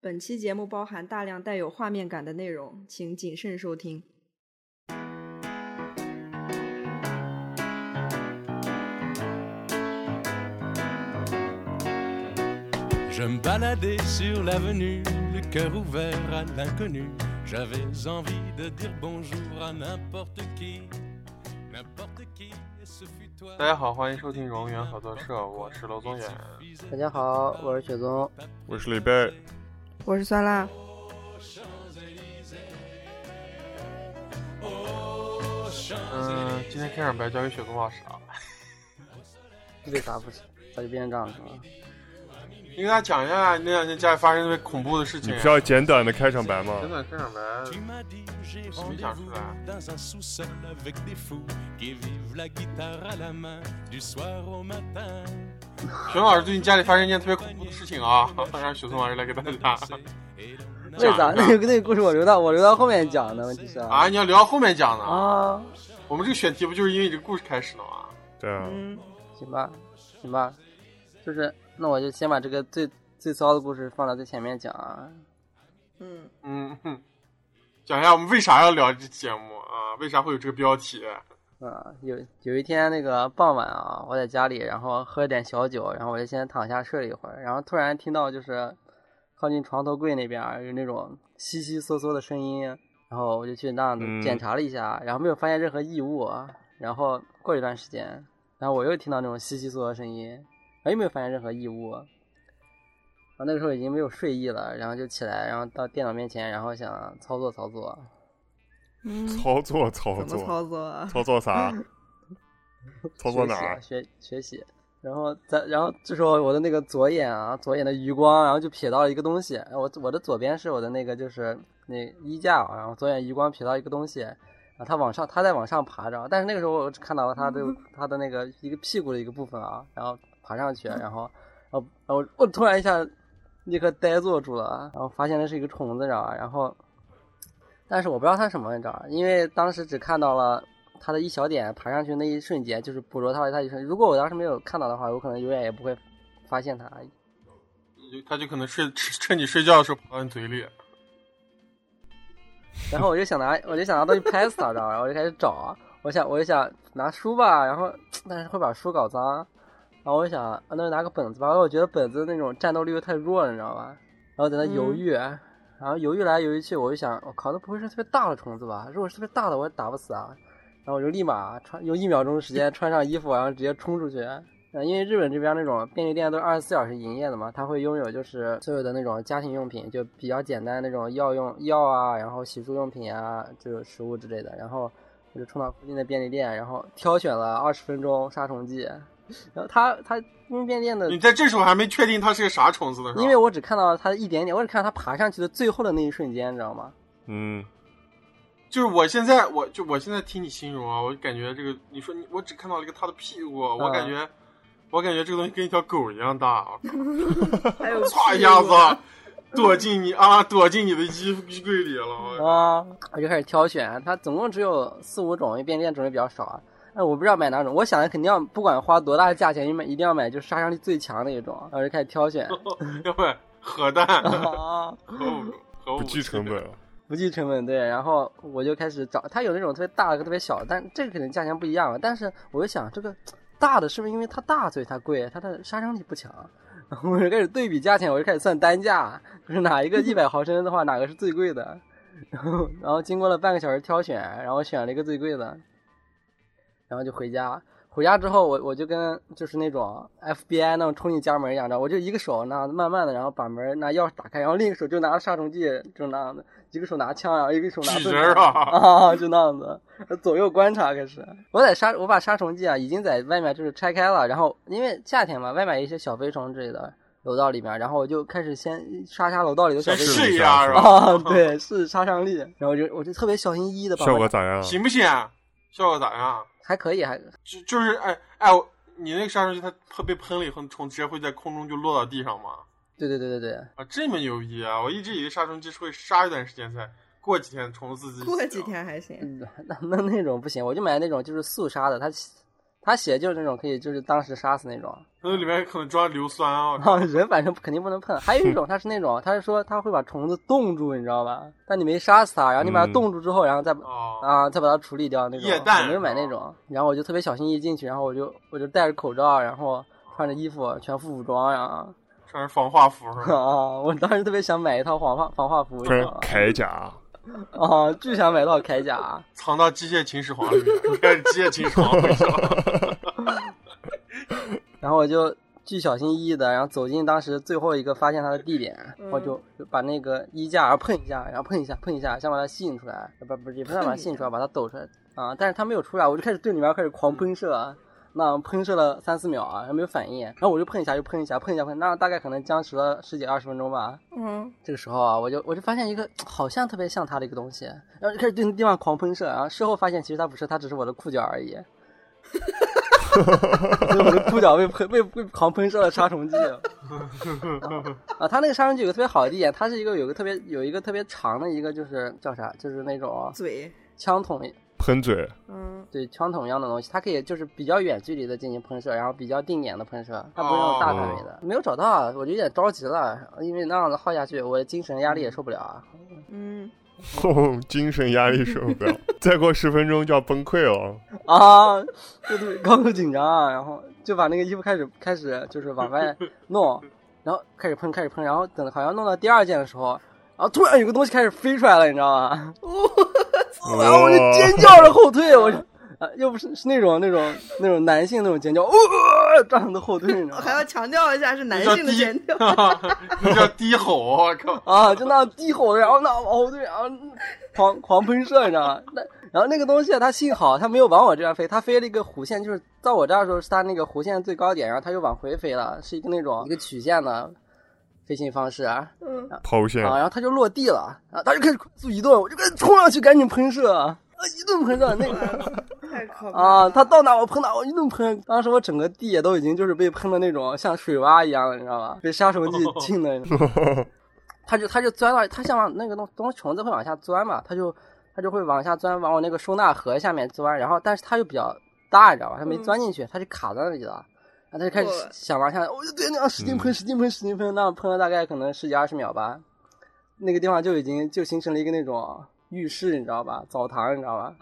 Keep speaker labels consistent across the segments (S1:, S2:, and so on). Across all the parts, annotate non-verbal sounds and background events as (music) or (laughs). S1: 本期节目包含大量带有画面感的内容，请谨慎收听。
S2: Je me baladais sur l'avenue, le cœur ouvert à l'inconnu. J'avais envie de dire bonjour à n'importe qui. N'importe qui, et ce fut toi.
S3: 大家好，欢迎收听荣源合作社，我是娄宗远。
S4: 大家好，我是雪宗。
S5: 我是李贝，
S1: 我是酸辣，
S3: 嗯，今天开场白交给雪松老师啊，
S4: 为啥不行？咋就变成这样子了？
S3: 你给大家讲一下那两天家里发生特别恐怖的事
S5: 你
S3: 情啊
S5: 不。是要简短的开场白
S3: 真
S5: 吗？
S3: 的开场白，
S2: Tu m'as dit, j'ai
S3: Je me garde
S2: rendez-vous
S3: là.
S2: dans un sous-sol avec des fous qui vivent la guitare à la main du soir au matin.
S3: 雪松老师最近家里发生一件特别恐怖的事情啊， (laughs) 让雪松老师来给大
S5: (laughs)
S3: 家
S2: Et l'on
S4: 为啥？
S3: 讲一下
S4: 那个那个故事我留到我留到后面讲的问题是
S3: 啊，你要留到后面讲呢。
S4: 啊，
S3: 我们这个选题不就是因为这个故事开始的吗？
S5: 对啊，
S1: 嗯，
S4: 行吧，行吧，就是那我就先把这个最最骚的故事放到最前面讲啊。
S1: 嗯，
S3: 嗯， (laughs) 哼讲一下我们为啥要聊这节目啊？为啥会有这个标题？
S4: 啊，有有一天那个傍晚啊，我在家里，然后喝了点小酒，然后我就先躺下睡了一会儿，然后突然听到就是靠近床头柜那边儿有那种窸窸窣窣的声音，然后我就去那
S5: 嗯
S4: 样检查了一下，然后没有发现任何异物，啊然后过了一段时间，然后我又听到那种窸窸窣窣的声音，然后又没有发现任何异物。啊然后那个时候已经没有睡意了，然后就起来，然后到电脑面前，然后想操作操作，嗯
S5: 操作操
S1: 怎么
S5: 作
S1: 嗯操作啊？
S5: 操作啥？操作哪
S4: 学习啊
S5: 儿？
S4: 学学习，然后在然后这时候我的那个左眼啊，左眼的余光，然后就瞥到了一个东西。我我的左边是我的那个就是那衣架啊，然后左眼余光瞥到一个东西，然后它往上，它在往上爬着。但是那个时候我只看到了它的
S5: 嗯
S4: 它的那个一个屁股的一个部分啊，然后爬上去，然后然后然后我突然一下立刻呆坐住了，啊然后发现那是一个虫子，你知道吧？然后。但是我不知道它什么，你知道吧？因为当时只看到了它的一小点爬上去那一瞬间，就是捕捉到它一瞬。如果我当时没有看到的话，我可能永远也不会发现它。
S3: 你就他就可能睡 (laughs) 趁趁你睡觉的时候跑到你嘴里。
S4: 然后我就想拿，我就想拿东西拍死它，知道吧？然后我就开始找，我想，我就想拿书吧，然后但是会把书搞脏。然后我就想，啊那就拿个本子吧。然后我觉得本子那种战斗力又太弱了，你知道吧？然后在那犹豫，然后犹豫来犹豫去，我就想，我靠，那不会是特别大的虫子吧？如果是特别大的，我也打不死啊。然后我就立马穿用一秒钟的时间穿上衣服，然后直接冲出去。呃，因为日本这边那种便利店都是二十四小时营业的嘛，它会拥有就是所有的那种家庭用品，就比较简单那种药用药啊，然后洗漱用品啊，就是食物之类的。然后我就冲到附近的便利店，然后挑选了二十分钟杀虫剂。然后它它因为便利店的
S3: 你在这时候还没确定它是个啥虫子的时候，
S4: 因为我只看到它一点点，我只看到它爬上去的最后的那一瞬间，你知道吗？
S5: 嗯，
S3: 就是我现在，我就我现在听你形容啊，我就感觉这个，你说你我只看到了一个他的屁股，啊我感觉，我感觉这个东西跟一条狗一样 (laughs) 大，我靠
S1: 还有
S3: 唰一下子躲进你啊，躲进你的衣服衣柜里了，我
S4: 啊，我就开始挑选，它总共只有四五种，因为便利店种类比较少啊。哎，我不知道买哪种，我想的肯定要不管花多大的价钱，一买一定要买就是杀伤力最强的一种，然后就开始挑选。
S3: 要不然核弹
S4: 啊，
S3: 核武核武
S5: 不计成本啊。
S4: 不计成本对，然后我就开始找，它有那种特别大的跟特别小的，但这个肯定价钱不一样了。但是我就想，这个大的是不是因为它大所以它贵，它的杀伤力不强？啊然 (laughs) 后我就开始对比价钱，我就开始算单价，就是哪一个一百毫升的话，哪个是最贵的。然后，然后经过了半个小时挑选，然后选了一个最贵的，然后就回家。回家之后我，我就跟就是那种 FBI 那种冲进家门一样的，我就一个手拿慢慢的，然后把门拿钥匙打开，然后另一个手就拿着杀虫剂，就那样的，一个手拿枪，然后一个手拿
S3: 举
S4: 盾
S3: 人 (laughs) 啊，
S4: 啊， (laughs) 就那样子，左右观察开始。我在杀，我把杀虫剂啊已经在外面就是拆开了，然后因为夏天嘛，外面有一些小飞虫之类的楼道里面，然后我就开始先杀杀楼道里的小
S3: 先
S4: 飞
S5: 是
S4: 虫
S3: 试一下是吧？
S4: 啊，对，是杀伤力。然后我就我就特别小心翼翼的把
S5: 效果咋样？
S3: 行不行？啊效果咋样？啊
S4: 还可以，还
S3: 就就是哎哎，我你那个杀虫剂它喷被喷了以后，虫直接会在空中就落到地上吗？
S4: 对对对对对。
S3: 啊，这么牛逼啊！我一直以为杀虫剂是会杀一段时间才过几天虫子自己死
S1: 过
S3: 掉
S1: 几天还行。
S4: 嗯那那那种不行，我就买那种就是速杀的，它他写就是那种可以就是当时杀死那种，
S3: 那里面可能装硫酸啊，
S4: (laughs) 啊，人反正肯定不能碰。还有一种，它是那种，它是说它会把虫子冻住，你知道吧？但你没杀死它，然后你把它
S5: 嗯
S4: 冻住之后，然后再把
S3: 啊，
S4: 啊再把它处理掉那种。
S3: 液氮
S4: 我没有买那种，然后我就特别小心翼翼进去，然后我就我就戴着口罩，然后穿着衣服，全副武装呀。 (laughs)
S3: 穿着防化服是吧？
S4: 啊，我当时特别想买一套防化防化服，你知道吗
S5: 铠甲，
S4: 啊，巨想买一套铠甲。
S3: 藏到机械秦始皇里面，开始机械秦始
S4: (laughs)
S3: 皇回去了。
S4: 然后我就巨小心翼翼的，然后走进当时最后一个发现它的地点，
S1: 嗯
S4: 我就就把那个衣架然后碰一下，然后碰一下，碰一下，想把它吸引出来，呃不不也不算把它吸引出来，把它抖出来啊！但是它没有出来，我就开始对里面开始狂喷射，啊那喷射了三四秒啊，然后没有反应，然后我就碰一下，又碰一下，碰一下，碰一下，那大概可能僵持了十几二十分钟吧。
S1: 嗯，
S4: 这个时候啊，我就我就发现一个好像特别像它的一个东西，然后就开始对那地方狂喷射，然后事后发现其实它不是，它只是我的裤脚而已。 (laughs) 所以我的裤脚被喷被被狂喷射了杀虫剂啊！它那个杀虫剂有个特别好的一点，它是一个有个特别有一个特别长的一个就是叫啥，就是那种
S1: 嘴，
S4: 枪筒
S5: 喷嘴， (laughs)
S1: 嗯
S4: 对枪筒一样的东西，它可以就是比较远距离的进行喷射，然后比较定点的喷射，它不是那种大范围的。没有找到啊，我就有点着急了，因为那样子耗下去，我的精神压力也受不了啊。
S1: 嗯，
S5: 哦，精神压力受不了，再过十分钟就要崩溃了。
S4: 啊，对对，高度紧张啊，然后就把那个衣服开始开始就是往外弄，然后开始喷开始喷，然后等好像弄到第二件的时候，然后突然有个东西开始飞出来了，你知道吗？
S5: 哦
S4: 然 (laughs) 后我就尖叫着后退，我就啊，又不是是那种那种那种男性那种尖叫，哦，抓疼的后退，你知道
S1: 我还要
S4: 吗？
S1: 强调一下是男
S3: 叫
S1: 性的
S3: 低
S1: 尖调， (laughs)
S3: 那叫低吼，我靠！
S4: 啊，就那样低吼着，然后那样往后退，然后狂狂喷射，你知道吗？那然后那个东西啊，它幸好它没有往我这边飞，它飞了一个弧线，就是到我这儿的时候是它那个弧线最高点，然后它又往回飞了，是一个那种一个曲线的飞行方式啊。
S1: 嗯，
S5: 抛线，
S4: 啊，然后它就落地了，然后它就开始快速移动，我就赶紧冲上去，赶紧喷射，啊，一顿喷射，那个
S1: (laughs) 太可怕了
S4: 啊，它到哪我喷哪，我一顿喷，当时我整个地也都已经就是被喷的那种像水洼一样了，你知道吧？被杀虫剂浸的。他就他就钻到，他想往那个东东虫子会往下钻嘛，他就他就会往下钻，往我那个收纳盒下面钻，然后但是他又比较大，你知道吧？他没
S1: 嗯
S4: 钻进去，他就卡在那里了。然后他就开始
S1: 我
S4: 想往下，我就对那样使劲喷，
S5: 嗯
S4: 使劲喷，使劲喷，那样喷了大概可能十几二十秒吧，那个地方就已经就形成了一个那种浴室，你知道吧？澡堂，你知道吧？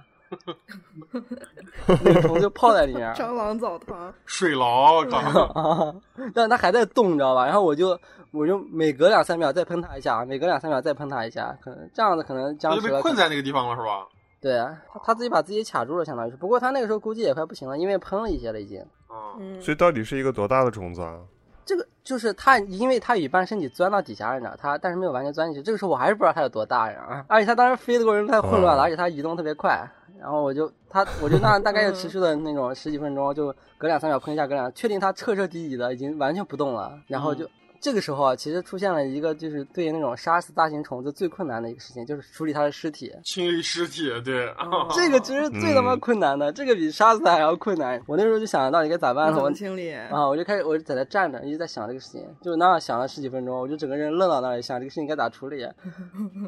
S4: 那个虫就泡在里面，
S1: 蟑螂澡堂，
S3: 水牢，我靠！
S4: 啊， (laughs) 但它还在动，你知道吧？然后我就我就每隔两三秒再喷它一下，啊每隔两三秒再喷它一下，可能这样子可能
S3: 他
S4: 僵
S3: 就
S4: 持
S3: 被
S4: 了。
S3: 困在那个地方了，是吧？
S4: 对，啊它它自己把自己卡住了，相当于是。不过它那个时候估计也快不行了，因为喷了一些了已经。
S3: 啊，
S1: 嗯
S5: 所以到底是一个多大的虫子啊？
S4: 这个就是它，因为它有一半身体钻到底下，你知道它，但是没有完全钻进去。这个时候我还是不知道它有多大，你知道吗？而且它当时飞的过程太混乱了，
S5: 嗯
S4: 而且它移动特别快。然后我就它，我就那大概持续了那种十几分钟，就隔两三秒喷一下，隔两，确定它彻彻底底的已经完全不动了。然后
S5: 嗯
S4: 就、这个时候啊，其实出现了一个就是对那种杀死大型虫子最困难的一个事情，就是处理它的尸体。
S3: 清理尸体，对，
S1: 哦
S4: (laughs) 这个其实最他妈
S5: 嗯
S4: 困难的，这个比杀死它还要困难。我那时候就想到底该咋办
S1: 你
S4: 了，
S1: 怎
S4: 我
S1: 么清理？
S4: 啊，我就开始我就在那站着，一直在想这个事情，就那样想了十几分钟，我就整个人愣到那里，想这个事情该咋处理。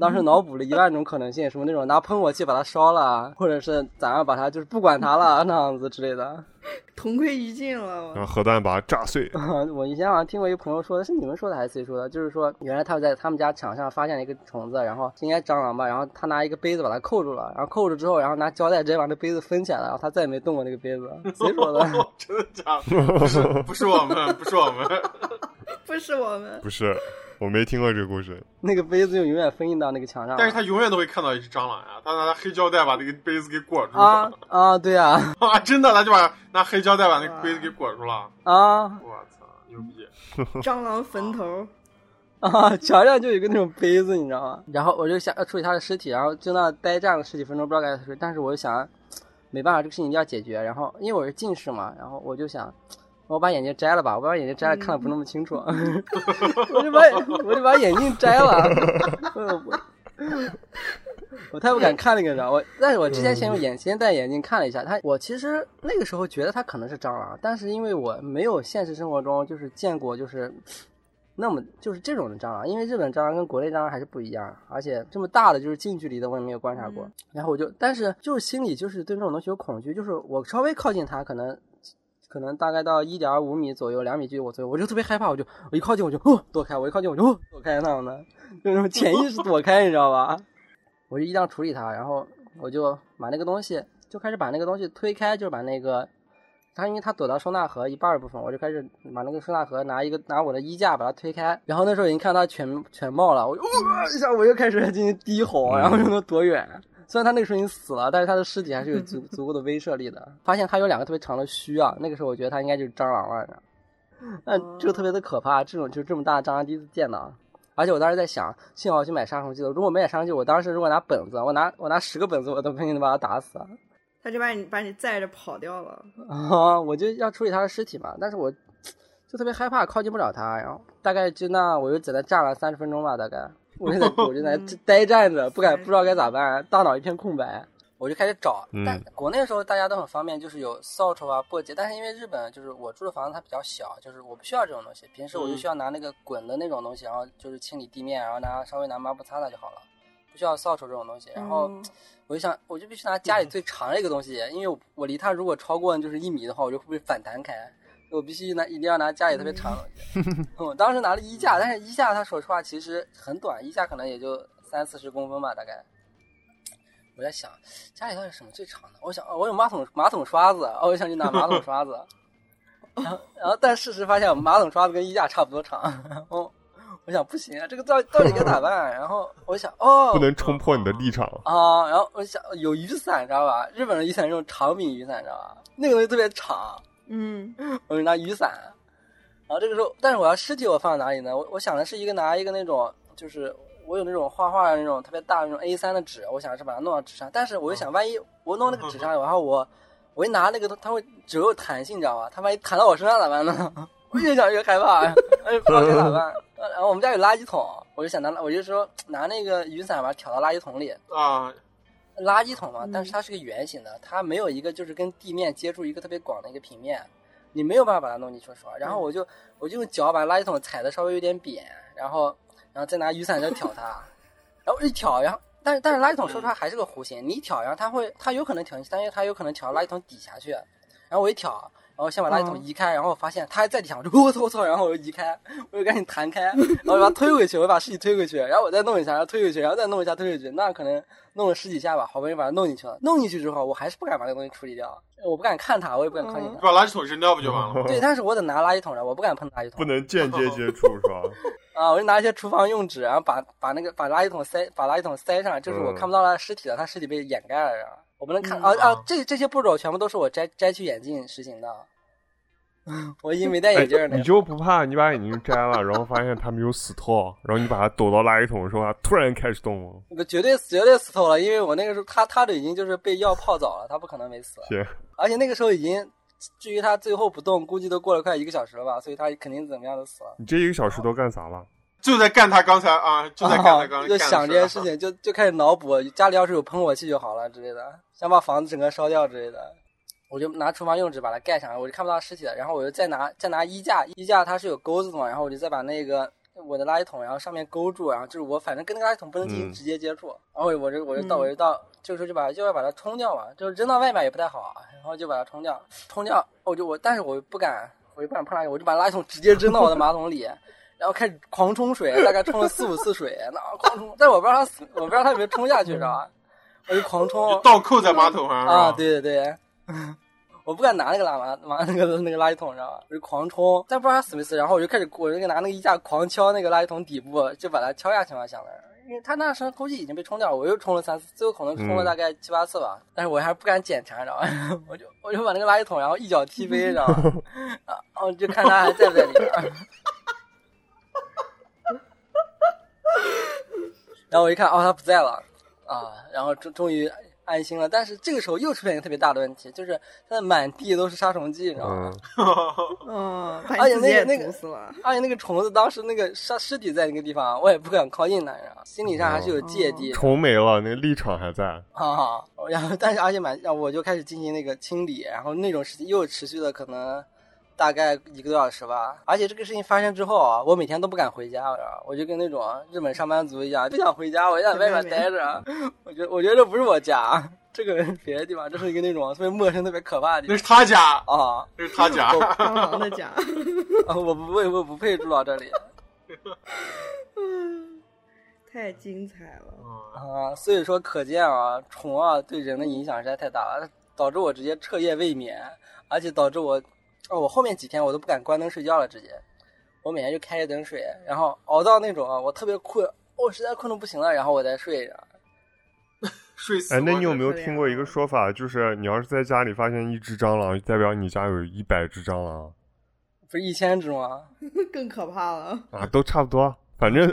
S4: 当时脑补了一万种可能性，什么那种拿喷火器把它烧了，或者是咋样把它就是不管它了那样子之类的。
S1: 同归于尽了，
S5: 然后
S1: 我
S5: 核弹把它炸碎，
S4: 我以前好像听过一个朋友说的，是你们说的还是谁说的？就是说原来他们在他们家墙上发现了一个虫子，然后应该蟑螂吧，然后他拿一个杯子把它扣住了，然后扣住之后，然后拿胶带直接把那杯子封起来了，然后他再也没动过那个杯子。谁说的？ (laughs)
S3: 真的假的？不是，不是我们，不是我
S4: (laughs)
S3: 们，
S1: 不是我
S5: (laughs)
S1: 们，
S5: 不是，我没听过这个故事。
S4: 那个杯子就永远封印到那个墙上了。
S3: 但是他永远都会看到一只蟑螂啊！他拿黑胶带把那个杯子给裹住
S4: 啊
S3: 了，
S4: 啊，对啊。
S3: 啊，真的，他就把拿黑胶带把那个杯子给裹住了。
S4: 啊
S3: 我操，牛逼！
S1: 蟑螂坟头，
S4: 啊！ (laughs) 墙上就有一个那种杯子，你知道吗？然后我就想要处理他的尸体，然后就那呆站了十几分钟，不知道该怎么。但是我就想，没办法，这个事情一定要解决。然后因为我是近视嘛，然后我就想，我把眼镜摘了吧，我把眼镜摘了，看的不那么清楚， (laughs) 我就把我就把眼镜摘了。 (laughs) 我我我太不敢看那个了，我但是我之前先用眼先戴眼镜看了一下，它我其实那个时候觉得它可能是蟑螂，但是因为我没有现实生活中就是见过就是那么就是这种的蟑螂，因为日本蟑螂跟国内蟑螂还是不一样，而且这么大的就是近距离的我也没有观察过。
S1: 嗯
S4: 然后我就，但是就是心里就是对这种东西有恐惧，就是我稍微靠近它，可能可能大概到一点五米左右、两米距离我左右，我就特别害怕，我就我一靠近我就哦躲开，我一靠近我就哦躲开那样的，就那种潜意识躲开，你知道吧？我就一定要处理它，然后我就把那个东西就开始把那个东西推开，就是把那个它，因为它躲到收纳盒一半儿部分，我就开始把那个收纳盒拿一个拿我的衣架把它推开，然后那时候已经看到它全全貌了，我就哇一下我又开始进行低吼，然后就能躲远。啊虽然他那个时候已经死了，但是他的尸体还是有足足够的威慑力的。发现他有两个特别长的须啊，那个时候我觉得他应该就是蟑螂了。那这个特别的可怕，这种就这么大的蟑螂第一次见到。而且我当时在想，幸好我去买杀虫剂了。如果没买杀虫剂，我当时如果拿本子，我拿我拿十个本子，我都不一定能把它打死啊。
S1: 他就把你把你载着跑掉了。
S4: 啊，我就要处理他的尸体嘛，但是我就特别害怕，靠近不了他，然后大概就那我就在那站了三十分钟吧，大概我就在我就在那呆站着，不敢不知道该咋办，大脑一片空白，我就开始找。但
S5: 嗯
S4: 国内的时候大家都很方便，就是有扫帚啊、簸箕，但是因为日本就是我住的房子它比较小，就是我不需要这种东西，平时我就
S3: 嗯
S4: 需要拿那个滚的那种东西，然后就是清理地面，然后拿稍微拿抹布擦擦就好了，不需要扫帚这种东西，然后。
S1: 哦
S4: 我就想，我就必须拿家
S5: 嗯
S4: 里最长的一个东西，因为我我离它如果超过就是一米的话，我就会被反弹开。我必须拿，一定要拿家里特别长的东
S5: 嗯
S4: 西。 (laughs) 我当时拿了衣架，但是衣架它说实话其实很短，衣架可能也就三四十公分吧，大概。我在想，家里到底什么最长的？我想，哦，我有马桶马桶刷子，哦，我想去拿马桶刷
S5: (laughs)
S4: 子。 (laughs) 然后，然后，但事实发现，我马桶刷子跟衣架差不多长。 (laughs) 然后，我想不行啊，这个到到底该咋办？啊然后我想，哦，
S5: 不能冲破你的立场。
S4: 啊，然后我想有雨伞，知道吧？日本的雨伞是那种长柄雨伞，知道吧？那个东西特别长，
S1: 嗯，
S4: 我就拿雨伞。然后这个时候，但是我要尸体我放在哪里呢？我我想的是一个拿一个那种，就是我有那种画画的那种特别大的那种 A 3的纸，我想是把它弄到纸上，但是我就想，万一我弄那个纸上，然后我我一拿那个东，它会只有弹性，你知道吧？它万一弹到我身上咋办呢？我越想越害怕，哎，不知道该咋办。呃然后我们家有垃圾桶，我就想拿，我就说拿那个雨伞把它挑到垃圾桶里，
S3: 啊，
S4: 垃圾桶嘛，但
S1: 嗯
S4: 是它是个圆形的，它没有一个就是跟地面接触一个特别广的一个平面，你没有办法把它弄进去，说实话。然后我就我就用脚把垃圾桶踩的稍微有点扁，然后然后再拿雨伞再挑它， (laughs) 然后一挑，然后但是但是垃圾桶说实话还是个弧形，你一挑，然后它会它有可能挑进去，但是它有可能挑到垃圾桶底下去。然后我一挑，然后先把垃圾桶移开，然后我发现它还在地上，我 (laughs) 就我操我操，然后我就移开，我就赶紧弹开，然后把它推回去，我把尸体推回去，然后我再弄一下，然后推回去，然后再弄一下推回去，那可能弄了十几下吧，好不容易把它弄进去了。弄进去之后，我还是不敢把这个东西处理掉，我不敢看它，我也不敢靠近它。
S5: 嗯
S3: 把垃圾桶扔掉不就完了
S5: 哦
S3: 吗？
S4: 对，但是我得拿垃圾桶着，我不敢碰垃圾桶。
S5: 不能间接接触是吧？
S4: 啊，我就拿一些厨房用纸，然后把把那个把垃圾桶塞把垃圾桶塞上，就是我
S5: 嗯
S4: 看不到他尸体了，他尸体被掩盖了，然后我不能看、
S1: 嗯
S4: 啊啊
S3: 啊！
S4: 这这些步骤全部都是我摘摘去眼镜实行的， (laughs) 我已经没戴
S5: 哎
S4: 眼镜了。，
S5: 你就不怕你把眼镜摘了，然后发现它没有死透，然后你把它抖到垃圾桶的时候，它突然开始动了。
S4: 我绝对绝对死透了，因为我那个时候他他都已经就是被药泡澡了，他不可能没死。
S5: 行，
S4: 而且那个时候已经，至于他最后不动，估计都过了快一个小时了吧，所以他肯定怎么样都死了。
S5: 你这一个小时都干啥
S3: 啊
S5: 了？
S3: 就在干他刚才啊，就在干他刚才干
S4: 哦就
S3: 的
S4: 想这件
S3: 事
S4: 事
S3: 儿。啊
S4: 情，就就开始脑补，家里要是有喷火器就好了之类的，想把房子整个烧掉之类的。我就拿厨房用纸把它盖上，我就看不到尸体了。然后我就再拿再拿衣架，衣架它是有钩子的嘛，然后我就再把那个我的垃圾桶，然后上面勾住，然后就是我反正跟那个垃圾桶不能进行
S5: 嗯
S4: 直接接触。然后我就我就
S1: 嗯
S4: 到我就到这个时候就把就要把它冲掉嘛，就是扔到外面也不太好啊，然后就把它冲掉，冲掉我就我但是我不敢，我就不敢碰垃圾，我就把垃圾桶直接扔到我的马桶里。然后开始狂冲水，大概冲了四五次水，那狂冲，但是我不知道他死，我不知道他有没有冲下去，知道吧？我就狂冲
S3: 就倒扣在马桶上是吧
S4: 啊，，对对对， (laughs) 我不敢拿那个垃圾马那个那个垃圾桶，知道吧？我就狂冲，但不知道他死没死，然后我就开始我就拿那个衣架狂敲那个垃圾桶底部，就把它敲下去嘛，想着。因为他那时候估计已经被冲掉了，我又冲了三次，最后可能冲了
S3: 嗯
S4: 大概七八次吧，但是我还不敢检查，知道吧？ (laughs) 我就我就把那个垃圾桶，然后一脚踢飞，知道
S3: (laughs)
S4: 吧？啊，我就看他还在不在里边儿。然后我一看，哦，他不在了，啊，然后终终于安心了。但是这个时候又出现一个特别大的问题，就是现在满地都是杀虫剂，你知道吗？
S5: 嗯，
S1: 哦，
S4: 而
S1: 把
S4: 且
S1: 你自己也
S4: 那个那个
S1: 毒死了。
S4: 而且那个虫子当时那个杀尸体在那个地方，我也不敢靠近它，你知道吗？心理上还是有芥蒂的
S5: 虫没了，那个立场还在。
S4: 啊。然后，但是而且满，然后我就开始进行那个清理，然后那种事情又持续了可能大概一个多小时吧。而且这个事情发生之后啊，我每天都不敢回家，我知道吗我就跟那种日本上班族一样，不想回家，我就在外面待着。我觉得我觉得这不是我家，这个人别的地方，这是一个那种特别陌生、特别可怕的地
S3: (laughs) 那
S4: 方
S3: 是他家，
S4: 啊
S3: 那是他
S4: (laughs)
S3: 家。
S1: 蟑螂的家。
S4: 啊！我不配，我不配住到这里
S1: (laughs) 太精彩了！
S4: 啊！所以说，可见啊，虫啊对人的影响实在太大了，导致我直接彻夜未眠，而且导致我，哦，我后面几天我都不敢关灯睡觉了，直接，我每天就开着灯睡，然后熬到那种啊我特别困，我、实在困的不行了，然后我再睡着。
S3: (laughs) 睡死
S5: 哎
S3: 我，了！
S5: 那你有没有
S1: 可怜
S5: 听过一个
S1: 了
S5: 说法，就是你要是在家里发现一只蟑螂，代表你家有一百只蟑螂
S4: 不是一千只吗？ (laughs)
S3: 嗯
S1: (laughs) 更可怕了，
S5: 啊，都差不多，反正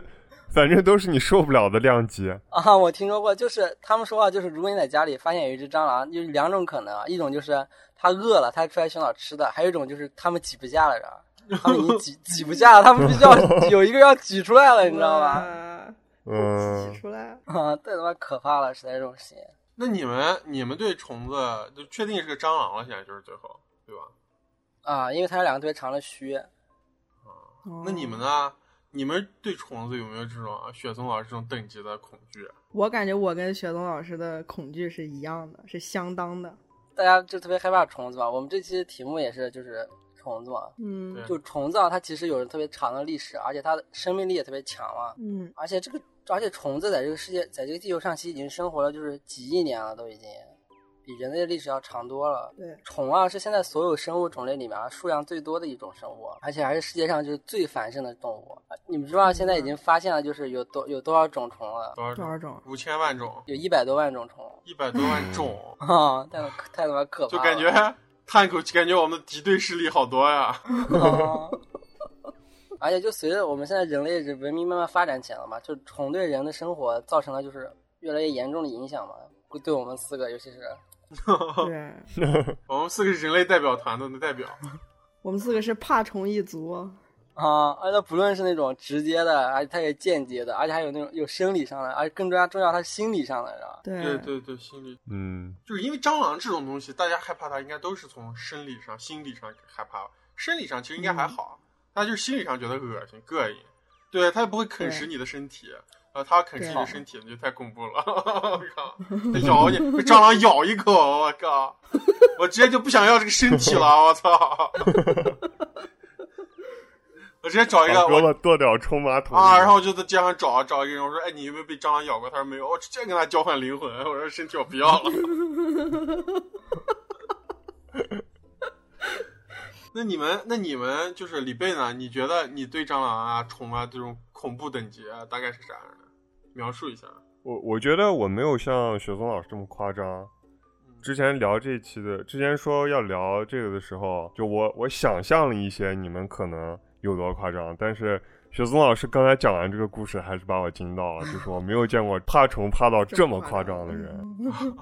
S5: 反正都是你受不了的量级。
S4: 啊，我听说过，就是他们说啊，就是如果你在家里发现有一只蟑螂，就是两种可能啊，一种就是它饿了，它出来寻找吃的；还有一种就是它们挤不下了，是吧？他们已经挤挤不下了，他们必须要有一个要挤出来了，你知道吧？
S1: 吧？
S5: 嗯
S1: 挤，出来，
S4: 啊， (laughs) 太他妈可怕了，实在这种事情。
S3: 那你们你们对虫子就确定是个蟑螂了，现在就是最后，对吧？
S4: 啊，因为它有两个特别长的须，
S1: 哦
S3: 那你们？呢？你们对虫子有没有这种啊雪松老师这种等级的恐惧？
S1: 我感觉我跟雪冬老师的恐惧是一样的，是相当的。
S4: 大家就特别害怕虫子嘛。我们这期的题目也是就是虫子嘛，
S1: 嗯
S3: 对
S4: 就虫子啊，它其实有着特别长的历史，而且它的生命力也特别强嘛。
S1: 嗯，
S4: 而且这个，而且虫子在这个世界，在这个地球上其实已经生活了就是几亿年了，都已经比人类的历史要长多了。
S1: 对，
S4: 虫啊，是现在所有生物种类里面啊数量最多的一种生物，而且还是世界上就是最繁盛的动物。啊你们知道现在已经发现了，就是有多有多少种虫了？
S3: 多少
S1: 多
S3: 种？
S1: 少种？
S3: 五千万种，
S4: 有一百多万种 (laughs) 虫，
S3: 一百多万种，
S4: 啊，太太他妈可怕
S3: 就
S4: 了！
S3: 感觉叹口气，感觉我们的敌对势力好多呀。 (laughs)
S4: 啊，而且就随着我们现在人类这文明慢慢发展起来了嘛，就虫对人的生活造成了就是越来越严重的影响嘛，会对我们四个，尤其是
S3: (laughs)
S1: 对，
S3: 我们四个是人类代表团的代表，
S1: 我们四个是怕虫一族。
S4: (laughs) 啊，而且不论是那种直接的，而且它也间接的，而且还有那种有生理上的，而且更重要重要，它是心理上的，是吧？
S1: 对
S3: 对对对，心理
S5: 嗯，
S3: 就是因为蟑螂这种东西，大家害怕它，应该都是从生理上、心理上害怕。生理上其实应该还好，那、就是心理上觉得恶心、膈应。对，它也不会啃食
S1: 对
S3: 你的身体，呃，它要啃食你
S1: 对
S3: 的身体，你就太恐怖了。 (laughs) 我靠，它咬你，被蟑螂咬一口，我靠，我直接就不想要这个身体了，我操！ (laughs) 我直接找一个
S5: 把
S3: 哎我
S5: 胳膊剁掉冲马桶
S3: 啊，然后我就在街上找找一个人，我说：“哎，你有没有被蟑螂咬过？”他说：“没有。”我直接跟他交换灵魂，我说：“身体我不要了。”那你们，那你们就是李贝呢？你觉得你对蟑螂啊、虫啊这种恐怖等级啊，大概是啥样的？描述一下。
S5: 我我觉得我没有像雪松老师这么夸张。之前聊这期的，之前说要聊这个的时候，就我我想象了一些你们可能有多夸张，但是雪松老师刚才讲完这个故事，还是把我惊到了，就是我没有 (laughs) 见过怕虫怕到这么夸张的嗯人，
S1: 嗯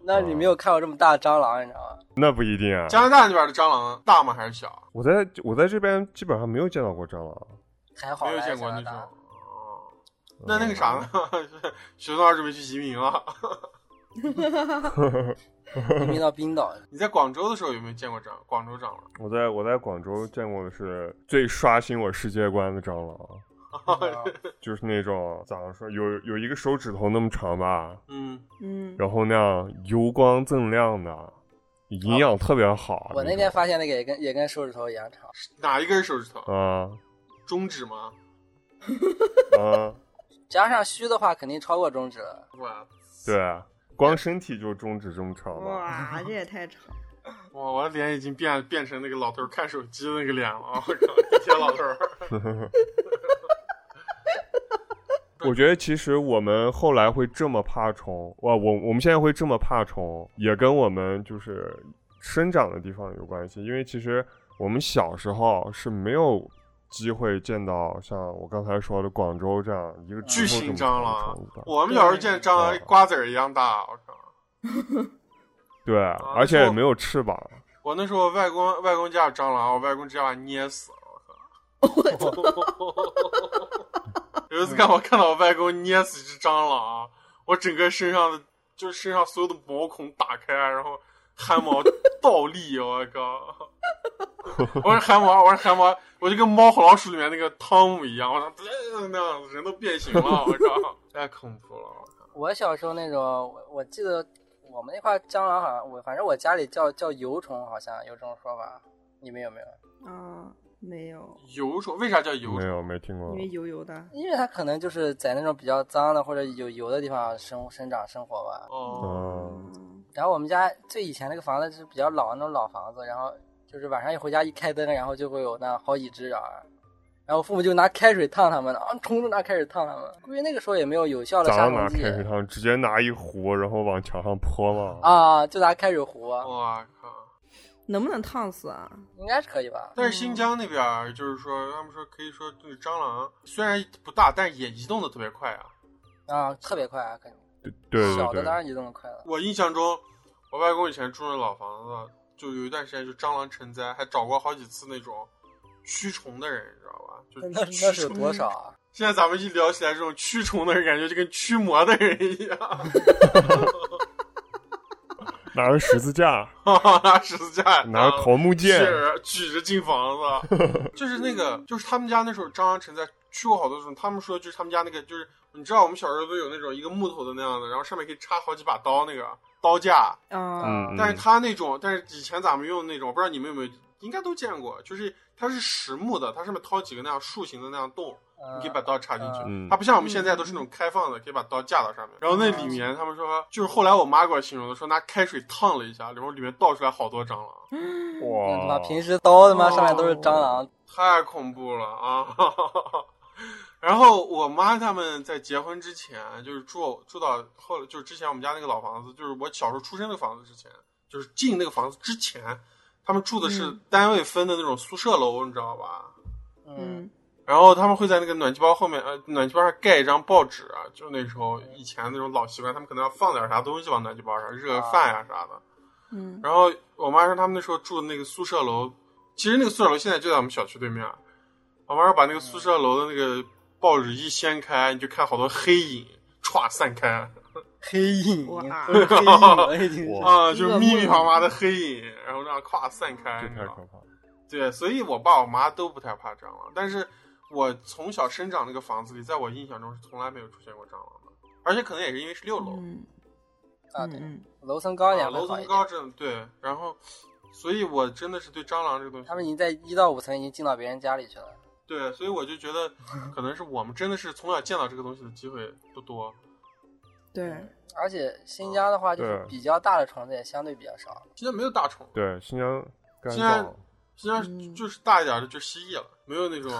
S3: (laughs)
S4: 那你没有看过这么大的蟑螂，你知道吗？
S5: 那不一定啊。
S3: 加拿大那边的蟑螂啊大吗？还是小？
S5: 我在我在这边基本上没有见到过蟑螂，
S4: 还好
S3: 没有
S4: 来
S3: 见
S4: 加
S3: 过
S4: 拿
S3: 那
S4: 大
S3: 种。哦那那个啥呢？ (laughs) 学生二准备去移民了。
S4: 移民到冰岛，
S3: 你在广州的时候有没有见过蟑？广州蟑螂？
S5: 我在我在广州见过的是最刷新我世界观的蟑螂，
S3: (laughs)
S5: 就是那种咋说，有有一个手指头那么长吧，
S3: 嗯，
S1: 嗯，
S5: 然后那样油光锃亮的，营
S3: 啊
S5: 养特别好。
S4: 我那天发现那个也跟也跟手指头一样长，
S3: 哪一根手指头？
S5: 啊
S3: 中指吗？
S5: 啊，
S4: 加上须的话肯定超过中指了。
S3: 哇
S5: 对，光身体就中指这么长吧。
S1: 哇，这也太长。
S3: 哇！我的脸已经变变成那个老头儿看手机的那个脸了，我靠！地铁老头儿，
S5: 我觉得其实我们后来会这么怕虫，哇，我我们现在会这么怕虫，也跟我们就是生长的地方有关系。因为其实我们小时候是没有机会见到像我刚才说的广州这样一个
S3: 嗯巨
S5: 指头
S3: 型
S5: 这么
S3: 蟑
S5: 长的
S3: 螂
S5: 虫子的，
S3: 我们小时候见蟑螂
S5: 对
S3: 瓜子儿一样大，我靠！
S5: 对，而且也没有翅膀。
S3: 我那时候外公外公家有蟑螂，我外公直接把它捏死了，
S5: (laughs)
S3: 我靠！有一次看我看到我外公捏死一只蟑螂，啊我整个身上的就是身上所有的毛孔打开，啊然后汗毛倒立，我靠！我是汗毛，我是汗毛，我就跟《猫和老鼠》里面那个汤姆一样，我操，呃那样子人都变形了，我靠！太恐怖了，我靠！
S4: 我小时候那种，我我记得我们那块蟑螂好像我反正我家里叫叫油虫，好像有这种说法，你们有没有？
S1: 啊，没有，
S3: 油虫为啥叫油
S5: 没
S3: 虫？
S5: 有没听过
S1: 因，为油油的。
S4: 因为它可能就是在那种比较脏的或者有油的地方生生长生活吧。
S3: 哦，
S5: 嗯，
S4: 然后我们家最以前那个房子是比较老的那种老房子，然后就是晚上一回家一开灯，然后就会有那好几只啊。然后我父母就拿开水烫它们，啊，冲着拿开水烫它们。估计那个时候也没有有效的
S5: 咋
S4: 杀
S5: 样
S4: 虫
S5: 拿
S4: 剂
S5: 开水烫？直接拿一壶，然后往墙上泼吗？
S4: 啊，就拿开水壶，
S3: 我靠！
S1: 能不能烫死啊？
S4: 应该是可以吧？
S3: 但是新疆那边儿就是说，他们说可以说这个蟑螂虽然不大，但是也移动的特别快啊。
S4: 啊，特别快啊，肯定。
S5: 对
S4: 小
S5: 对
S4: 的当
S5: 对，
S4: 然移动的快了。
S3: 我印象中，我外公以前住那老房子，就有一段时间就蟑螂成灾，还找过好几次那种驱虫的人，你知道吧？就
S4: 那
S3: (laughs) 驱
S4: 那是有
S3: 虫
S4: 多少啊？
S3: 现在咱们一聊起来，这种驱虫的人，感觉就跟驱魔的人一样， (laughs)
S5: 拿个十字架，
S3: 拿十字架，
S5: 拿个桃木剑，
S3: 啊是举着进房
S5: (laughs)
S3: 子，就是那个，就是他们家那时候蟑螂成灾，去过好多种。他们说就是他们家那个，就是你知道我们小时候都有那种一个木头的那样的，然后上面可以插好几把刀那个刀架，
S1: 啊，
S5: 嗯，嗯
S3: 但是他那种，但是以前咱们用的那种，我不知道你们有没有，应该都见过，就是它是实木的，它上面掏几个那样竖形的那样洞，你可以把刀插进去。
S5: 嗯
S3: 它不像我们现在都是那种开放的，可以把刀架到上面。然后那里面他们说，就是后来我妈给我形容的，说拿开水烫了一下，然后里面倒出来好多蟑螂，
S5: 嗯
S4: 那他妈
S5: 哇，
S4: 嗯平时刀他妈上面都是蟑螂，
S3: 太恐怖了啊！ (laughs) 然后我妈他们在结婚之前，就是住住到后，就是之前我们家那个老房子，就是我小时候出生那个房子之前，就是进那个房子之前，他们住的是单位分的那种宿舍楼，你知道吧？
S4: 嗯，
S1: 嗯，
S3: 然后他们会在那个暖气包后面，呃，暖气包上盖一张报纸啊，就是那时候以前那种老习惯，他们可能要放点啥东西往暖气包上，热个饭呀、啥的。
S1: 嗯，
S3: 然后我妈说他们那时候住的那个宿舍楼，其实那个宿舍楼现在就在我们小区对面。我妈说把那个宿舍楼的那个报纸一掀开，你就看好多黑影歘散开，
S4: 黑影，
S1: 哇
S4: 都是黑影了已经是。
S5: 哇
S3: 啊，就是密密麻麻的黑影，然后这样咵散开，
S5: 这
S3: 你知
S5: 太
S3: 道吗
S5: 可怕了。
S3: 对，所以我爸我妈都不太怕蟑螂，但是我从小生长那个房子里，在我印象中是从来没有出现过蟑螂的，而且可能也是因为是 (laughs) 六楼，
S1: 嗯
S4: 啊，
S1: 嗯
S4: 对，
S1: 嗯
S4: 楼层高一
S3: 啊
S4: 点会
S3: 楼
S4: 好一
S3: 层
S4: 点
S3: 高。真的对，然后，所以我真的是对蟑螂这个东西，
S4: 他们已经在一到五层已经进到别人家里去了。
S3: 对，所以我就觉
S5: (laughs)
S3: 得可能是我们真的是从小见到这个东西的机会不多，
S1: 对，
S3: 嗯
S4: 而且新疆的话，就是
S5: 对
S4: 比较大的虫子也相对比较少。
S3: 现在没有大虫，
S5: 对，新疆干
S3: 现在
S5: 燥，
S3: 现在
S1: 嗯
S3: 就是大一点的就蜥蜴了，没有那种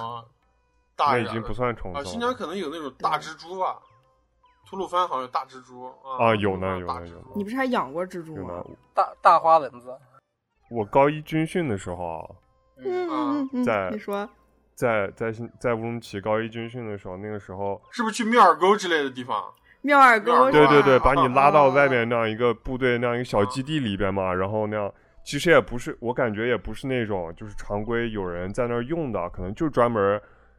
S3: 大
S5: 那
S3: 一
S5: 已
S3: 点
S5: 经
S3: 的
S5: 不算虫子
S3: 啊，
S5: 了。
S3: 新疆可能有那种大蜘蛛吧，吐鲁番好像有大蜘蛛啊
S5: 啊，有呢
S3: 吐
S5: 有
S3: 鲁番
S5: 呢有
S3: 大蜘
S5: 呢
S3: 蛛
S1: 你不是还养过蜘蛛
S5: 有呢
S1: 吗？。
S4: 大大花蚊子，
S5: 我高一军训的时候啊，
S1: 嗯嗯嗯
S5: 在
S1: 嗯，你说
S5: 在在新在乌鲁木齐高一军训的时候，那个时候，
S3: 是不是去庙儿沟之类的地方？
S1: 妙耳沟
S3: 哇
S1: 是吧
S5: 对对对，把你拉到
S1: 啊
S5: 外面那样一个部队那样一个小基地里边嘛，然后那样。其实也不是，我感觉也不是那种，就是常规有人在那儿用的，可能就专门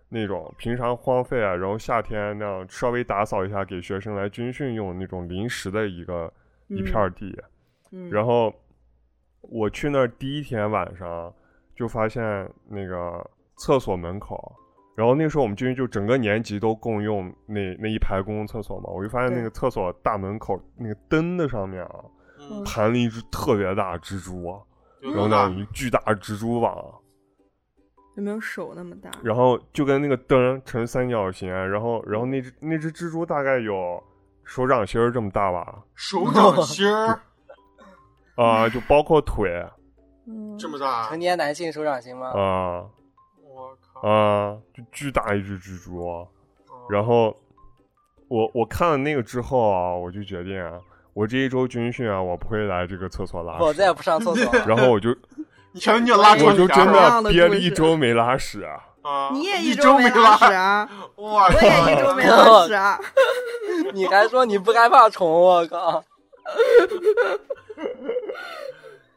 S5: 那种平常荒废啊，然后夏天那样稍微打扫一下给学生来军训用的那种临时的一个、一片儿地。
S1: (laughs) 嗯
S5: 然后我去那儿第一天晚上就发现那个厕所门口，然后那时候我们军就整个年级都共用那那一排公共厕所嘛，我就发现那
S1: 对
S5: 个厕所大门口那个灯的上面啊，
S3: 嗯，
S5: 盘了一只特别大的蜘蛛啊，
S3: 有
S5: 然
S3: 多
S5: 后那
S3: 大
S5: 样？一巨大的蜘蛛网，
S1: 有没有手那么大？
S5: 然后就跟那个灯成三角形，然后然后那只那只蜘蛛大概有手掌心儿这么大吧，
S3: 手
S1: (laughs)
S3: 掌心儿
S5: 啊、就包括腿
S1: 嗯
S3: 这么大
S4: 成？年男性手掌心吗？
S5: 啊。
S3: 我靠！
S5: 啊，就巨大一只蜘蛛啊。
S3: 哦
S5: 然后我我看了那个之后啊，我就决定啊，我这一周军训啊，我不会来这个厕所拉
S1: 哦
S4: 我
S5: 屎。
S4: 再也不上厕所了。
S5: 然
S1: (laughs)
S5: 后我就
S3: 你全尿拉
S5: 我
S3: 床
S5: 就
S3: 底下
S5: 真
S1: 同样
S3: 了
S5: 的
S1: 的
S5: 憋
S1: 故
S5: 了一
S1: 事
S5: 周没拉屎啊。
S3: 啊！
S1: 你也
S3: 一
S1: 周
S3: 没
S1: 拉屎
S3: 屎，
S1: 啊？
S3: (laughs) 我
S1: 我也一周没拉屎啊？
S4: 你还说你不害怕虫，我靠！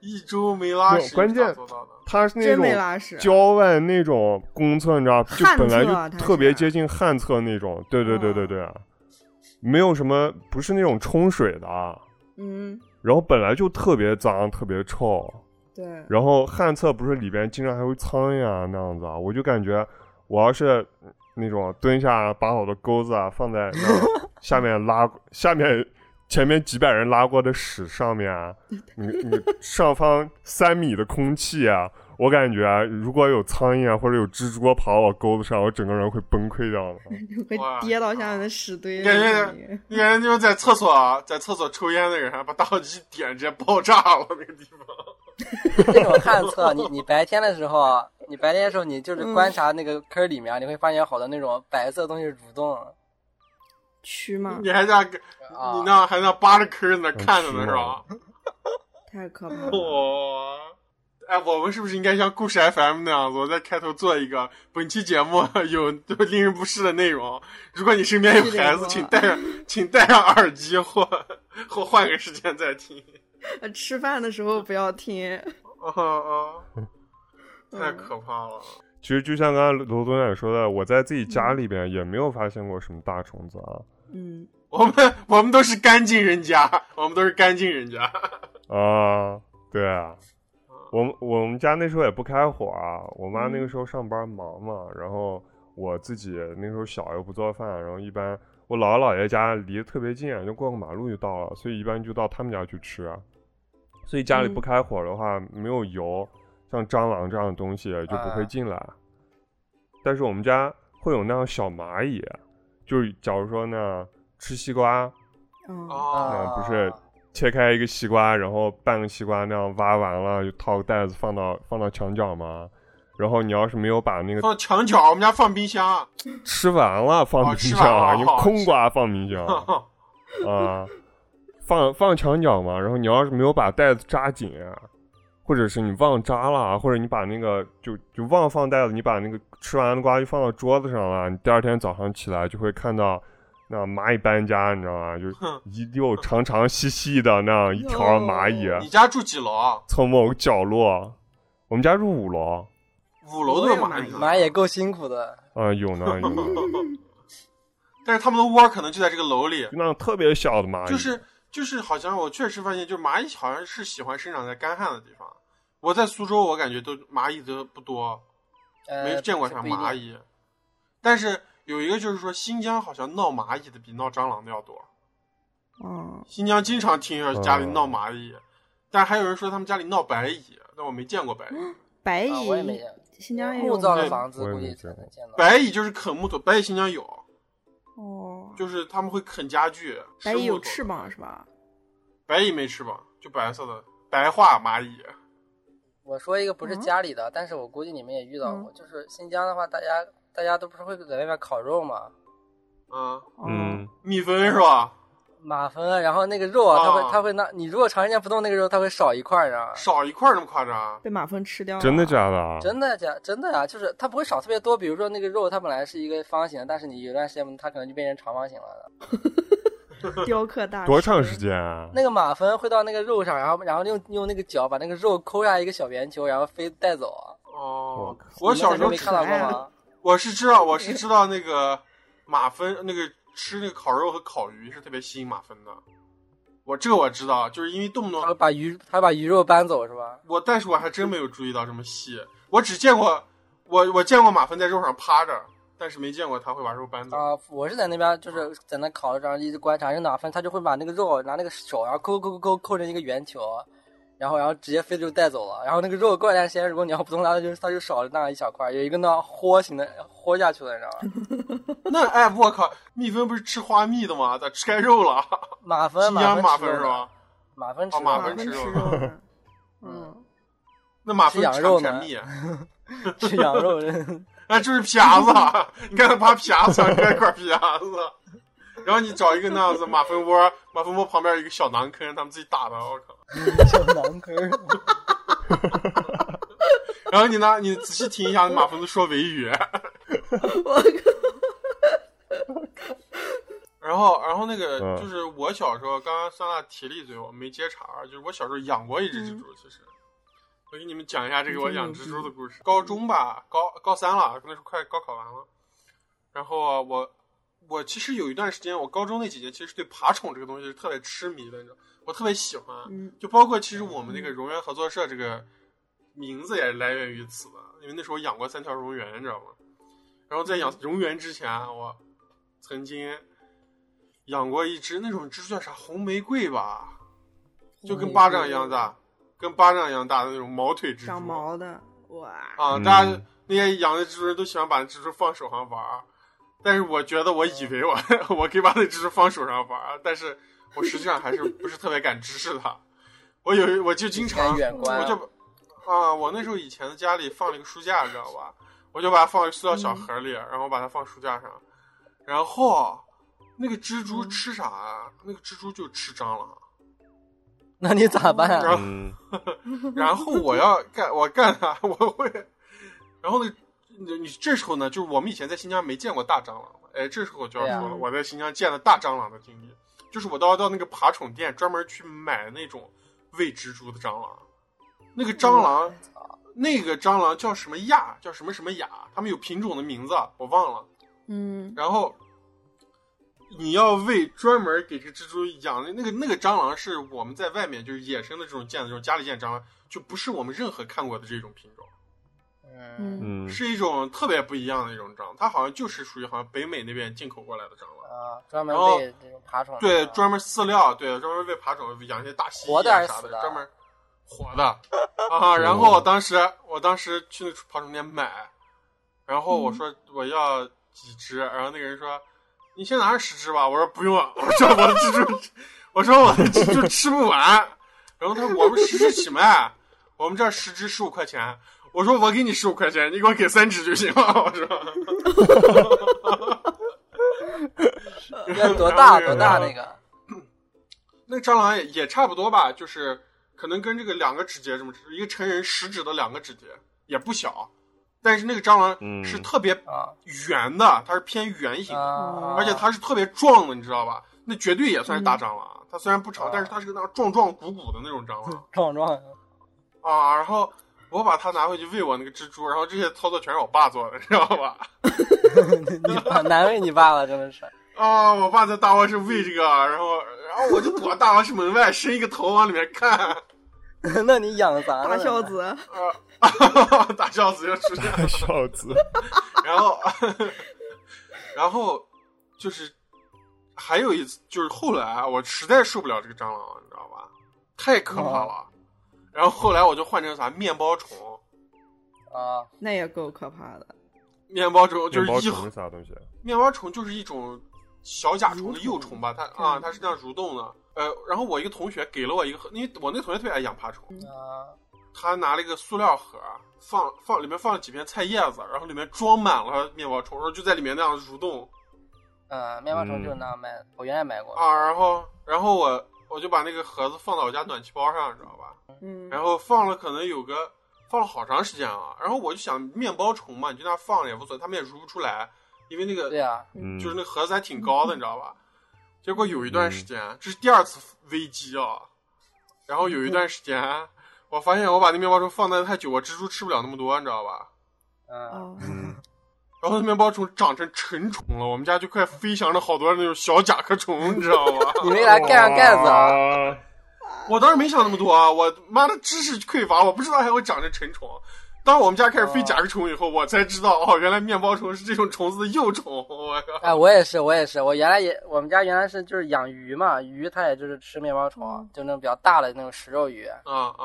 S3: 一周没拉
S5: 没有
S3: 屎，
S5: 关键
S3: 你咋做到的
S5: 它是 (laughs) 那
S1: 真
S5: 种
S1: 没拉屎啊
S5: 郊外那种公厕，你知道，就
S1: 旱
S5: 本来
S1: 厕啊
S5: 就
S1: 它
S5: 特别
S1: 是
S5: 接近旱厕那种。对对对对
S1: 哦
S5: 对啊，没有什么，不是那种冲水的啊，
S1: 嗯，
S5: 然后本来就特别脏，特别臭。
S1: 对，
S5: 然后旱厕不是里边经常还会苍蝇啊那样子啊，我就感觉我要是那种蹲下把我的钩子啊放在那下面拉下面前面几百人拉过的屎上面啊，你你上方三米的空气啊，我感觉啊，如果有苍蝇啊或者有蜘蛛啊爬我钩子上，我整个人会崩溃掉的。
S1: 会
S3: 哇
S1: 跌到下面的屎堆
S3: 感觉
S1: 里面。
S3: 你感觉就是在厕所啊，在厕所抽烟的人啊，把打火机一点，直接爆炸了那个地方。
S4: 这种旱厕，你你白天的时候啊，你白天的时候你就是
S1: 嗯
S4: 观察那个坑里面啊，你会发现有好多那种白色的东西蠕动啊。
S1: 蛆嘛，
S3: 你还在，
S1: 啊
S3: 你那还在扒着坑那看着呢，
S5: 嗯
S3: 是吧？
S1: 太可怕了。
S3: 哇！哎，我们是不是应该像故事 FM 那样子，我在开头做一个本期节目 (laughs) 有令人不适的内容？如果你身边有孩子，
S1: 是
S3: 请
S1: 的
S3: 戴上，请戴上耳机或或换个时间再听。
S1: 呃吃饭的时候不要听。
S3: 啊啊！ (laughs) 太
S1: 嗯
S3: 可怕了。
S5: 其实就像刚才罗总也说的，我在自己家里边也没有发现过什么大虫子啊。
S1: 嗯，
S3: 我们我们都是干净人家，我们都是干净人家。
S5: 啊，对啊，我们我们家那时候也不开火啊，我妈那个时候上班忙嘛，然后我自己那时候小又不做饭，然后一般我姥姥姥爷家离得特别近，啊就过个马路就到了，所以一般就到他们家去吃啊。所以家里
S1: 嗯
S5: 不开火的话，没有油，像蟑螂这样的东西就不会
S4: 啊
S5: 进来。但是我们家会有那样小蚂蚁，就是假如说呢吃西瓜，
S1: 哦，
S3: 啊
S5: 啊不是切开一个西瓜，然后半个西瓜那样挖完了，就套个袋子放到放到墙角嘛。然后你要是没有把那个
S3: 放墙角，我们家放冰箱。啊
S5: 吃完了放冰
S3: 哦吃完
S5: 箱，
S3: 了
S5: 你
S3: 好
S5: 空瓜放
S3: (laughs)
S5: 冰箱啊，放放墙角嘛。然后你要是没有把袋子扎紧啊，或者是你忘扎了啊，或者你把那个就就忘放袋子，你把那个吃完的瓜就放到桌子上了，你第二天早上起来就会看到。那蚂蚁搬家，你知道吗？就是一溜长长细细的那样一条蚂蚁，
S1: 哟
S3: (laughs) 你家住几楼啊？
S5: 从某个角落。我们家住五楼，
S3: 五楼都有蚂
S1: 我有
S4: 蚂蚁也够辛苦的，
S5: 啊、有呢
S3: (laughs)
S5: 有呢，
S3: 但是他们的窝可能就在这个楼里
S5: 就，那种特别小的蚂蚁，
S3: 就是就是，好像我确实发现，就是蚂蚁好像是喜欢生长在干旱的地方。我在苏州，我感觉都蚂蚁都不多，
S4: 呃
S3: 没见过啥蚂。蚁。但是有一个就是说，新疆好像闹蚂蚁的比闹蟑螂的要多。
S1: 哦，
S3: 新疆经常听说家里
S5: 哦
S3: 闹蚂蚁，但还有人说他们家里闹白蚁，但我没见过白蚁。
S1: 白
S4: 不一定啊我也没
S1: 蚁，
S4: 见过
S1: 哎新疆也有
S4: 木造的
S1: 吗
S4: 房子
S5: 我也
S4: 估
S5: 没
S4: 计才
S5: 见过
S4: 能见到。
S3: 白蚁就是啃木头，白蚁新疆有，
S1: 哦，
S3: 就是他们会啃家具。
S1: 白
S3: 吃
S1: 蚁有
S3: 木头
S1: 翅膀是吧？
S3: 白蚁没翅膀，就白色的白化蚂蚁。
S4: 我说一个
S1: 啊
S4: 不是家里的，但是我估计你们也遇到过，就是新疆的话，大家大家都不是会在外面烤肉嘛，
S3: 嗯，
S1: 哦
S5: 嗯，
S3: 蜜蜂是吧？
S4: 马蜂，然后那个肉啊，它
S3: 啊
S4: 会它会拿你如果长时间不动那个肉，它会少一块儿啊。
S3: 少一块儿那么夸张？啊
S1: 被马蜂吃掉了，
S5: 真的假的啊？
S4: 真的假？真的呀、就是它不会少特别多。比如说那个肉，它本来是一个方形的，但是你有段时间它可能就变成长方形了。
S1: 雕刻大
S5: 多长时？间啊？
S4: 那个马蜂会到那个肉上，然后然后用用那个脚把那个肉抠下一个小圆球，然后飞带走。啊
S3: 哦
S5: 我，
S3: 我小
S4: 你
S3: 时
S4: 们
S3: 候
S4: 没
S3: 吃啊
S4: 看到过
S1: 可爱
S4: 吗？
S3: 我是知道，我是知道那个马蜂，那个吃那个烤肉和烤鱼是特别吸引马蜂的。我这个我知道，就是因为动不
S4: 它会
S3: 动
S4: 把鱼，它把鱼肉搬走是吧？
S3: 我，但是我还真没有注意到这么细，我只见过我我见过马蜂在肉上趴着，但是没见过它会把肉搬走。
S4: 啊、我是在那边就是在那烤着，然后一直观察，扔哪分，它就会把那个肉拿那个手，然后抠抠抠抠抠成一个圆球，然后然后直接飞就带走了。然后那个肉过一段时间，如果你要不动它，它就它就少了那样一小块，有一个那样豁形的豁下去的，你知道吗？
S3: 那哎，我靠，蜜蜂不是吃花蜜的吗？咋吃开肉了？
S4: 马
S3: 新
S4: 蜂，
S3: 疆
S4: 马
S3: 蜂
S4: 吃
S3: 是
S4: 肉的？
S3: 吧？
S4: 马蜂
S3: 哦
S4: 吃
S3: 马
S1: 马
S3: 蜂
S1: 蜂
S3: 吃
S1: 吃
S3: 肉
S1: 肉呢？嗯，
S3: 那马蜂
S4: 吃羊
S3: 产
S4: 肉
S3: 不产
S4: 呢
S3: 蜜？(laughs)
S4: (laughs) 吃羊肉的。
S3: 啊，就是皮牙
S4: (laughs)
S3: 子，你看他扒皮牙子，上一块皮牙子，然后你找一个那样子马蜂窝，马蜂窝旁边有一个小囊坑，他们自己打的，我靠。 (laughs)
S4: 小男坑儿，
S3: 然后你呢，你仔细听一下马蜂子说维语，
S1: 我靠，
S3: 然后然后那个
S5: 嗯
S3: 就是我小时候，刚刚桑娜提了一嘴，我没接茬儿，就是我小时候养过一只蜘蛛，其实。我给你们讲一下这个我养蜘蛛的故事。高中吧，高高三了，那时候快高考完了。然后啊我我其实有一段时间，我高中那几年其实对爬虫这个东西是特别痴迷的，你知道，我特别喜欢。
S1: 嗯
S3: 就包括其实我们那个榕园合作社这个名字也是来源于此的，因为那时候养过三条榕
S1: 嗯
S3: 啊园，你知道吗？然后在养榕园之前，我曾经养过一只那种蜘蛛叫啥红玫瑰吧，就跟
S1: 红
S3: 巴掌
S1: 玫
S3: 一样
S1: 瑰嗯
S3: 大，跟巴掌一样大的那种毛腿蜘蛛。
S1: 长毛的，哇，
S3: 啊，
S5: 嗯
S3: 大家那些养的蜘蛛人都喜欢把那蜘蛛放手上玩儿，但是我觉得我以为我 (laughs) 我可以把那蜘蛛放手上玩儿，但是我实际上还是不是特别敢直视它。我有一我就经常
S4: 敢远观
S3: 我就把啊，我那时候以前的家里放了一个书架，知道吧？我就把它放在塑料
S4: 嗯
S3: 小盒里，然后把它放书架上，然后那个蜘
S4: 嗯
S3: 蛛吃啥啊？那个蜘蛛就吃蟑螂。
S4: 那你咋办
S3: 然
S4: 啊？
S3: 后
S5: 嗯，
S1: (laughs)
S3: 然后我要干，我干它，我会。然后呢，你你这时候呢，就是我们以前在新疆没见过大蟑螂嘛，哎，这时候我就要说
S1: 对
S3: 了，
S1: 啊
S3: 我在新疆见了大蟑螂的经历，就是我到到那个爬虫店专门去买那种喂蜘蛛的蟑螂，那个蟑螂，
S1: 嗯
S3: 那个蟑螂叫什么亚，叫什么什么亚，它们有品种的名字，啊我忘了。
S1: 嗯，
S3: 然后你要喂专门给这蜘蛛养的那个那个蟑螂，是我们在外面就是野生的这种见的这种家里见的蟑螂，就不是我们任何看过的这种品种，
S1: 嗯
S3: (laughs)
S5: 嗯，
S3: 是一种特别不一样的一种蟑螂，它好像就是属于好像北美那边进口过来的蟑螂。
S4: 啊，专门
S3: 然后
S4: 喂这种爬虫的。
S3: 对，专门饲料，对，专门喂爬虫，养一些大蜥蜴
S4: 活的还
S3: 啊
S4: 是
S3: 啥
S4: 死
S3: 的，
S4: 的
S3: 专门活的啊。然后我当时，我当时去那爬虫店买，然后
S4: 嗯
S3: 我说我要几只，然后那个人说你先拿着十只吧，我说不用，我说我的蜘蛛，我说我的蜘蛛吃不完，然后他说我们十只起卖，我们这儿十只十五块钱。我说我给你十五块钱，你给我给三只就行了。我说，
S4: 要多大
S3: 然后
S4: 多大那个？
S3: 那蟑螂也也差不多吧，就是可能跟这个两个指节这么，一个成人食指的两个指节也不小，但是那个蟑螂
S5: 嗯
S3: 是特别
S4: 啊
S3: 圆的，它是偏圆形的，
S4: 啊！
S3: 而且它是特别壮的，你知道吧？那绝对也算是大蟑螂，它虽然不长
S4: 啊，
S3: 但是它是个那种壮壮鼓鼓的那种蟑螂
S4: 壮壮 (laughs)
S3: 啊。然后我把它拿回去喂我那个蜘蛛，然后这些操作全是我爸做的，知道吧？
S4: 你爸 (laughs) 难为你爸了，真的是。 (laughs)
S3: 啊，我爸在大卧室喂这个，啊然后然后我就躲大卧室门外，伸一个头往里面看。 (laughs)
S4: 那你养啥呢？
S1: 大孝子，
S3: 大笑死就出现
S5: (laughs)
S3: 了，
S5: 孝子，
S3: 然后， (laughs) 然后就是还有一次，就是后来啊我实在受不了这个蟑螂了，你知道吧？太可怕了。然后后来我就换成啥面包虫，
S4: 啊！
S1: 那也够可怕的。
S3: 面包虫 (laughs) 就
S5: 面
S3: 是
S5: 包
S3: 一
S5: 虫是啥东西？
S3: 面包虫就是一种小甲虫的幼虫吧，它啊它是这样蠕动的。呃，然后我一个同学给了我一个盒，因为我那同学特别爱养爬虫，
S4: 啊！
S3: 他拿了一个塑料盒，放放里面放了几片菜叶子，然后里面装满了面包虫，然后就在里面那样蠕动。
S4: 嗯，面包虫就是那样卖的，我原来买过。
S3: 啊，然后然后我我就把那个盒子放到我家暖气包上，你知道吧？
S1: 嗯，
S3: 然后放了可能有个放了好长时间啊。然后我就想面包虫嘛，你就那放着也无所谓，它们也蠕不出来，因为那个
S4: 对啊，
S5: 嗯，
S3: 就是那盒子还挺高的，你知道吧？结果有一段时间，这是第二次危机啊。然后有一段时间，我发现我把那面包虫放的太久，我蜘蛛吃不了那么多，你知道吧？啊
S4: 嗯，
S1: 哦，
S5: 嗯，
S3: 然后那面包虫长成成虫了，我们家就快飞翔着好多那种小甲壳虫，你知道吗？
S4: 你没给它盖上盖子啊？
S5: 啊！
S3: 我当时没想那么多啊，我妈的知识匮乏，我不知道还会长着成虫。当我们家开始
S4: 哦
S3: 飞甲壳虫以后，我才知道哦，原来面包虫是这种虫子的幼虫。我靠！
S4: 哎，我也是，我也是，我原来也，我们家原来是就是养鱼嘛，鱼它也就是吃面包虫
S1: 嗯，
S4: 就那种比较大的那种食肉鱼。
S3: 啊啊
S4: 然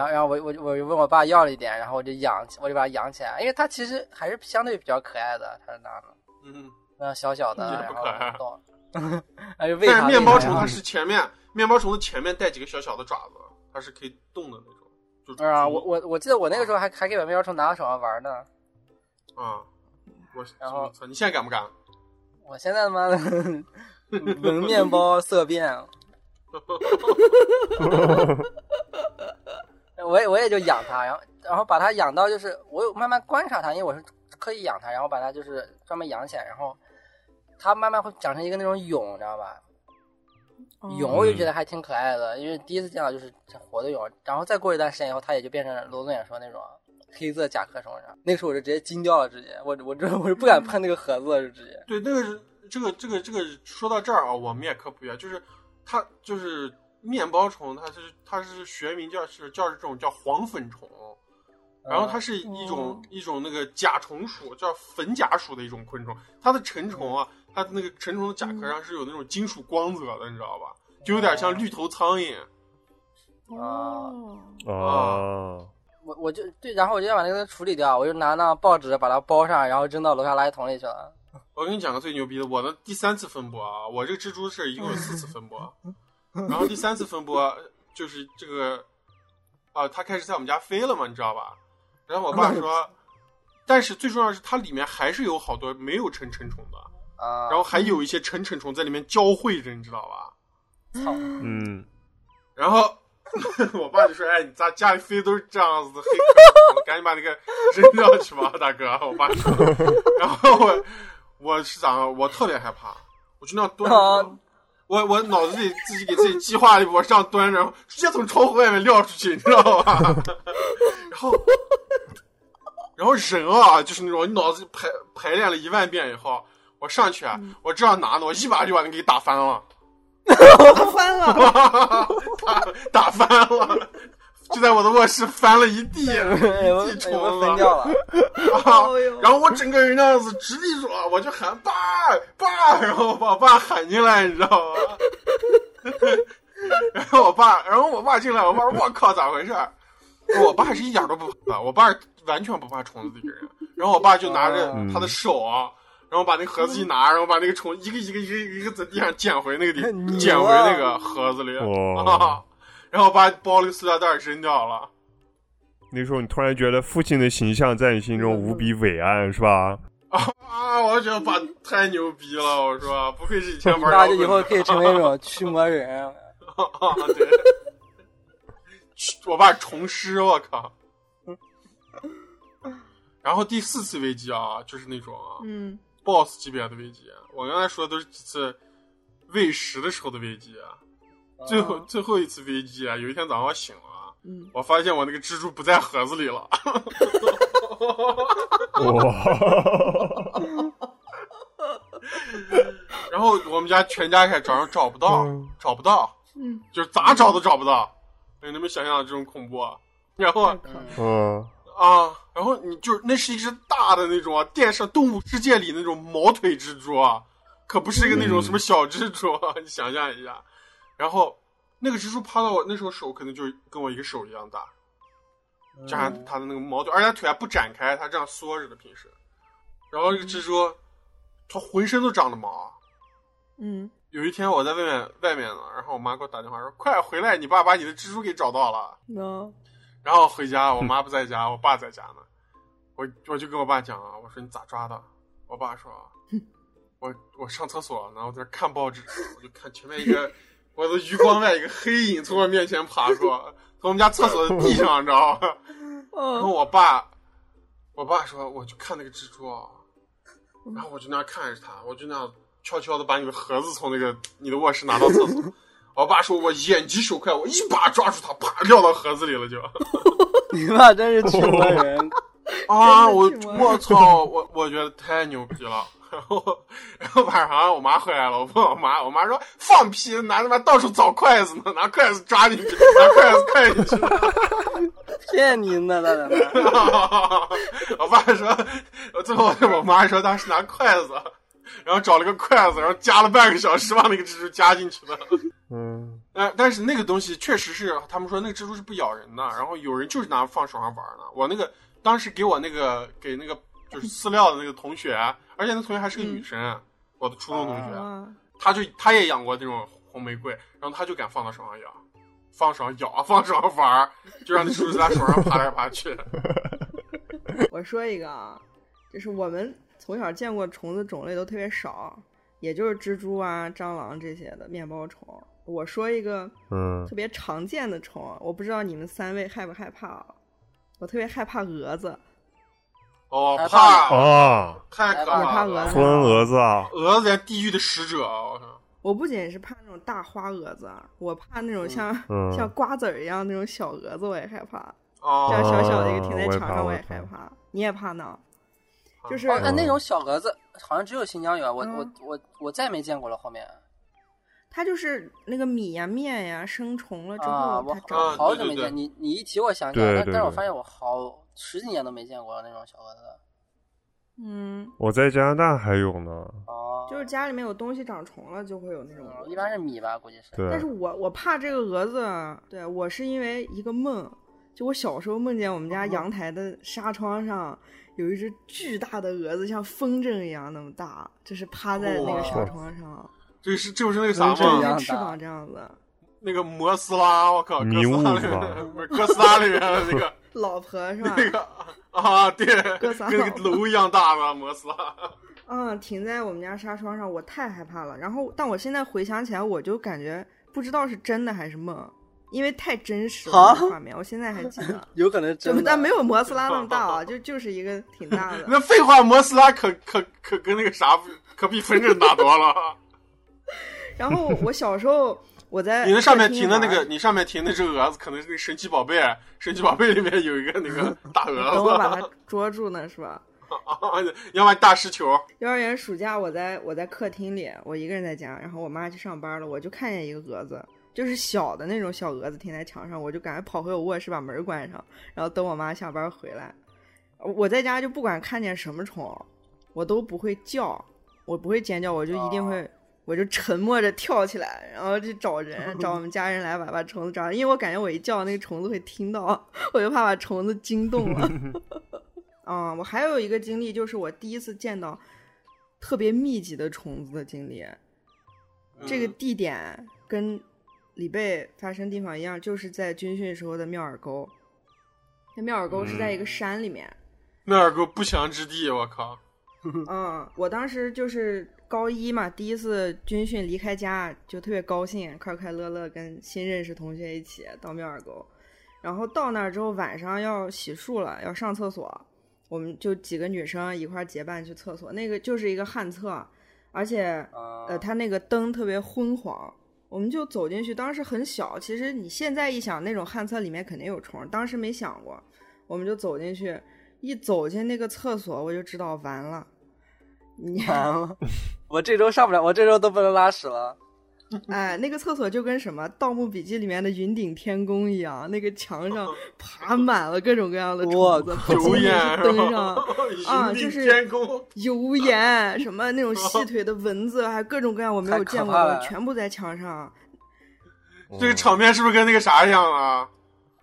S3: 啊
S4: 后，然后我我就我就问我爸要了一点，然后我就养，我就把它养起来，因为它其实还是相对比较可爱的，它是那样的，
S3: 嗯，
S4: 那样小小的，
S3: 一点
S4: 然
S3: 都
S4: 后
S3: 不可爱啊
S4: 能动， (laughs) 还是喂
S3: 但是
S4: 它。
S3: 面包虫
S4: 喂
S3: 它是前面，面包虫的前面带几个小小的爪子，它是可以动的那种。就
S4: 它啊，我我我记得我那个时候还还可以把面包虫拿到手上玩呢。
S3: 啊，我
S4: 然后
S3: 我操！你现在敢不敢？
S4: 我现在他妈的闻面包色变，我也我也就养它，然后然后把它养到就是我有慢慢观察它，因为我是刻意养它，然后把它就是专门养起来，然后它慢慢会长成一个那种蛹，你知道吧？蛹
S1: 哦
S4: 我就觉得还挺可爱的，因为第一次见到就是活的蛹，然后再过一段时间以后，它也就变成罗总也说那种黑色甲壳虫了，那个时候我就直接惊掉了，直接我我这我就不敢碰那个盒子了，就直接。
S3: 对，那个是这个这个这个说到这儿啊，我们也科普一下，就是它就是面包虫，它是它是学名叫是叫这种叫黄粉虫，然后它是一种、
S1: 哦
S3: 一种那个甲虫属，叫粉甲属的一种昆虫，它的成虫啊它那个成虫的甲壳上是有那种金属光泽的，你知道吧？就有点像绿头苍蝇。
S1: 哦，
S5: 啊，
S4: 我我就对，然后我就要把那个东西处理掉，我就拿那报纸把它包上，然后扔到楼下垃圾桶里去了。
S3: 我跟你讲个最牛逼的，我的第三次分拨啊，我这个蜘蛛是一共有四次分拨， (laughs) 然后第三次分拨就是这个，啊，它开始在我们家飞了嘛，你知道吧？然后我爸说，但是最重要的是它里面还是有好多没有成成虫的，
S4: 啊，
S3: 然后还有一些成成虫在里面交汇着，你知道吧？
S4: 操，
S5: 嗯，
S3: 然后我爸就说：“哎，你咋家里飞都是这样子的黑壳？我赶紧把那个扔掉去吧，大哥。”我爸说。 (laughs) 然后我我是咋了？我特别害怕，我就那样端着
S4: 啊，
S3: 我我脑子里自己给自己计划了一波，这样端着，然后直接从窗户外面撂出去，你知道吧？ (laughs) 然后。然后人啊，就是那种你脑子里排排练了一万遍以后，我上去啊，我这样拿呢，我一把就把那个给打翻了。
S1: 打翻了。
S3: (laughs) 打 (laughs) 打翻了，就在我的卧室翻了一地，
S4: (laughs) 哎我
S3: 一地
S4: 我
S3: 虫
S4: 们分掉
S3: 子。 (laughs)
S4: 了。
S3: 啊
S1: 哎呦
S3: 然后我整个人那样子直立住了，我就喊爸爸，然后把我爸喊进来，你知道吗？然后我爸，然后我爸进来，我爸说：“我靠，咋回事儿？”我爸是一点都不怕，我爸完全不怕虫子的一个人。然后我爸就拿着
S5: 嗯
S3: 他的手啊，然后把那个盒子一拿，然后把那个虫一个一个一个一个在地上捡回那个地，
S4: 牛啊
S3: 捡回那个盒子里。啊
S5: 哇！
S3: 然后我爸包了个塑料袋儿扔掉了。
S5: 那时候你突然觉得父亲的形象在你心中无比伟岸，是
S3: (laughs)
S5: 吧？
S3: 啊！我觉得爸太牛逼了，我说 (laughs) 不愧是以前
S4: 你
S3: 玩
S4: 爸
S3: 摇
S4: 就
S3: 滚
S4: 以
S3: 的。
S4: 后可以成为那种驱魔人。
S3: 啊，对， (laughs) 我爸是虫师，我靠。然后第四次危机啊，就是那种啊、
S1: 嗯，
S3: BOSS 级别的危机。我刚才说的都是几次喂食的时候的危机啊，最后、最后一次危机啊，有一天早上我醒了啊，
S1: 嗯
S3: 我发现我那个蜘蛛不在盒子里了。 (laughs)
S5: 哇，
S3: 然后我们家全家开始找，找不到，
S5: 嗯
S3: 找不到，
S1: 嗯，
S3: 就是咋找都找不到。哎，能不能想象这种恐怖啊？然后
S1: 太
S3: 啊
S1: 可怕了
S5: 嗯，
S3: 然后你就是那是一只大的那种啊，电视《动物世界》里那种毛腿蜘蛛啊，可不是一个那种
S5: 嗯
S3: 什么小蜘蛛啊， (laughs) 你想象一下。然后那个蜘蛛趴到我那时候手可能就跟我一个手一样大，加上它的那个毛腿，而且它腿还不展开，它这样缩着的平时。然后这个蜘蛛，它浑身都长了毛。啊
S1: 嗯，
S3: 有一天我在外面外面呢，然后我妈给我打电话说：“快回来，你爸把你的蜘蛛给找到了。
S1: 那”
S3: 然后回家，我妈不在家，我爸在家呢。我我就跟我爸讲啊，我说你咋抓的？我爸说 (laughs) 啊，我我上厕所，然后在那看报纸，我就看前面一个 (laughs) 我的余光外一个黑影从我面前爬过，从我们家厕所的地上，你知道吗？然
S1: 哦，
S3: 后我爸，我爸说，我就看那个蜘蛛啊，然后我就那样看着它，我就那样悄悄的把你的盒子从那个你的卧室拿到厕所。我爸说，我眼疾手快，我一把抓住它，啪撂到盒子里了就。
S4: 你爸真是驱魔人，
S3: 啊，我
S1: 真的挺温柔
S3: 我操，我我觉得太牛逼了。然后，然后晚上我妈回来了，我问我妈，我妈说放屁，拿他妈到处找筷子呢，拿筷子抓进去，拿筷子筷进去。
S4: 骗你呢，大 (laughs) 胆！
S3: (laughs) 我爸说，我最后我妈说当时拿筷子，然后找了个筷子，然后夹了半个小时把那个蜘蛛夹进去的。
S5: 嗯，
S3: 但但是那个东西确实是，他们说那个蜘蛛是不咬人的，然后有人就是拿放手上玩的。我那个当时给我那个给那个就是饲料的那个同学，而且那同学还是个女生，我的初中同学，
S1: 哇，
S3: 她就她也养过那种红玫瑰，然后她就敢放到手上咬，放手上咬，放手上玩儿，就让那蜘蛛在她手上爬来爬去。
S1: 我说一个啊，就是我们从小见过虫子种类都特别少，也就是蜘蛛啊、蟑螂这些的面包虫。我说一个
S5: 嗯，
S1: 特别常见的虫，啊我不知道你们三位害不害怕啊？我特别害怕蛾子，
S3: 哦，
S4: 害怕
S3: 怕，
S5: 啊，
S3: 太可
S1: 也
S3: 怕
S1: 怕蛾
S3: 了
S1: 子。
S5: 春蛾子啊，
S3: 蛾子连地狱的使者啊！我靠，
S1: 我不仅是怕那种大花蛾子啊，我怕那种像、(laughs)
S5: 嗯
S1: 像瓜子儿一样那种小蛾子，我也害怕。这样
S3: 哦，
S1: 小小的一个停在
S5: 我也
S1: 墙
S5: 怕
S1: 上，
S5: 我
S1: 也
S5: 也
S1: 害
S5: 怕嗯
S1: 怕。你也怕呢？就是
S4: 啊哦，那那种小蛾子好像只有新疆有，啊我我
S1: 嗯
S4: 我我再也没见过了。后面
S1: 它就是那个米呀、面呀生虫了之
S4: 啊，
S1: 后，
S4: 我
S1: 它
S4: 好
S1: 长
S3: 啊
S4: 好久
S3: 对
S4: 没
S3: 对对
S4: 见你，你一提我想起
S5: 对
S4: 来，但
S5: 对
S4: 但是我
S5: 对
S4: 发现我好十几年都没见过那种小蛾子。
S1: 嗯，
S5: 我在加拿大还有呢，
S4: 哦，嗯
S1: 就是家里面有东西长虫了，就会有那种蛾子。
S4: 呃一般是米吧，估计是。嗯
S5: 对
S1: 但是我我怕这个蛾子啊，对我是因为一个梦，就我小时候梦见我们
S4: 嗯
S1: 家阳台的纱窗上有一只巨大的蛾子，像风筝一样那么大，就是趴在那个纱窗上，
S3: 这是这不是那个啥
S4: 风筝一
S3: 吗
S4: 样？
S1: 像翅膀这样子。
S3: 那个摩斯拉，我靠，哥
S5: 迷雾
S3: 斯拉里
S5: 是吧
S3: 面，不是哥斯拉里面的
S1: (laughs)
S3: 那个
S1: 老婆是吧？
S3: 那个啊，对，
S1: 哥斯拉
S3: 跟那个楼一样大的摩斯拉，
S1: 嗯，停在我们家纱窗上，我太害怕了。然后，但我现在回想起来，我就感觉不知道是真的还是梦，因为太真实了
S4: 啊
S1: 那个画面，我现在还记得。
S4: 有可能是
S1: 就
S4: (laughs) 真的。
S1: (laughs) 但没有摩斯拉
S4: (laughs)
S1: 那么大啊，就就是一个挺大的。
S3: 那废话，摩斯拉可可可跟那个啥可比风筝大多了。
S1: 然后我小时候我在
S3: 你那上面停的那
S1: 客厅
S3: 个，
S1: 玩
S3: 你上面停的这个蛾子，可能是那个神奇宝贝，神奇宝贝里面有一个那个
S1: (laughs)
S3: 大
S1: 等我把
S3: 蛾
S1: 它捉住呢，是吧？
S3: 子， (laughs) 要不然大石球。
S1: 幼儿园暑假，我在我在客厅里，我一个人在家，然后我妈去上班了，我就看见一个蛾子，就是小的那种小蛾子停在墙上，我就赶快跑回我卧室把门关上，然后等我妈下班回来。呃我在家就不管看见什么虫，我都不会叫，我不会尖叫，我就一定会，我就沉默着跳起来，然后去找人，找我们家人来把把虫子抓，因为我感觉我一叫那个虫子会听到， (laughs) 我就怕把虫子惊动了。嗯，我还有一个经历，就是我第一次见到特别密集的虫子的经历。
S3: 嗯
S1: 这个地点跟李贝发生地方一样，就是在军训时候的妙尔沟。那妙尔沟是在一个山里面。
S3: 那尔沟不祥之地，我靠！
S1: 嗯，我当时就是高一嘛，第一次军训离开家就特别高兴，快快乐乐跟新认识同学一起到妙尔沟，然后到那儿之后晚上要洗漱了，要上厕所，我们就几个女生一块儿结伴去厕所，那个就是一个旱厕，而且
S4: 啊
S1: 呃它那个灯特别昏黄。我们就走进去，当时很小，其实你现在一想，那种旱厕里面肯定有虫，当时没想过。我们就走进去，一走进那个厕所，我就知道完了，你
S4: (laughs) 完
S1: (laughs)
S4: 了，我这周上不了，我这周都不能拉屎了。
S1: 哎，那个厕所就跟什么《盗墓笔记》里面的云顶天宫一样，那个墙
S4: (laughs)
S1: 上爬满了各种各样的
S4: 我
S1: 虫子，不
S3: 油
S1: 仅仅
S3: 烟
S1: 是灯
S3: (laughs)
S1: 上啊
S3: 云顶
S1: 就是
S3: 天宫，
S1: 油盐，什么那种细腿的蚊子，还有各种各样我没有
S4: 太可
S1: 见过
S4: 怕
S1: 的，
S4: 了
S1: 全部在墙上哦
S3: 这个场面是不是跟那个啥一样啊？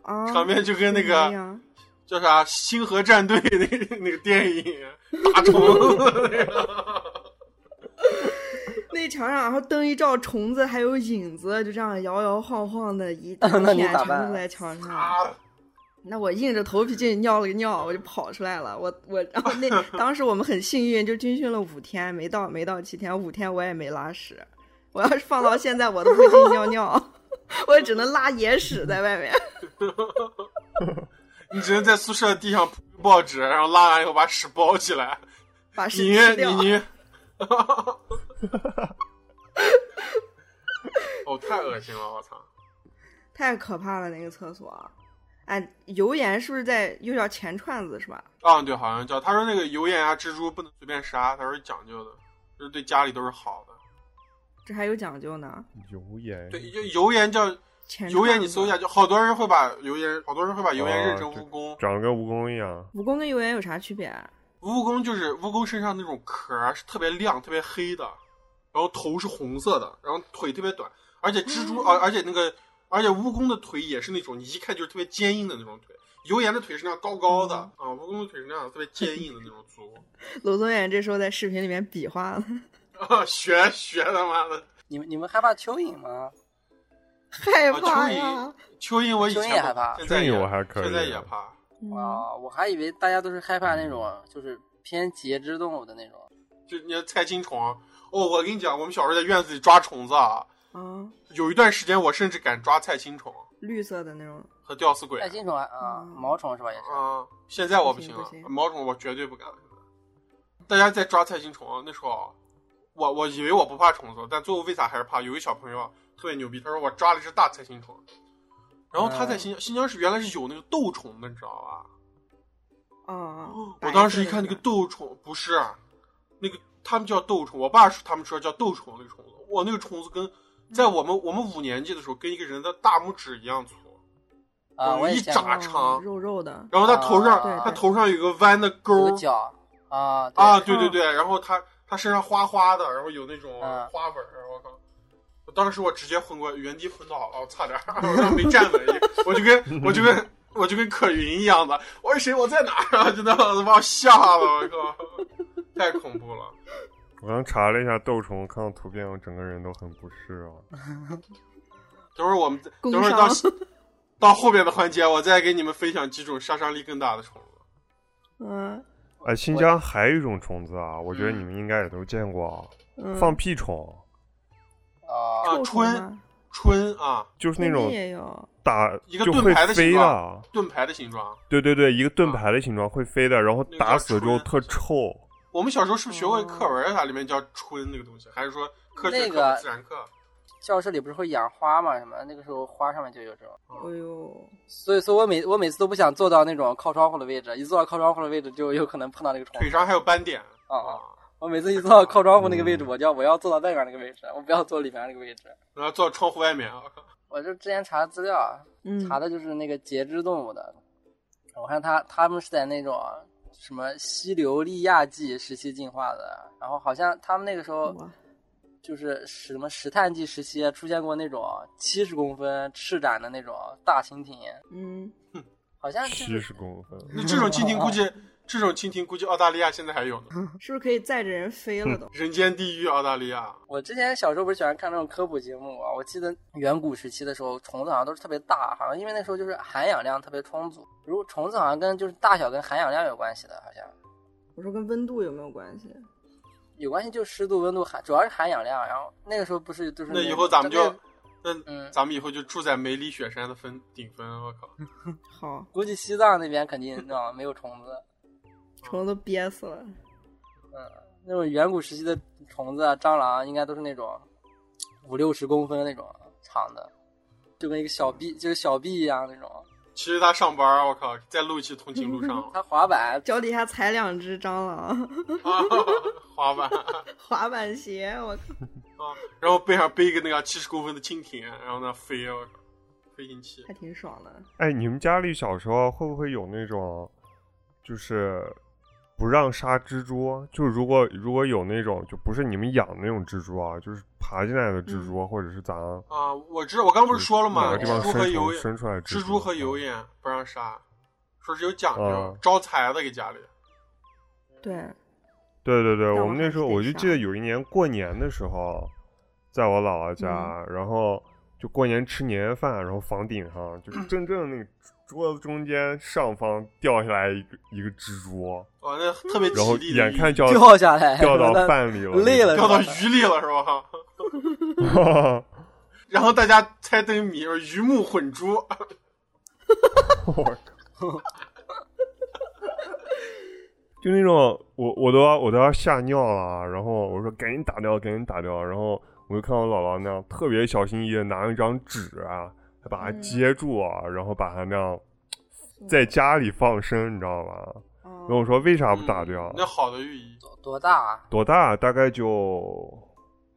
S1: 啊，
S3: 场面就跟那
S1: 怎么
S3: 个
S1: 样
S3: 叫啥《星河战队》 (laughs) 那个那个电影，大虫
S1: (laughs)
S3: 子那个。
S1: 那墙上，然后灯一照，虫子还有影子，就这样摇摇晃晃的，
S3: (laughs)
S1: 一大
S4: 那你
S1: 片
S4: 咋
S1: 全
S4: 办
S1: 部在墙上。
S3: 啊，
S1: 那我硬着头皮进去尿了个尿，我就跑出来了。我我然后那
S3: (laughs)
S1: 当时我们很幸运，就军训了五天，没到没到七天，五天我也没拉屎。我要是放到现在，我都会进去尿尿， (laughs) 我只能拉野屎在外面。
S3: 你只能在宿舍地上铺个报纸，然后拉完以后把屎包起
S1: (laughs)
S3: 来。
S1: 把屎
S3: 你宁愿
S1: 吃
S3: 你
S1: 掉
S3: 宁。
S1: (laughs)
S3: 愿，哦，太恶心了！我操，
S1: 太可怕了，那个厕所。哎，油盐是不是在又叫钱串子是吧？
S3: 啊，对，好像叫他说那个油盐啊、蜘蛛不能随便杀，他说讲究的，就是对家里都是好的。
S1: 这还有讲究呢。
S5: 油盐
S3: 对，就油盐叫
S1: 钱
S3: 油盐，
S1: 串
S3: 你
S1: 子
S3: 搜一下，就好多人会把油盐，好多人会把油盐
S5: 哦
S3: 认成
S5: 对
S3: 蜈蚣。
S5: 长得跟蜈蚣一样，
S1: 蜈蚣跟油盐有啥区别啊？
S3: 蜈蚣就是蜈蚣身上那种壳儿啊是特别亮、特别黑的，然后头是红色的，然后腿特别短，而且蜘蛛，啊而、而且那个，而且蜈蚣的腿也是那种你一看就是特别坚硬的那种腿。油盐的腿是那样高高的、啊，
S4: 嗯
S3: 蜈蚣的腿是那样特别坚硬的那种足，
S1: 娄宗远这时候在视频里面比划呢，
S3: 啊，学学他妈的
S4: 你们你们害怕蚯蚓
S1: 嗯
S4: 吗？
S1: (laughs) 害
S3: 啊
S1: 怕
S3: 蚯蚓
S1: 呀！
S3: 蚯蚓，我以前
S4: 蚯蚓也害怕
S3: 现在也
S5: 蚯蚓我还可以
S3: 现在也怕。
S1: 嗯
S4: 啊，我还以为大家都是害怕那种就是偏节肢动物的那种。
S3: 就你要菜青虫，哦，我跟你讲，我们小时候在院子里抓虫子啊，
S1: 啊，
S3: 有一段时间我甚至敢抓菜青虫
S1: 绿色的那种，
S3: 和吊死鬼。
S4: 带金虫啊啊，
S1: 嗯
S4: 毛虫是吧？也是。
S3: 啊，现在我
S1: 呃不行
S3: 行
S1: 不，
S3: 了
S1: 行
S3: 毛虫我绝对不敢了。大家在抓菜青虫那时候，我我以为我不怕虫子，但最后为啥还是怕？有一小朋友特别牛逼，他说我抓了一只大菜青虫，然后他在
S4: 嗯
S3: 新疆、新疆是原来是有那个豆虫的，你知道吧？
S1: 啊，
S3: 哦我当时一看那个
S1: 豆，
S3: 豆虫，不是那个他们叫豆虫，我爸说他们说叫豆虫那个虫子，哇，那个虫子跟在我们我们五年级的时候跟一个人的大拇指一样粗，
S4: 啊，
S3: 有
S4: 我
S3: 嗯
S4: 也
S3: 一
S4: 见
S3: 扎
S4: 过
S1: 啊
S3: 长
S1: 肉肉的，哦
S3: 然后他头上、
S4: 啊
S3: 他头上有个弯的
S4: 有
S3: 钩
S4: 个，角，啊
S3: 啊，对对
S1: 嗯
S3: 对，然后他他身上花花的，然后有那种
S4: 嗯
S3: 花纹儿，我靠！我当时我直接昏过，原地昏倒了，我差点儿， (laughs) 我都没站稳，我就跟我就跟我就跟可云一样的，我是谁？我在哪儿啊？ (laughs) 就那样子把我吓的，我靠！太恐怖了。
S5: 我刚查了一下豆虫，看到图片，我整个人都很不适啊。
S3: 等会儿我们
S1: 工
S3: 等会儿到
S1: 伤
S3: 到后边的环节，我再给你们分享几种杀伤力更大的宠物。
S1: 嗯
S5: 哎，新疆还有一种虫子啊，我觉
S3: 嗯
S5: 得你们应该也都见过啊，
S1: 嗯，
S5: 放屁虫，
S3: 啊
S4: 啊
S1: 臭虫
S3: 春哦
S1: 吗
S3: 春啊，
S5: 就是那
S1: 内
S5: 种
S1: 地也有，
S5: 打
S3: 一个
S5: 就
S3: 盾
S5: 会
S3: 牌的
S5: 飞
S3: 形
S5: 的
S3: 状，
S5: 啊，
S3: 盾牌的形状。
S5: 对对对，一个盾牌的形状会飞的，然后
S3: 那个
S5: 打
S3: 叫
S5: 死了之后
S3: 春
S5: 特臭。
S3: 我们小时候是不是学过一课文儿啥？里面叫春那个东西，还是说科学
S4: 哦那
S3: 课、
S4: 个
S3: 自然课？
S4: 教室里不是会养花嘛？什么那个时候花上面就有这种，
S1: 哎呦，
S4: 所以说我每我每次都不想坐到那种靠窗户的位置，一坐到靠窗户的位置就有可能碰到那个虫
S3: 腿上还有斑点
S4: 啊啊！我每次一坐到靠窗户那个
S1: 嗯
S4: 位置，我就要我要坐到外面那个位置，我不要坐里面那个位置。
S3: 然后坐窗户外面啊，
S4: 我就之前查资料啊，
S1: 嗯，
S4: 查的就是那个节肢动物的，我看它它们是在那种什么西流利亚纪时期进化的，然后好像它们那个时候
S1: 哇
S4: 就是什么石炭纪时期啊出现过那种七十公分翅展的那种大蜻蜓，
S1: 嗯，
S4: 好像就
S5: 七
S4: 是
S5: 十公分，
S3: 那这种蜻蜓估
S4: 哦
S3: 计，这种蜻蜓估计澳大利亚现在还有
S4: 嗯
S3: 呢，
S1: 是不是可以载着人飞
S5: 嗯
S1: 了都？
S3: 人间地狱澳大利亚。
S4: 我之前小时候不是喜欢看那种科普节目啊？我记得远古时期的时候，虫子好像都是特别大，好像因为那时候就是含氧量特别充足。如虫子好像跟就是大小跟含氧量有关系的，好像
S1: 我说跟温度有没有关系？
S4: 有关系，就湿度、温度含，主要是含氧量。然后那个时候不是就是
S3: 那
S4: 种
S3: 以后咱们就
S4: 那，
S3: 那
S4: 嗯
S3: 咱们以后就住在梅里雪山的峰顶峰，我靠，哦
S1: 好，
S4: 估计西藏那边肯定啊没有虫子，
S1: 虫子都憋死了。
S4: 那种远古时期的虫子啊、蟑螂啊应该都是那种五六十公分那种长的，就跟一个小臂就是小臂一样那种。
S3: 其实他上班儿，我靠，再录一期通勤路上
S4: (laughs) 它滑板
S1: 脚底下踩两只蟑螂， (laughs)
S3: 啊，滑板啊，
S1: 滑板鞋，我靠！
S3: 然后背上背一个那个七十公分的蜻蜓，然后那飞，啊我靠，飞进去
S1: 还挺爽的。
S5: 哎，你们家里小时候会不会有那种，就是不让杀蜘蛛？就是如果如果有那种，就不是你们养的那种蜘蛛啊，就是爬进来的蜘蛛，或者是咱
S3: 啊！我知道，我刚不是说了
S5: 哪
S3: 吗？
S5: 嗯个地方
S3: 蜘蛛和
S5: 生
S3: 油
S5: 虫
S3: 烟，
S5: 生出来的
S3: 蜘
S5: 蛛啊
S3: 蛛和油烟不让杀，说是有讲究
S5: 嗯，
S3: 招财的给家里。
S1: 对，
S5: 对对对，
S1: 我
S5: 我
S1: 还
S5: 们那
S1: 是
S5: 时候
S1: 得
S5: 我就
S1: 杀
S5: 记得有一年过年的时候，在我姥姥家，
S1: 嗯
S5: 然后就过年吃年夜饭，然后房顶上
S1: 嗯
S5: 就是正正那个桌子中间上方掉下来一个一个蜘蛛，
S3: 哇，哦那特别吉
S5: 然后
S3: 利的
S5: 眼
S3: 鱼，
S5: 看就要
S4: 掉下来，
S5: 掉到
S4: 它
S5: 饭里了，
S4: 累了
S3: 掉到鱼里了是吧？
S5: (laughs) 了。
S3: 然后大家猜灯谜，鱼目混珠，
S5: 就那种我我都要我都要吓尿了，然后我说赶紧打掉，赶紧打掉，然后我就看我姥姥那样特别小心翼翼的拿一张纸啊，还把它
S1: 嗯
S5: 接住啊，然后把它那样在家里放生，你知道吗？
S1: 哦
S5: 然后我说为啥不打
S3: 嗯
S5: 掉？
S3: 那好的寓意，
S4: 多大、啊？
S5: 多大？大概就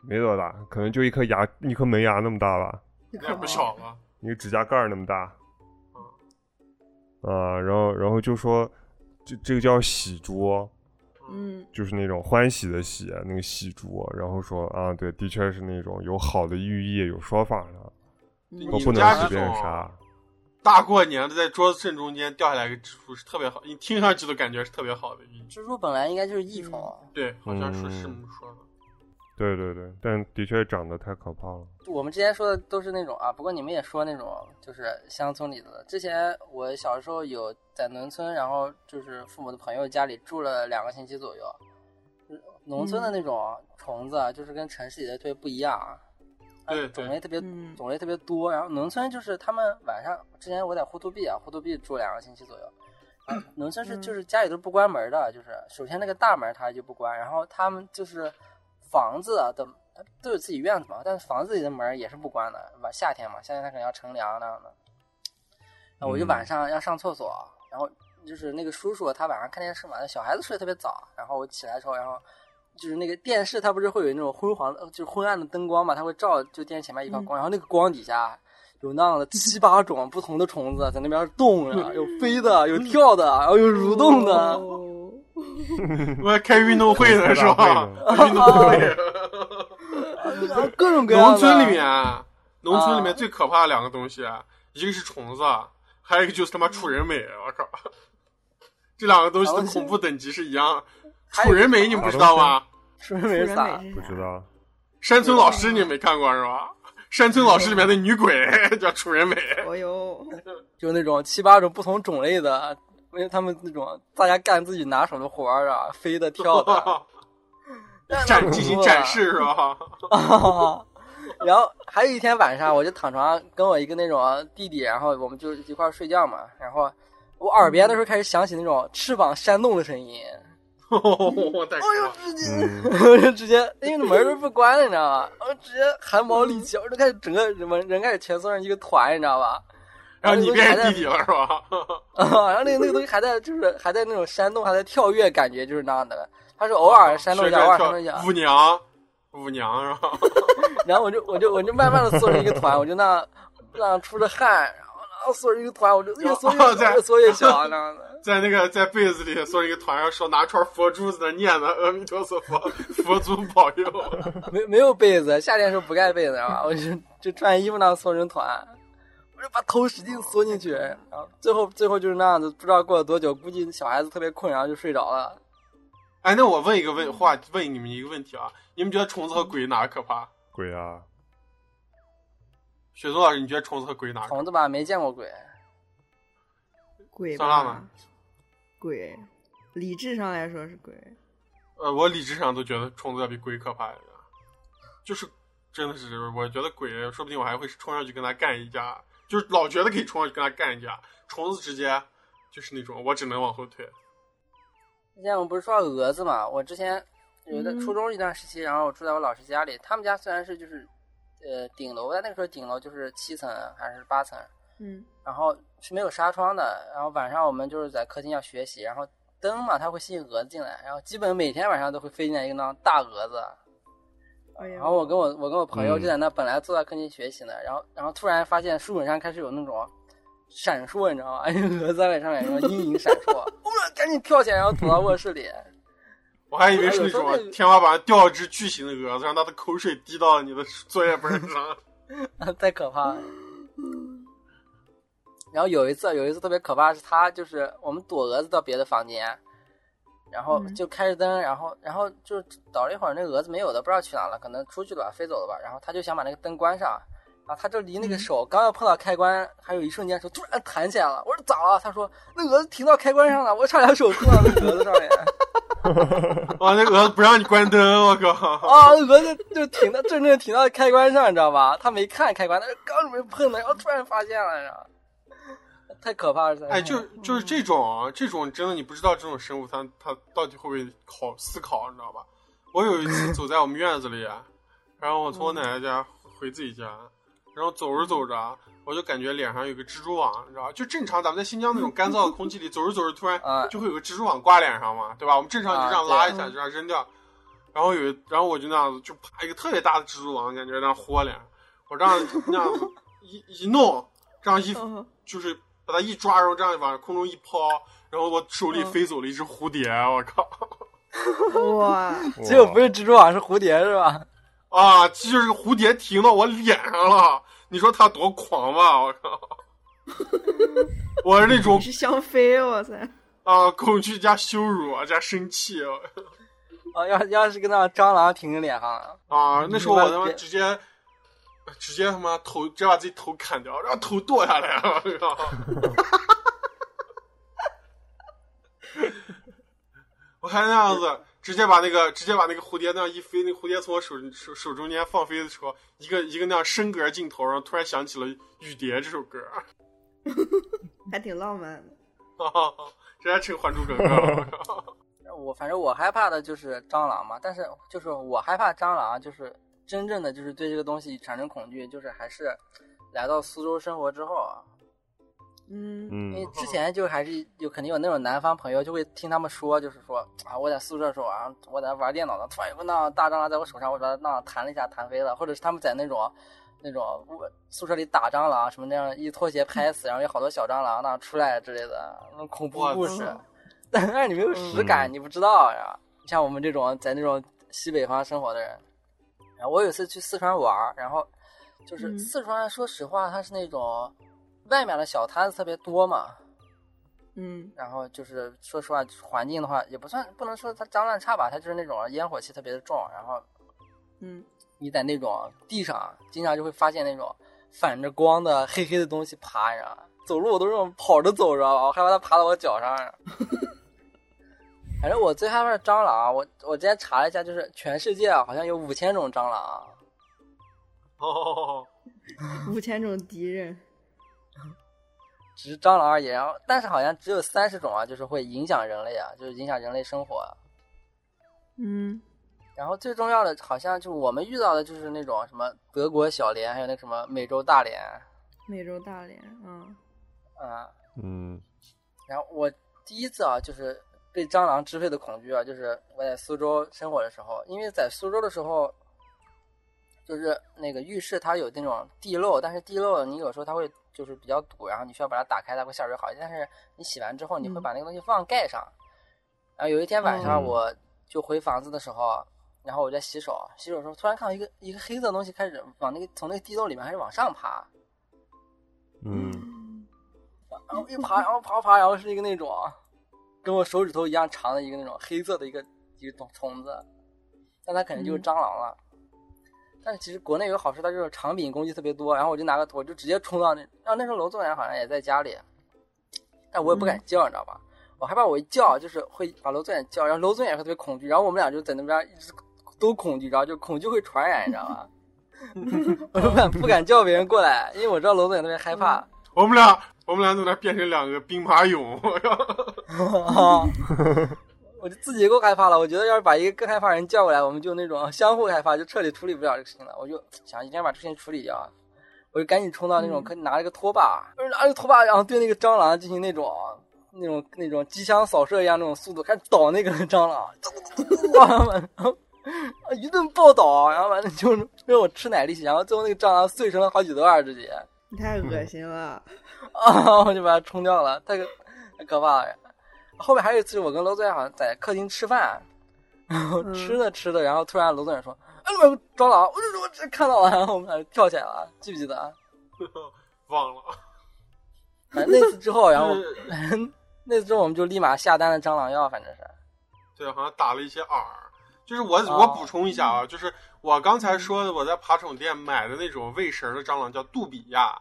S5: 没多大，可能就一颗牙一颗门牙那么大吧，
S1: 哦
S3: 那也不小了。
S5: 一个指甲盖儿那么大。啊，然后然后就说这这个叫喜猪。
S1: 嗯，
S5: 就是那种欢喜的喜，那个喜猪，然后说啊，对，的确是那种有好的寓意，有说法的，
S1: 嗯
S5: 我
S3: 你
S5: 不
S3: 们
S5: 能
S3: 家
S5: 随
S3: 这
S5: 便
S3: 种
S5: 杀。
S3: 大过年的在桌子正中间掉下来一个蜘蛛是特别好，你听上去都感觉是特别好的寓意。
S4: 蜘蛛本来应该就是益虫，
S3: 对，好像说
S5: 嗯
S3: 是这么说的。
S5: 对对对，但的确长得太可怕了。
S4: 我们之前说的都是那种啊，不过你们也说那种就是乡村里的。之前我小时候有在农村，然后就是父母的朋友家里住了两个星期左右。嗯农村的那种虫子啊，就是跟城市里的特别不一样啊，它
S3: 对
S4: 种
S3: 对
S4: 类特别
S1: 嗯
S4: 种类特别多。然后农村就是他们晚上，之前我在呼图壁啊，呼图壁住两个星期左右。啊
S1: (clears throat)
S4: 农村是
S1: 嗯
S4: 就是家里都不关门的，就是首先那个大门它就不关，然后他们就是房子啊的都有自己院子嘛，但是房子里的门也是不关的，晚夏天嘛，夏天它可能要乘凉那样的。那我就
S5: 嗯
S4: 晚上要上厕所，然后就是那个叔叔他晚上看电视嘛，那小孩子睡得特别早，然后我起来的时候，然后就是那个电视它不是会有那种昏黄的，呃就是昏暗的灯光嘛，它会照就电视前面一块
S3: 嗯
S4: 光，然后那个光底下有那样的七八种不
S3: 嗯
S4: 同的虫子在那边动着，有飞的，有跳的，然后有蠕动的，
S1: 哦
S3: 我还开运动会呢，是吧？运动会，
S4: 啊各种各样的。
S3: 农村里面，农村里面最可怕的两个东西，一个是虫子，还有一个就是他妈楚人美，我靠，这两个东西的恐怖等级是一样。楚人美你们不知道吗？
S4: 说
S1: 楚
S4: 没
S1: 人
S4: 啥
S1: 美，是
S5: 不
S1: 啥
S5: 知？道，
S3: 山村老师你没看过是吧？山村老师里面的女鬼叫楚人美，
S1: 我有，
S4: 就那种七八种不同种类的，因为他们那种大家干自己拿手的活儿啊，飞的、
S3: (laughs)
S4: 跳的，
S3: 展进行展示是吧？
S4: (laughs) 然后还有一天晚上，我就躺床上跟我一个那种弟弟，然后我们就一块儿睡觉嘛。然后我耳边的时候开始响起那种翅膀扇动的声音， (laughs)
S3: 我太可怕了！
S5: 嗯，
S4: 我就直接因为门都不关了，你知道吧？我直接汗毛立起，我就开始整个人人开始蜷缩成一个团，你知道吧？ (laughs)
S3: 然后你变成弟弟了是吧？
S4: 啊，然后那个那个东西还在，就是还在那种煽动，还在跳跃，感觉就是那样的。他是偶尔煽动一下，偶尔煽动一下，
S3: 舞娘，舞娘是吧？
S4: 然后我就我就我就慢慢的缩成一个团，我就那样那样出着汗，然后那样缩成一个团，我就越缩越小，越缩越小那样的。
S3: 在那个在被子里缩成一个团，然后手拿串佛珠在那念呢，阿弥陀 (laughs) 佛，佛祖保佑。
S4: 没没有被子，夏天的时候不盖被子啊，我就就穿衣服那样缩成团，我就把头使劲缩进去，然后最后最后就是那样子，不知道过了多久，估计小孩子特别困，然后就睡着了。
S3: (laughs) 哎，那我问一个问话，问你们一个问题啊，你们觉得虫子和鬼哪个可怕？
S5: 鬼啊，
S3: 雪松老师，你觉得虫子和鬼哪个可怕？
S4: 虫子吧，没见过鬼，
S1: 鬼
S3: 算辣
S1: 吧
S3: 吗？
S1: 鬼，理智上来说是鬼。
S3: 呃，我理智上都觉得虫子要比鬼可怕一点，就是真的是，我觉得鬼说不定我还会冲上去跟他干一架，就是老觉得可以冲上去跟他干一架，虫子直接就是那种我只能往后退。
S4: 之前我们不是说到蛾子嘛？我之前有一段
S1: 嗯
S4: 初中一段时期，然后我住在我老师家里，他们家虽然是就是呃顶楼，但那个时候顶楼就是七层啊还是八层，
S1: 嗯
S4: 然后是没有纱窗的。然后晚上我们就是在客厅要学习，然后灯嘛，它会吸引蛾子进来，然后基本每天晚上都会飞进来一个那种大蛾子。
S1: 哎呀
S4: 然后我跟我我跟我朋友
S5: 嗯
S4: 就在那本来坐在客厅学习呢，然后然后突然发现书本上开始有那种闪烁，你知道吗？哎， (laughs) 蛾子在上面什么阴影闪烁， (laughs) 我们赶紧跳起来，然后躲到卧室里。
S3: 我还以为是那
S4: 哎有时候那
S3: 种天花板掉一只巨型的蛾子，让它的口水滴到了你的作业本
S4: (laughs)
S3: 上。
S4: 太可怕了。然后有一次，有一次特别可怕，是他就是我们躲蛾子到别的房间，然后
S1: 嗯
S4: 就开着灯，然后然后就倒了一会儿，那个蛾子没有的，不知道去哪了，可能出去了吧，飞走了吧。然后他就想把那个灯关上，然后他就离那个手刚要碰到开关，还有一瞬间的时候，突然弹起来了。我说咋了？他说那蛾子停到开关上了，我差点手碰到那蛾子上面。
S3: 啊，那蛾子不让你关灯，我靠！
S4: (laughs) 啊，蛾子就停到正正停到开关上，你知道吧？他没看开关，但是刚准备碰呢，然后突然发现了，你知道吗太可怕了！
S3: 哎，就就是
S4: 嗯
S3: 这种啊这种真的，你不知道这种生物它它到底会不会考思考，你知道吧？我有一
S4: (laughs)
S3: 次走在我们院子里，然后我从我
S4: 嗯
S3: 奶奶家回自己家，然后走着走着，我就感觉脸上有个蜘蛛网，你知道吧？就正常咱们在新疆那种干燥的空气里，走着走着突然
S4: (laughs) 啊
S3: 就会有个蜘蛛网挂脸上嘛，对吧？我们正常就这样
S4: 啊
S3: 拉
S4: 对
S3: 一下，就这样扔掉。然后有一，然后我就那样子，就啪一个特别大的蜘蛛网，感觉那样豁脸，我这样那样子 (laughs) 一一弄，这样一
S1: 嗯
S3: 就是把它一抓，然后这样往空中一抛，然后我手里
S1: 嗯
S3: 飞走了一只蝴蝶，我靠！
S1: (laughs) 哇，
S4: (laughs) 结果
S5: 哇
S4: 不是蜘蛛网，是蝴蝶是吧？
S3: 啊，这就是蝴蝶停到我脸上了，你说它多狂吧，我靠！我是那种
S1: 你是香妃，哇塞！
S3: 啊恐惧加羞辱加生气我
S4: 啊，要要是跟那蟑螂停着脸上了，
S3: 啊！那时候我他
S4: 你
S3: 妈
S4: 妈
S3: 直接直接他妈头直接把自己头砍掉，然后头剁下来了，我靠！ (laughs) 我还那样子，直接把那个直接把那个蝴蝶那样一飞，那个蝴蝶从我手手手中间放飞的时候，一个一个那样升格镜头，然后突然响起了《雨蝶》这首歌， (laughs)
S1: 还挺浪漫的。
S3: 啊，这还成《还珠格格》了。
S4: 我反正我害怕的就是蟑螂嘛，但是就是我害怕蟑螂，啊就是真正的就是对这个东西产生恐惧，就是还是来到苏州生活之后啊，
S1: 嗯，
S4: 因为
S5: 嗯，
S4: 之前就还是有肯定有那种南方朋友就会听他们说，就是说啊，我在宿舍的时候啊，我在那玩电脑呢，突然有个那样大蟑螂在我手上，我把它那样弹了一下，弹飞了，或者是他们在那种那种我宿舍里打蟑螂啊什么那样，一拖鞋拍死，然后有好多小蟑螂那样出来之类的，那种恐怖
S3: 哇
S4: 故事
S1: 嗯。
S4: (laughs) 但是你没有实感，你不知道呀。你像我们这种在那种西北方生活的人，然后我有一次去四川玩儿，然后就是
S1: 嗯
S4: 四川，说实话，它是那种外面的小摊子特别多嘛，
S1: 嗯
S4: 然后就是说实话，环境的话也不算不能说它脏乱差吧，它就是那种烟火气特别的重，然后
S1: 嗯
S4: 你在那种地上，啊经常就会发现那种反着光的黑黑的东西爬，你知道吗？走路我都是那种跑着走，知道吧？我害怕它爬到我脚上。啊反正我最害怕是蟑螂，啊我我之前查了一下，就是全世界啊好像有五千种蟑螂，啊
S3: 哦，
S1: 嗯五千种敌人，
S4: 只是蟑螂而已。然后，但是好像只有三十种啊，就是会影响人类啊，就是影响人类生活啊、
S1: 嗯
S4: 然后最重要的，好像就我们遇到的就是那种什么德国小蠊，还有那个什么美洲大蠊，
S1: 美洲大蠊，嗯
S4: 啊、
S5: 嗯
S4: 然后我第一次啊，就是被蟑螂支配的恐惧啊，就是我在苏州生活的时候，因为在苏州的时候，就是那个浴室它有那种地漏，但是地漏你有时候它会就是比较堵，然后你需要把它打开，它会下水好一点。但是你洗完之后，你会
S1: 嗯
S4: 把那个东西忘盖上。然后有一天晚上，
S5: 嗯
S4: 我就回房子的时候，然后我在洗手，洗手的时候突然看到一个一个黑色的东西开始往那个从那个地漏里面开始往上爬，
S5: 嗯，
S4: 然后一爬，然后爬爬，然后是一个那种跟我手指头一样长的一个那种黑色的一个一个虫子，但它肯定就是蟑螂了。但是其实国内有个好处，它就是长柄攻击特别多，然后我就拿个我就直接冲到那，然后那时候楼总远好像也在家里，但我也不敢叫，你知道吧？我害怕我一叫就是会把楼总远叫，然后楼总远会特别恐惧，然后我们俩就在那边一直都恐惧，然后就恐惧会传染，你知道吧？ (laughs) 我就不敢不敢叫别人过来，因为我知道楼总远特别害怕。
S3: (laughs) 我们俩我们俩怎么俩变成两个兵马俑？我靠！ (laughs)
S4: (laughs) 啊，我就自己够害怕了。我觉得要是把一个更害怕的人叫过来，我们就那种相互害怕，就彻底处理不了这个事情了。我就想一定要把这个事情处理掉，我就赶紧冲到那种
S1: 嗯
S4: 可以拿了个拖把，我就拿着拖把，然后对那个蟑螂进行那种。那种那种机枪扫射一样那种速度，开始倒那个蟑螂， (laughs) 然后啊一顿暴倒，然后完了就让我吃奶力气，然后最后那个蟑螂碎成了好几段儿直接。
S1: 你太
S5: 嗯
S1: 恶心了，
S4: 啊， (laughs) 我就把它冲掉了，太可太可怕了。后面还有一次，我跟楼总远好像在客厅吃饭，然后
S1: 嗯
S4: 吃着吃着，然后突然楼总远说：“哎，里面有蟑螂！”我就我这看到了，然后我们俩就跳起来了，记不记得啊？
S3: 忘了，
S4: 反正那次之后，然后
S1: 嗯
S3: 就是
S4: 反正那次之后我们就立马下单了蟑螂药，反正是。
S3: 对，好像打了一些饵。就是我、
S4: 哦
S3: 我补充一下啊，就是我刚才说的，我在爬宠店买的那种喂食的蟑螂叫杜比亚，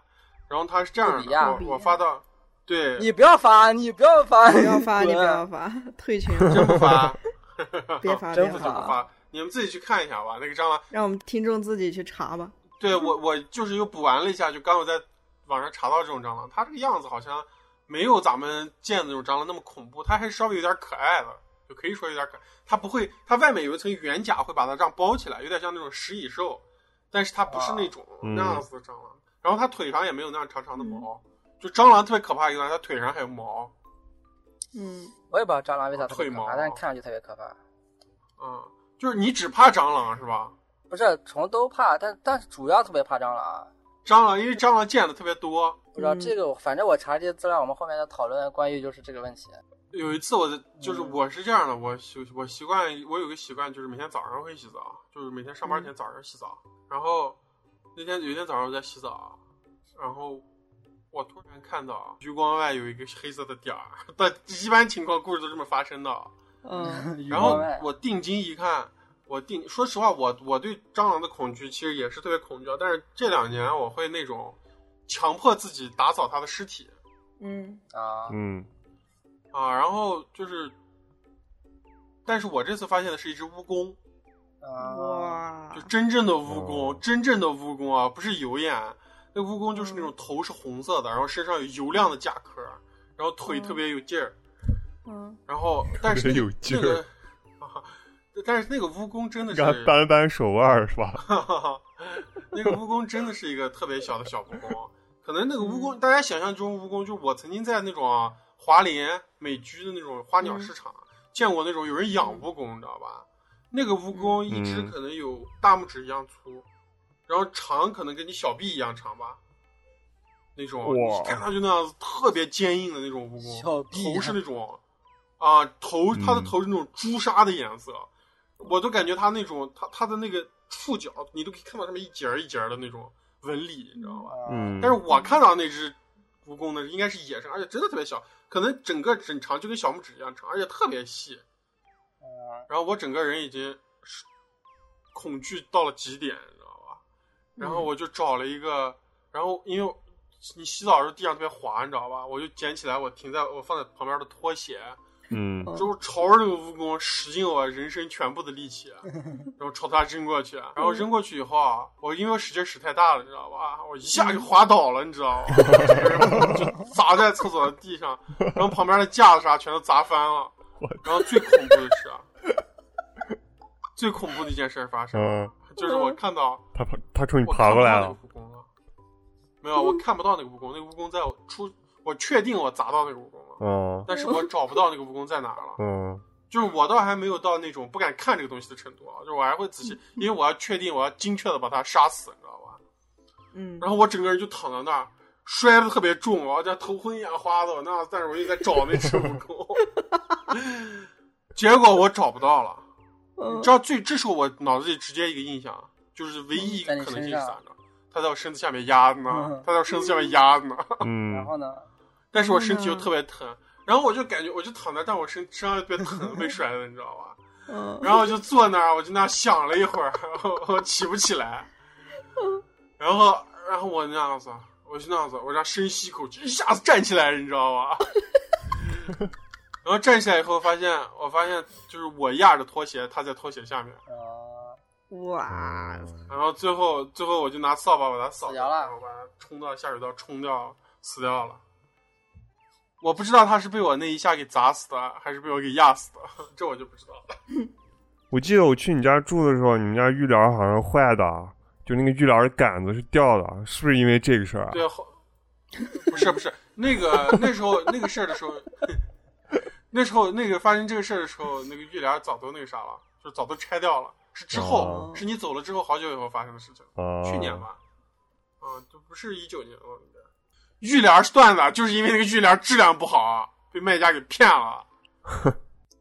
S3: 然后它是这样
S4: 杜比亚
S3: 的，我我发到，对，
S4: 你不要发，你不要发，
S1: 不要发，
S4: 滚
S1: 你不要发，退群，
S3: 真不
S4: (laughs)
S3: 发，
S1: 别发，
S4: 真
S1: 别
S4: 不
S3: 真不
S1: 发，
S3: 发，你们自己去看一下吧。那个蟑螂，
S1: 让我们听众自己去查吧。
S3: 对我我就是又补完了一下，就刚我在网上查到这种蟑螂，它这个样子好像没有咱们见的那种蟑螂那么恐怖，它还稍微有点可爱的，就可以说有点可爱。它不会，它外面有一层圆甲会把它这样包起来，有点像那种食蚁兽，但是它不是那种
S5: 嗯
S3: 那样子的蟑螂。然后它腿上也没有那样长长的毛，就蟑螂特别可怕一个，它腿上还有毛，
S1: 嗯，
S4: (laughs) 我也不知道蟑螂为啥特别
S3: 退
S4: 可
S3: 毛
S4: 怕，但是看上去特别可怕。
S3: 嗯，就是你只怕蟑螂是吧？
S4: 不是虫都怕，但但是主要特别怕蟑螂。啊
S3: 蟑螂因为蟑螂见的特别多，
S4: 不知道
S1: 嗯
S4: 这个，反正我查这些资料，我们后面再讨论关于就是这个问题。啊
S3: 有一次我在就是
S4: 嗯
S3: 我是这样的，我习我习惯我有个习惯就是每天早上会洗澡，就是每天上班前早上洗澡。然后那天有一天早上我在洗澡，然后我突然看到余光外有一个黑色的点儿， (laughs) 但一般情况故事都这么发生的。
S1: 嗯， (laughs)
S3: 然后我定睛一看，我定说实话，我我对蟑螂的恐惧其实也是特别恐惧的，但是这两年我会那种强迫自己打扫它的尸体。
S1: 嗯，
S4: 啊，
S5: 嗯
S3: 啊，然后就是，但是我这次发现的是一只蜈蚣，
S4: 啊，
S1: 嗯哇
S3: 就，真正的蜈蚣，
S5: 哦
S3: 真正的蜈蚣啊，不是油眼，那蜈蚣就是那
S5: 嗯
S3: 种头是红色的，然后身上有油亮的甲壳，然后腿特别有劲儿，
S1: 嗯，
S3: 然后但是
S5: 哦特别有
S3: 那
S5: 劲
S3: 个
S5: 儿
S3: 啊， (laughs) 但是那个蜈蚣真的
S5: 给
S3: 是
S5: 他，扳扳手腕是吧？
S3: (laughs) 那个蜈蚣真的是一个特别小的小蜈蚣，可能那个蜈
S4: 嗯
S3: 蚣，大家想象中蜈蚣，就是我曾经在那种啊华联美居的那种花
S4: 嗯
S3: 鸟市场、见过那种有人养蜈蚣，你知道吧？那个蜈蚣一只
S5: 嗯
S3: 可能有大拇指一样粗，然后长可能跟你小臂一样长吧，那种
S5: 哇
S3: 你看上去那样子特别坚硬的那种蜈蚣，
S4: 小臂啊
S3: 头是那种。啊，头他的
S5: 嗯
S3: 头是那种朱砂的颜色，我都感觉他那种他他的那个触角，你都可以看到上面一节儿一节儿的那种纹理，你知道吧？
S5: 嗯，
S3: 但是我看到那只蜈蚣呢，应该是野生，而且真的特别小，可能整个整长就跟小拇指一样长，而且特别细。然后我整个人已经是恐惧到了极点，你知道吧？然后我就找了一个，然后因为你洗澡的时候地上特别滑，你知道吧？我就捡起来，我停在我放在旁边的拖鞋，
S5: 嗯
S4: 嗯
S3: 就是朝着那个蜈蚣使尽我人生全部的力气，啊
S5: (laughs)
S3: 然后朝它扔过去，啊然后
S5: 嗯
S3: 扔过去以后啊，我因为我使劲使太大了，你知道吧？我一下就滑倒了，你知道吗？
S5: (laughs)
S3: 就砸在厕所的地上，然后旁边的架子啥全都砸翻了。然后最恐怖的是啊，最恐怖的一件事发生，
S5: 嗯，
S3: 就是我看到
S5: 他爬，他冲你
S3: 我
S5: 爬
S3: 看
S5: 过
S3: 不
S5: 来
S3: 到那
S5: 了
S3: 个，蜈蚣了，没有，我看不到那个蜈蚣，那个蜈蚣在我出，我确定我砸到那个蜈蚣了，
S5: 嗯
S3: 但是我找不到那个蜈蚣在哪儿了。
S5: 嗯
S3: 就是我倒还没有到那种不敢看这个东西的程度啊，就是我还会仔细，因为我要确定，我要精确的把它杀死，你知道吧？
S1: 嗯
S3: 然后我整个人就躺在那儿，摔的特别重，我这头昏眼花的，我那但是我又在找那只蜈蚣， (laughs) 结果我找不到了。
S1: 嗯
S3: 你知道最这是我脑子里直接一个印象，啊就是唯一一个可能性是啥呢？它在我身子下面压着呢
S4: 嗯，
S3: 它在我身子下面压着呢，
S4: 然
S5: 嗯
S4: 后呢？
S3: (laughs) 但是我身体又特别疼，然后我就感觉我就躺在，但我身身上又特别疼，被摔的，你知道吧？
S1: 嗯
S3: 然后我就坐那儿，我就那儿想了一会儿，我起不起来。然后，然后我那样子，我就那样子，我这样深吸一口气，一下子站起来，你知道吧？ (laughs) 然后站起来以后，发现我发现就是我压着拖鞋，他在拖鞋下面。
S4: 啊，
S1: 哇，
S3: 然后最后，最后我就拿扫把把他扫
S4: 死掉了
S3: 然后把他冲到下水道冲掉，死掉了。我不知道他是被我那一下给砸死的，还是被我给压死的， (laughs) 这我就不知道了。
S5: 我记得我去你家住的时候，你们家浴帘好像坏的，啊就那个浴帘的杆子是掉的，是不是因为这个事儿啊？
S3: 对，后不是不是那个那时候那个事儿的时候， (laughs) 那时候那个发生这个事儿的时候，那个浴帘早都那个啥了，就早都拆掉了。是之后，
S5: 哦
S3: 是你走了之后好久以后发生的事情，
S5: 啊，
S3: 去年吧，啊，就不是一九年了，应该。浴帘是断的，就是因为那个浴帘质量不好啊，被卖家给骗了。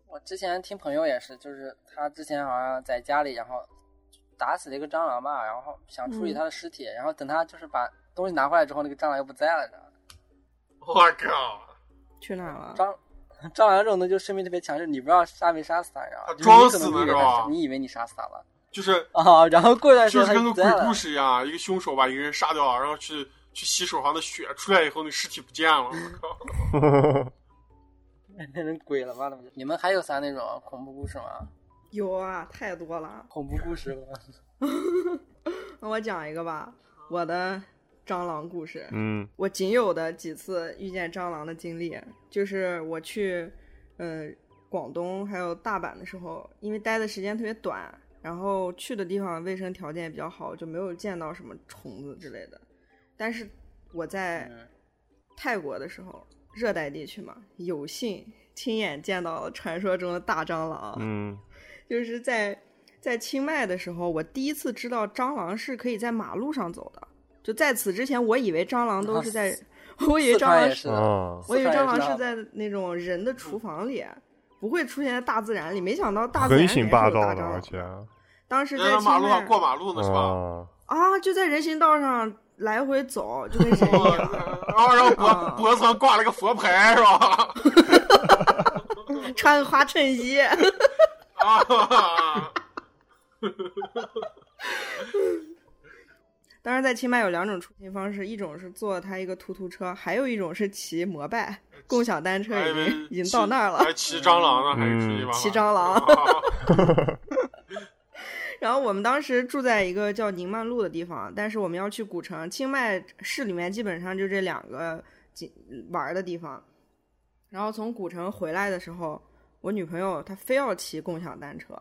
S4: 我之前听朋友也是，就是他之前好像在家里，然后打死了一个蟑螂吧，然后想处理
S1: 嗯
S4: 他的尸体，然后等他就是把东西拿回来之后，那个蟑螂又不在了，知道吗？
S3: 我靠，
S1: 去哪儿了？
S4: 蟑蟑螂这种东西就生命力特别强，就是你不知道杀没杀死它，你知道
S3: 它
S4: 吗？
S3: 装
S4: 就是你可
S3: 死了
S4: 能以为
S3: 是
S4: 它
S3: 吧
S4: 你以为你杀死它了
S3: (laughs) 就是
S4: 啊，然后过一段时
S3: 就
S4: 间
S3: 是
S4: 它
S3: 跟个
S4: 就不
S3: 鬼
S4: 在了
S3: 故。事一样，啊一个凶手把一个人杀掉啊了，然后去去洗手房的血，出来以后那尸体不见
S4: (laughs)
S3: 了。我靠！
S4: 变成鬼了，妈的！你们还有啥那种恐怖故事吗？
S1: 有啊，太多了。
S4: 恐怖故事吗？
S1: 那我讲一个吧，我的蟑螂故事。
S5: (laughs) 嗯
S1: 我仅有的几次遇见蟑螂的经历，就是我去，呃，广东还有大阪的时候，因为待的时间特别短，然后去的地方卫生条件也比较好，就没有见到什么虫子之类的。但是我在
S4: 嗯
S1: 泰国的时候，热带地区嘛，有幸亲眼见到了传说中的大蟑螂。
S5: 嗯
S1: 就是在在清迈的时候，我第一次知道蟑螂是可以在马路上走的。就在此之前，我以为蟑螂都是在，我以为蟑
S4: 四川
S1: 螂
S4: 也是的，
S5: 啊，
S1: 我以为
S4: 四
S1: 蟑
S4: 川也
S1: 螂
S4: 是
S1: 是
S4: 的
S1: 在那种人的厨房里，不会出现在大自然里。没想到大自然
S5: 横
S1: 里面
S5: 行
S1: 是
S5: 霸
S1: 有大蟑
S5: 道的，而
S1: 螂。
S5: 且
S1: 当时
S3: 人
S1: 在
S3: 在
S1: 清
S3: 马路上
S1: 迈
S3: 过马路呢是吧？
S5: 啊，
S1: 啊，就在人行道上来回走，就跟人一
S3: 我
S1: 样，
S3: (laughs) 然后然后脖
S1: 啊
S3: 脖子上挂了个佛牌是吧？ (laughs)
S1: 穿个花衬衣。 (laughs)
S3: 啊，
S1: 当时在清迈有两种出行方式，一种是坐它一个突突车，还有一种是骑摩拜共享单车，
S3: 还
S1: 已
S3: 以为
S1: 经已经
S3: 哎骑
S1: 到那儿了。
S3: 还骑蟑螂啊呢，还是
S5: 嗯
S3: 骑吧？
S1: 骑蟑螂
S3: (laughs) 啊
S1: 然后我们当时住在一个叫宁曼路的地方，但是我们要去古城，清迈市里面基本上就这两个景玩儿的地方。然后从古城回来的时候，我女朋友她非要骑共享单车，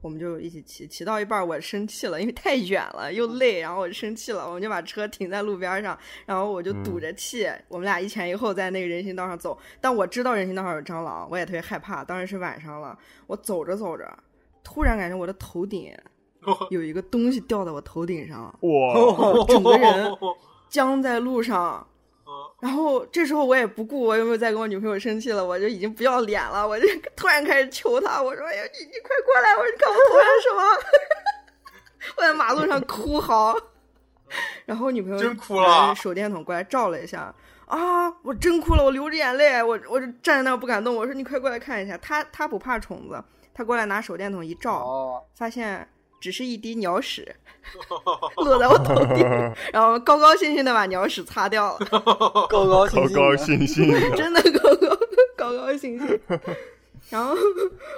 S1: 我们就一起骑，骑到一半儿我生气了，因为太远了又累，然后我生气了，我们就把车停在路边儿上，然后我就堵着气，我们俩一前一后在那个人行道上走，但我知道人行道上有蟑螂，我也特别害怕，当时是晚上了，我走着走着，突然感觉我的头顶有一个东西
S3: 哦
S1: 掉在我头顶上，
S5: 哇，
S3: 嗯
S1: 整个人僵在路上，然后这时候我也不顾我有没有在跟我女朋友生气了，我就已经不要脸了，我就突然开始求她，我说：“哎呀，你你快过来！”我说：“你看我头上什么？” (laughs) 我在马路上哭
S3: (laughs)
S1: 嚎，然后我女朋友
S3: 真哭了
S1: 拿着手电筒过来照了一下，啊，我真哭了，我流着眼泪，我我就站在那儿不敢动，我说：“你快过来看一下。她”他他不怕虫子，他过来拿手电筒一照，
S4: 哦，
S1: 发现只是一滴鸟屎落在我头顶，然后高高兴兴的把鸟屎擦掉了，
S4: 高高兴
S5: 高
S4: 兴的，
S5: 高兴兴的。
S1: 真的高高高高兴兴。然后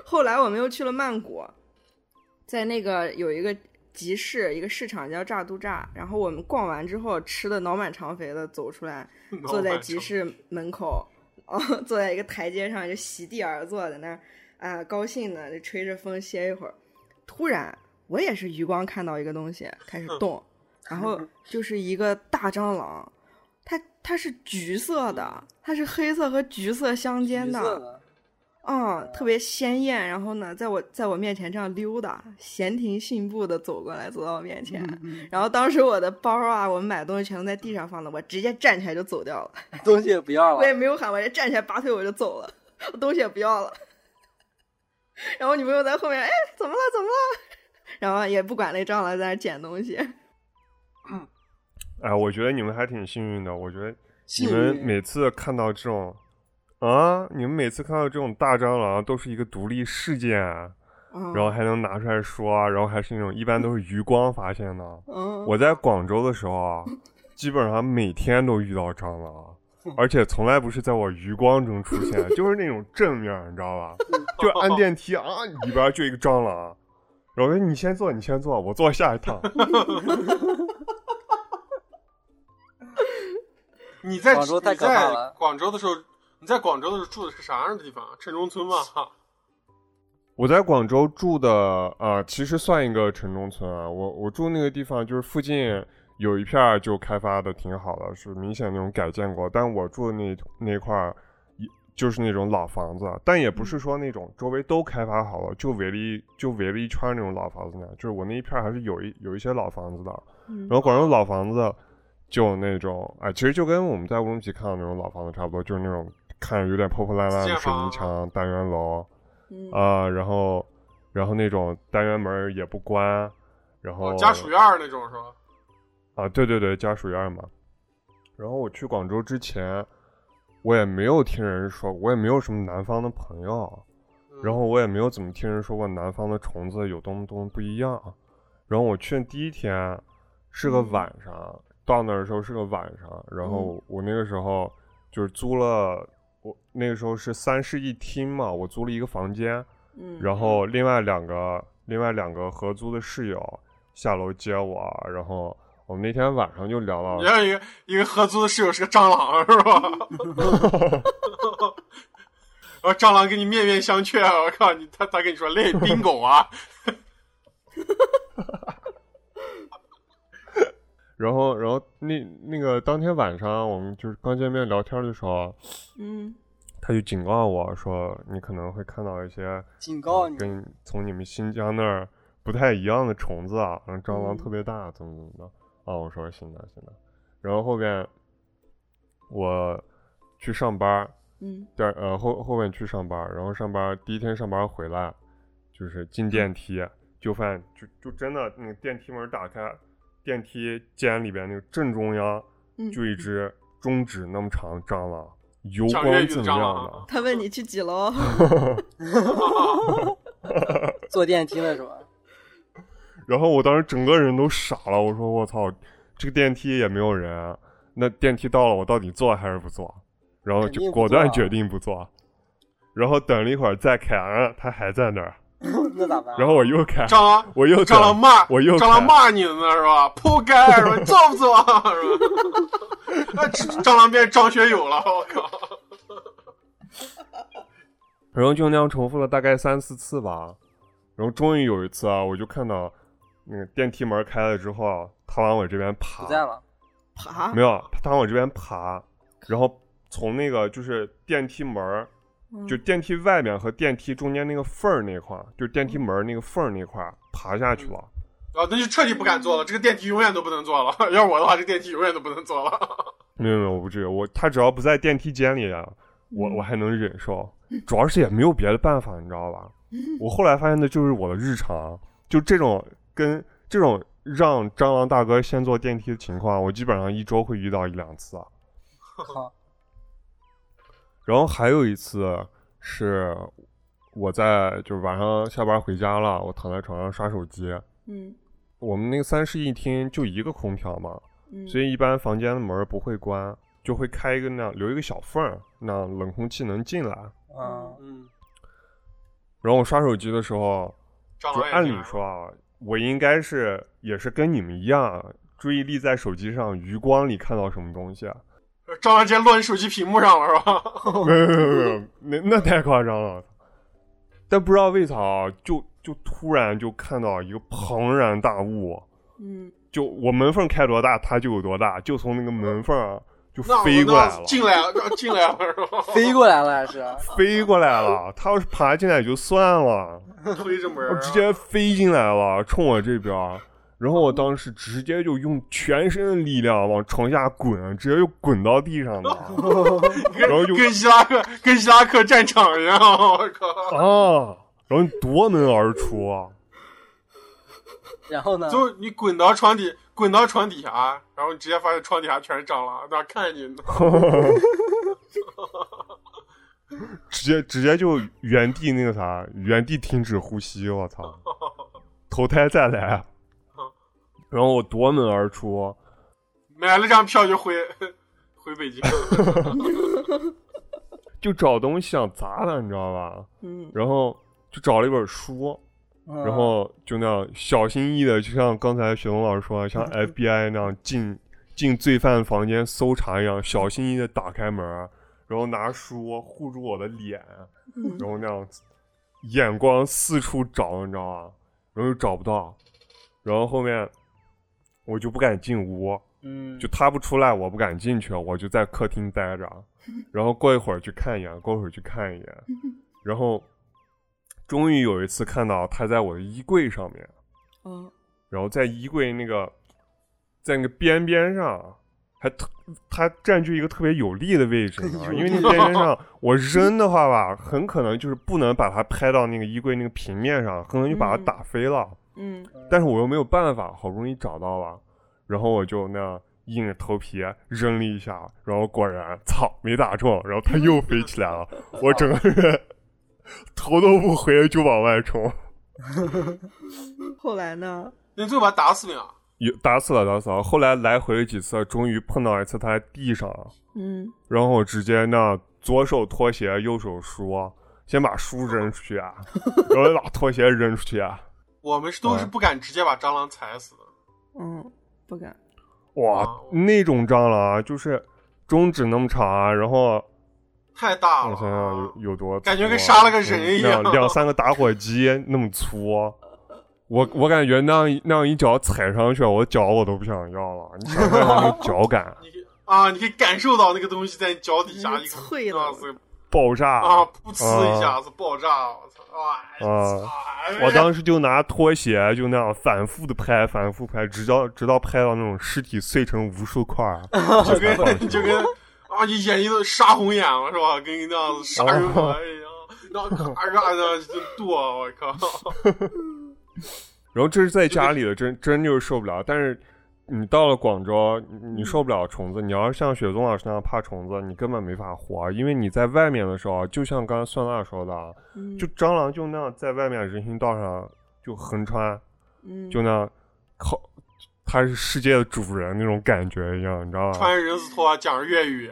S1: 后来我们又去了曼谷，在那个有一个集市，一个市场叫炸都炸，然后我们逛完之后吃的脑满肠肥的走出来，坐在集市门口，哦， (laughs) 坐在一个台阶上就席地而坐，在那儿啊、高兴的就吹着风歇一会儿。突然，我也是余光看到一个东西开始动，然
S4: (laughs)
S1: 后就是一个大蟑螂，它它是橘色的，它是黑色和橘色相间
S4: 橘
S1: 的，
S4: 色的，
S1: 嗯，特别鲜艳。然后呢，在我在我面前这样溜达，闲庭信步的走过来，走到我面
S4: 嗯
S1: 前。然后当时我的包啊，我们买的东西全都在地上放的，我直接站起来就走掉了，
S4: 东西也不要
S1: 我也
S4: 了，
S1: 没有喊，我就站起来拔腿我就走了，我东西也不要了。然后女朋友在后面，哎，怎么了？怎么了？然后也不管那蟑螂，在那捡东西。
S5: 哎，我觉得你们还挺幸运的。我觉得你
S4: 幸
S5: 们
S4: 运
S5: 每次看到这种啊，你们每次看到这种大蟑螂都是一个独立事件，啊
S1: 嗯，
S5: 然后还能拿出来说啊，然后还是那种一般都是余光发现的。啊
S1: 嗯，
S5: 我在广州的时候啊，基本上每天都遇到蟑螂，而且从来不是在我余光中出现，就是那种正面，你知道吧？就按电梯啊，里边就一个蟑螂，然后我说你先坐，你先坐，我坐下一趟。
S3: 你在
S4: 广州太
S3: 你
S4: 可怕
S3: 在
S4: 了
S3: 广州的时候，你在广州的时候住的是啥样的地方啊？城中村吧？
S5: 我在广州住的啊、其实算一个城中村啊。我我住那个地方就是附近有一片儿就开发的挺好的，是明显那种改建过。但我住的那那一块儿，一就是那种老房子，啊但也不是说那种周围都开发好了，就围了一就围了一圈儿那种老房子呢。就是我那一片儿还是有一有一些老房子的。
S1: 嗯
S5: 然后广州老房子就有那种啊、其实就跟我们在乌鲁木齐看到那种老房子差不多，就是那种看着有点破破烂烂
S3: 建
S5: 的水
S3: 房
S5: 泥墙、单元楼。
S1: 嗯
S5: 啊，然后然后那种单元门儿也不关，然后、
S3: 哦，家属院儿那种是吧？
S5: 啊，对对对，家属院嘛。然后我去广州之前，我也没有听人说，我也没有什么南方的朋友，
S3: 嗯
S5: 然后我也没有怎么听人说过南方的虫子有多么多么不一样。然后我去的第一天是
S3: 嗯
S5: 个晚上，到那儿的时候是个晚上，然后我那个时候就是租了，我那个时候是三室一厅嘛，我租了一个房间，
S1: 嗯，
S5: 然后另外两个另外两个合租的室友下楼接我，啊然后我们那天晚上就聊到
S3: 你，看一个一个合租的室友是个蟑螂是吧？
S5: (laughs)
S3: 然后蟑螂跟你面面相觑，啊我靠你他他跟你说累冰狗
S5: (laughs)
S3: 啊，
S5: 然后然后那那个当天晚上我们就是刚见面聊天的时候，
S1: 嗯
S5: 他就警告我说你可能会看到一些
S4: 警告你，
S5: 跟
S1: 嗯
S5: 从你们新疆那儿不太一样的虫子啊，然后蟑螂
S1: 嗯
S5: 特别大，怎么怎么的啊？我说行的行的，然后后边我去上班儿，
S1: 嗯
S5: 第二呃后后面去上班儿，然后上班儿第一天上班儿回来，就是进电梯、就发现就就真的那个电梯门打开，电梯间里边那个正中央
S1: 嗯，
S5: 就一只中指那么长的蟑螂，油
S3: 像越
S5: 光
S3: 狱的
S5: 锃
S3: 蟑
S5: 亮
S3: 螂
S5: 的，
S1: 他问你去几
S5: (laughs)
S1: 楼？
S4: 坐电梯了是吧？
S5: 然后我当时整个人都傻了，我说我操，这个电梯也没有人，那电梯到了，我到底坐还是不坐？然后
S4: 肯
S5: 就
S4: 定不
S5: 果断
S4: 坐啊
S5: 决定不坐，然后等了一会儿再开，啊，它还在那儿，
S4: 那咋办？啊
S5: 然后我又开，
S3: 蟑螂
S5: 我又
S3: 蟑螂
S5: 等
S3: 骂
S5: 我又
S3: 蟑螂
S5: 看
S3: 骂你呢是吧？扑街是吧？揍不揍啊是吧？ (laughs) 那蟑螂变张学友了，我靠！
S5: 然后就那样重复了大概三四次吧。然后终于有一次啊，我就看到那个电梯门开了之后啊，它往我这边爬，
S4: 不在了，
S1: 爬
S5: 没有，它往我这边爬，然后从那个就是电梯门儿，就电梯外面和电梯中间那个缝儿那块儿，就是电梯门儿那个缝儿那块儿爬下去了。
S3: 啊，那就彻底不敢坐了，这个电梯永远都不能坐了。要我的话，这电梯永远都不能坐了。
S5: 没有没有，我不至于，我他只要不在电梯间里啊，我我还能忍受，主要是也没有别的办法，你知道吧？我后来发现的就是我的日常，就这种跟这种让蟑螂大哥先坐电梯的情况，我基本上一周会遇到一两次啊。
S4: 靠，
S5: 然后还有一次是我在就是晚上下班回家了，我躺在床上刷手机，
S1: 嗯
S5: 我们那个三室一厅就一个空调嘛，
S1: 嗯，
S5: 所以一般房间的门不会关，就会开一个那样留一个小缝儿，那样冷空气能进来。
S4: 嗯，
S3: 嗯，
S5: 然后我刷手机的时候，
S3: 蟑
S5: 就
S3: 哦螂也
S5: 按
S3: 进
S5: 理
S3: 来
S5: 说
S3: 了，
S5: 啊，我应该是也是跟你们一样，注意力在手机上，余光里看到什么东西啊？
S3: 蟑螂直接落你手机屏幕上了是吧？
S5: 没有没有没有，那那太夸张了。但不知道为啥啊，就就突然就看到一个庞然大物，
S1: 嗯
S5: 就我门缝开多大，它就有多大，就从那个门缝儿啊就
S3: 那我
S5: 飞过来
S3: 那
S5: 了。
S3: 进来了进来了是吧？
S4: 飞过来了是，
S5: 飞过来了，它要是爬进来也就算了，
S3: 推着门
S5: 我
S3: 儿，
S5: 哦直接飞进来了，冲我这边儿，然后我当时直接就用全身的力量往床下滚，直接就滚到地上了然后就
S3: 跟跟希拉克跟希拉克战场一样，我靠！
S5: 啊，然后夺门而出啊，
S4: 然后
S1: 嗯
S4: 呢？
S3: 最后你滚到床底，滚到床底下，然后你直接发现床底下全是蟑螂，哪看你呢？
S5: 直接直接就原地那个啥，原地停止呼吸，我操，投胎再来，啊然后我夺门而出，
S3: 买了张票就回回北京。
S5: 就找东西想砸它，你知道吧？
S1: 嗯
S5: 然后就找了一本书，
S4: 嗯
S5: 然后就那样小心翼翼的，就像刚才雪龙老师说的，像 FBI 那样进进罪犯房间搜查一样，小心翼翼的打开门，啊然后拿书啊护住我的脸，
S1: 嗯
S5: 然后那样子眼光四处找，你知道吗？然后又找不到，然后后面我就不敢进屋，
S4: 嗯，
S5: 就他不出来，我不敢进去，我就在客厅待着，然后过一会儿去看一眼，过一会儿去看一眼，然后终于有一次看到他在我的衣柜上面，
S1: 哦
S5: 然后在衣柜那个在那个边边上，还特它占据一个特别有利的位置呢
S4: 有，利
S5: 因为那边边上我扔的话吧，很可能就是不能把它拍到那个衣柜那个平面上，可能就把它
S1: 嗯
S5: 打飞了。
S1: 嗯
S5: 但是我又没有办法，好不容易找到了，然后我就那样硬着头皮扔了一下，然后果然，操，没打中，然后它又飞起来了，我整个人头都不回就往外冲，
S1: 嗯后来呢？
S3: (laughs) 那最后把他打死没有？
S5: 也打死了，打死了。后来来回了几次，终于碰到一次它在地上，
S1: 嗯
S5: 然后我直接那左手拖鞋，右手书，先把书扔出去啊，然后再把拖鞋扔出去啊，
S3: 我们是都
S5: 嗯
S3: 是不敢直接把蟑螂踩死的。
S1: 嗯，不敢。
S5: 哇，那种蟑螂啊就是中指那么长啊，然后。
S3: 太大
S5: 我
S3: 了
S5: 想想有有多粗啊，
S3: 感觉跟杀了个人一样，
S5: 嗯两两三个打火机那么粗。啊我我感觉那样那样一脚踩上去，我脚我都不想要了。你想想那种脚感
S3: (laughs) 你可以啊，你可以感受到那个东西在你脚底下
S1: 那
S3: 一个
S1: 脆了
S3: 啊塞
S5: 爆炸！
S3: 啊，噗呲一下子爆炸，我操啊！
S5: 啊
S3: 哎
S5: 我当时就拿拖鞋就那样反复的拍，反复拍，直到直到拍到那种尸体碎成无数块儿，
S3: (laughs) 就
S5: 才放
S3: 跟
S5: 心
S3: 就跟啊，你眼睛都杀红眼了是吧？跟那样子杀人
S4: 哦
S3: 魔
S5: 啊
S3: 一样，然后咔咔的就剁，我靠！
S4: 哦
S5: 然后这是在家里的，真真就是受不了。但是你到了广州，你你受不了虫子。你要是像雪松老师那样怕虫子，你根本没法活，因为你在外面的时候，啊就像刚才酸辣说的啊，
S1: 嗯
S5: 就蟑螂就那样在外面人行道上就横穿，
S1: 嗯
S5: 就那样靠，它是世界的主人那种感觉一样，你知道吧？
S3: 穿着人字拖，讲着粤语，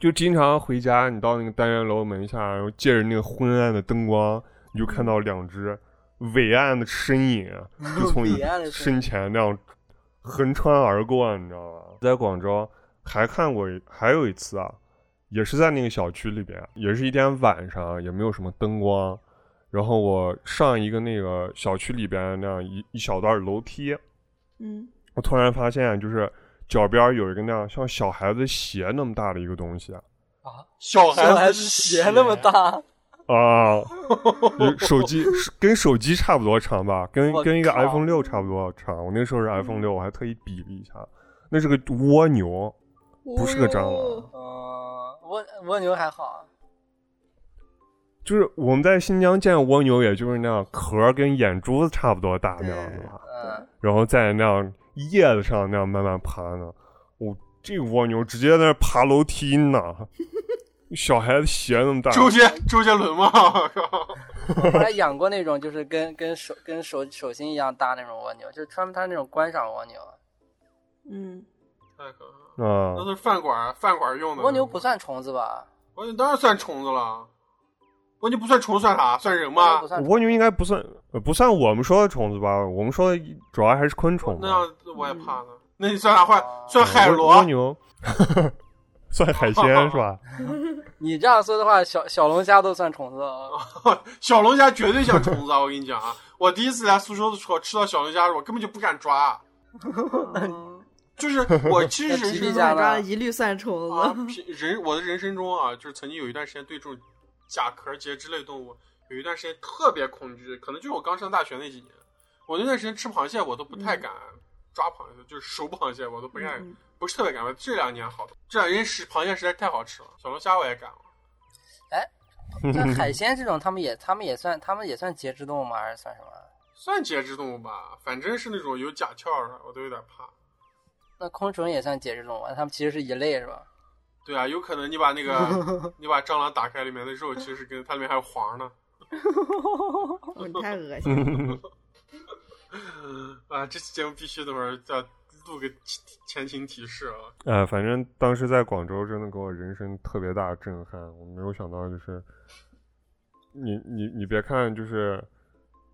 S5: 就经常回家，你到那个单元楼门下，然后借着那个昏暗的灯光，你就看到
S4: 嗯
S5: 两只伟岸的身影，啊
S4: (laughs)
S5: 就从你
S4: 伟岸的身影
S5: 身前那样横穿而过，你知道吗？在广州还看过一，还有一次啊，也是在那个小区里边，也是一天晚上，也没有什么灯光，然后我上一个那个小区里边那样一一小段楼梯，
S1: 嗯
S5: 我突然发现就是脚边有一个那样像小孩子鞋那么大的一个东西啊。
S3: 小
S4: 小孩
S3: 孩
S4: 子鞋那么，大，
S5: 啊，你手机是跟手机差不多长吧，跟
S4: 我
S5: 跟一个
S4: 靠
S5: iPhone 六差不多长。我那时候是 iPhone 六，我还特意比了一下，那是个蜗牛，不是个蟑螂。
S4: 呃，蜗蜗牛还好，啊
S5: 就是我们在新疆见蜗牛，也就是那样壳儿跟眼珠子差不多大那样子吧，
S4: 嗯，
S5: 然后在那样叶子上那样慢慢爬呢。我、这蜗牛直接在那爬楼梯呢，小孩子鞋那么大，
S3: 周杰周杰伦嘛，我靠！
S4: 我还养过那种就是跟跟手跟手手心一样大那种蜗牛，就是他们它那种观赏蜗牛，
S1: 嗯，
S3: 太可怕了，
S5: 啊
S3: 那都是饭馆饭馆用的。
S4: 蜗牛不算虫子吧？
S3: 蜗牛当然算虫子了，蜗牛不算虫子算啥？算人
S4: 蜗牛
S3: 吗
S4: 不？算虫
S5: 蜗牛应该不算、呃不算我们说的虫子吧？我们说的主要还是昆虫
S3: 那
S5: 嘛。
S3: 样我也怕呢。那你算啥坏？
S4: 啊
S3: 算海
S5: 嗯蜗
S3: 螺？
S5: 牛， (laughs) 算
S3: (laughs)
S5: 海鲜是吧？
S4: 你这样说的话，小小龙虾都算虫子了。
S3: (laughs) 小龙虾绝对像虫子啊！我跟你讲啊，我第一次来苏州的时候吃到小龙虾的时候，我根本就不敢抓，啊
S1: 哦 (laughs)
S3: 就是我其实
S4: 那
S3: 人
S4: 皮
S3: 生
S4: 皮
S3: 中
S4: 虾
S1: 抓
S4: 呢
S1: 了一律算虫
S3: 啊
S1: 子，，
S3: 皮人我的人生中啊，就是曾经有一段时间对这种甲壳节之类动物有一段时间特别恐惧，可能就是我刚上大学那几年，我那段时间吃螃蟹我都不太敢抓螃蟹，就是熟螃蟹我都不敢，
S1: 嗯
S3: 不是特别敢。这两年好多，这两年食螃蟹实在太好吃了，小龙虾我也敢了。
S5: (laughs)
S4: 像海鲜这种，他们也他们也算他们也算节肢动物吗？还是算什么？
S3: 算节肢动物吧，反正是那种有甲壳的，我都有点怕。
S4: 那昆虫也算节肢动物，它们其实是一类是吧？
S3: 对啊，有可能你把那个
S1: (laughs)
S3: 你把蟑螂打开，里面的肉其实是跟它里面还有黄呢。
S1: 哦你太恶心了，
S3: (laughs) 啊，这期节目必须等会儿再录个前情提示啊。
S5: 呃，反正当时在广州真的给我人生特别大的震撼，我没有想到就是，你你你别看就是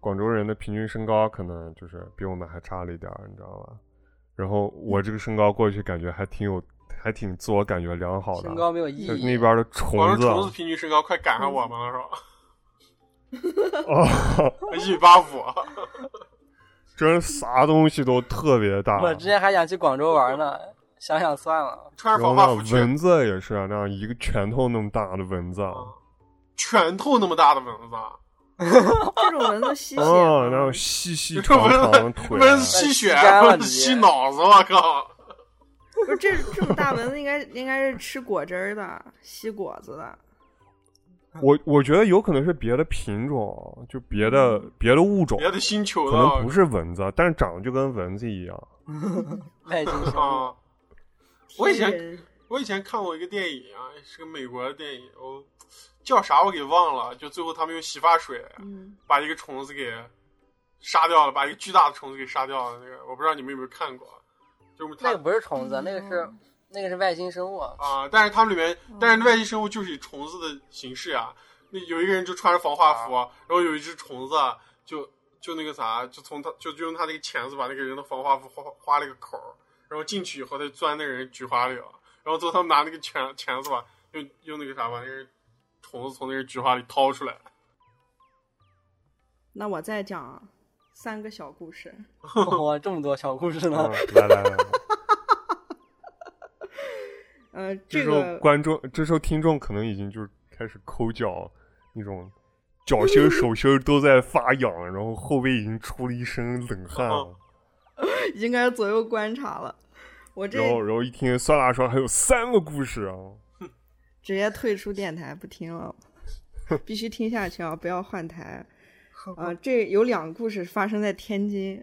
S5: 广州人的平均身高可能就是比我们还差了一点儿，你知道吧？然后
S3: 嗯
S5: 我这个身高过去感觉还挺有，还挺自我感觉良好的。
S4: 身高没有意
S5: 就是
S4: 义。
S5: 那边的
S3: 广
S5: 虫
S3: 州
S5: 子，啊
S3: 虫子平均身高快赶上我们了，是
S5: 哦， (laughs)
S3: 吧？ (laughs) 一米八五，啊
S5: 真是啥东西都特别大。
S4: 我之前还想去广州玩呢，想想算了。
S3: 穿着
S5: 然后
S3: 防化
S5: 那
S3: 服去，
S5: 蚊子也是啊，那样一个拳头那么大的蚊子啊，
S3: 哦拳头那么大的蚊子啊，
S1: 哦这种蚊子吸血
S5: 哦，
S1: 吗，
S5: 然后细细
S3: 这
S5: 长长的
S3: 蚊
S5: 腿啊，
S3: 蚊子吸血，
S4: 哎吸干了
S3: 蚊子吸脑子，我靠！
S1: 不是这这种大蚊子应该应该是吃果汁儿的，吸果子的，
S5: 我我觉得有可能是别的品种，就别的嗯别的物种，
S3: 别的星球
S5: 可
S3: 的啊
S5: 能
S3: 我
S5: 不是蚊子，啊但是长得就跟蚊子一样。
S4: 外星
S3: 靠
S4: 生物，
S3: 啊！我以前
S1: 天人
S3: 我以前看过一个电影啊，是个美国的电影，我叫啥我给忘了，就最后他们用洗发水
S1: 嗯
S3: 把一个虫子给杀掉了，把一个巨大的虫子给杀掉了。那个我不知道你们有没有看过，就是他
S4: 那个不是虫子，那个是那个是外星生物。
S3: 啊，但是他们里面，但是外星生物就是以虫子的形式啊。那有一个人就穿着防化服，然后有一只虫子啊就就那个啥，就从他就就用他那个钳子把那个人的防化服划划了一个口儿，然后进去以后他就钻那个人菊花里了，然后最后他们拿那个钳钳子吧，用用那个啥把那个虫子从那个菊花里掏出来。
S1: 那我再讲三个小故事。
S4: 哇，这么多小故事
S5: 嗯
S4: 呢！
S5: 来来来，
S1: 呃，
S5: 这
S1: 这
S5: 时候
S1: 个
S5: 观众，这时候听众可能已经就是开始抠脚，那种脚心儿、手心儿都在发痒，然后后背已经出了一身冷汗了。
S1: 应该左右观察了。我这
S5: 然后，然后一听酸辣说还有三个故事啊，
S1: 直接退出电台不听
S4: (laughs)
S1: 了，必须听下去啊，不要换台。啊、这有两个故事发生在天津。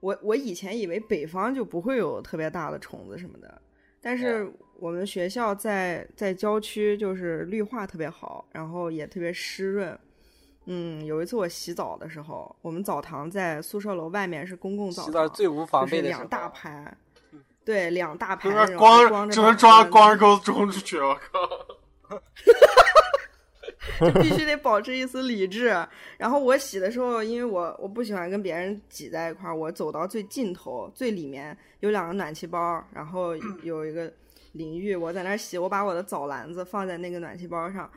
S1: 我我以前以为北方就不会有特别大的虫子什么的，但
S4: 哦
S1: 是我们学校在在郊区，就是绿化特别好，然后也特别湿润。嗯，有一次我洗澡的时候，我们澡堂在宿舍楼外面是公
S5: 嗯
S1: 共澡堂，
S4: 洗澡最无防
S1: 就是
S4: 备的时候嗯
S1: 两大排，对，两大排
S3: 这
S1: 那种，
S3: 边光只
S1: 哎着
S3: 能
S1: 膀
S3: 抓
S1: 子
S3: 光着钩子冲出去，我靠！
S1: 必须得保持一丝理智。然后我洗的时候，因为我我不喜欢跟别人挤在一块儿，我走到最尽头最里面有两个暖气包，然后有一个淋浴，我在那儿洗，我把我的澡篮子放在那个暖气包上，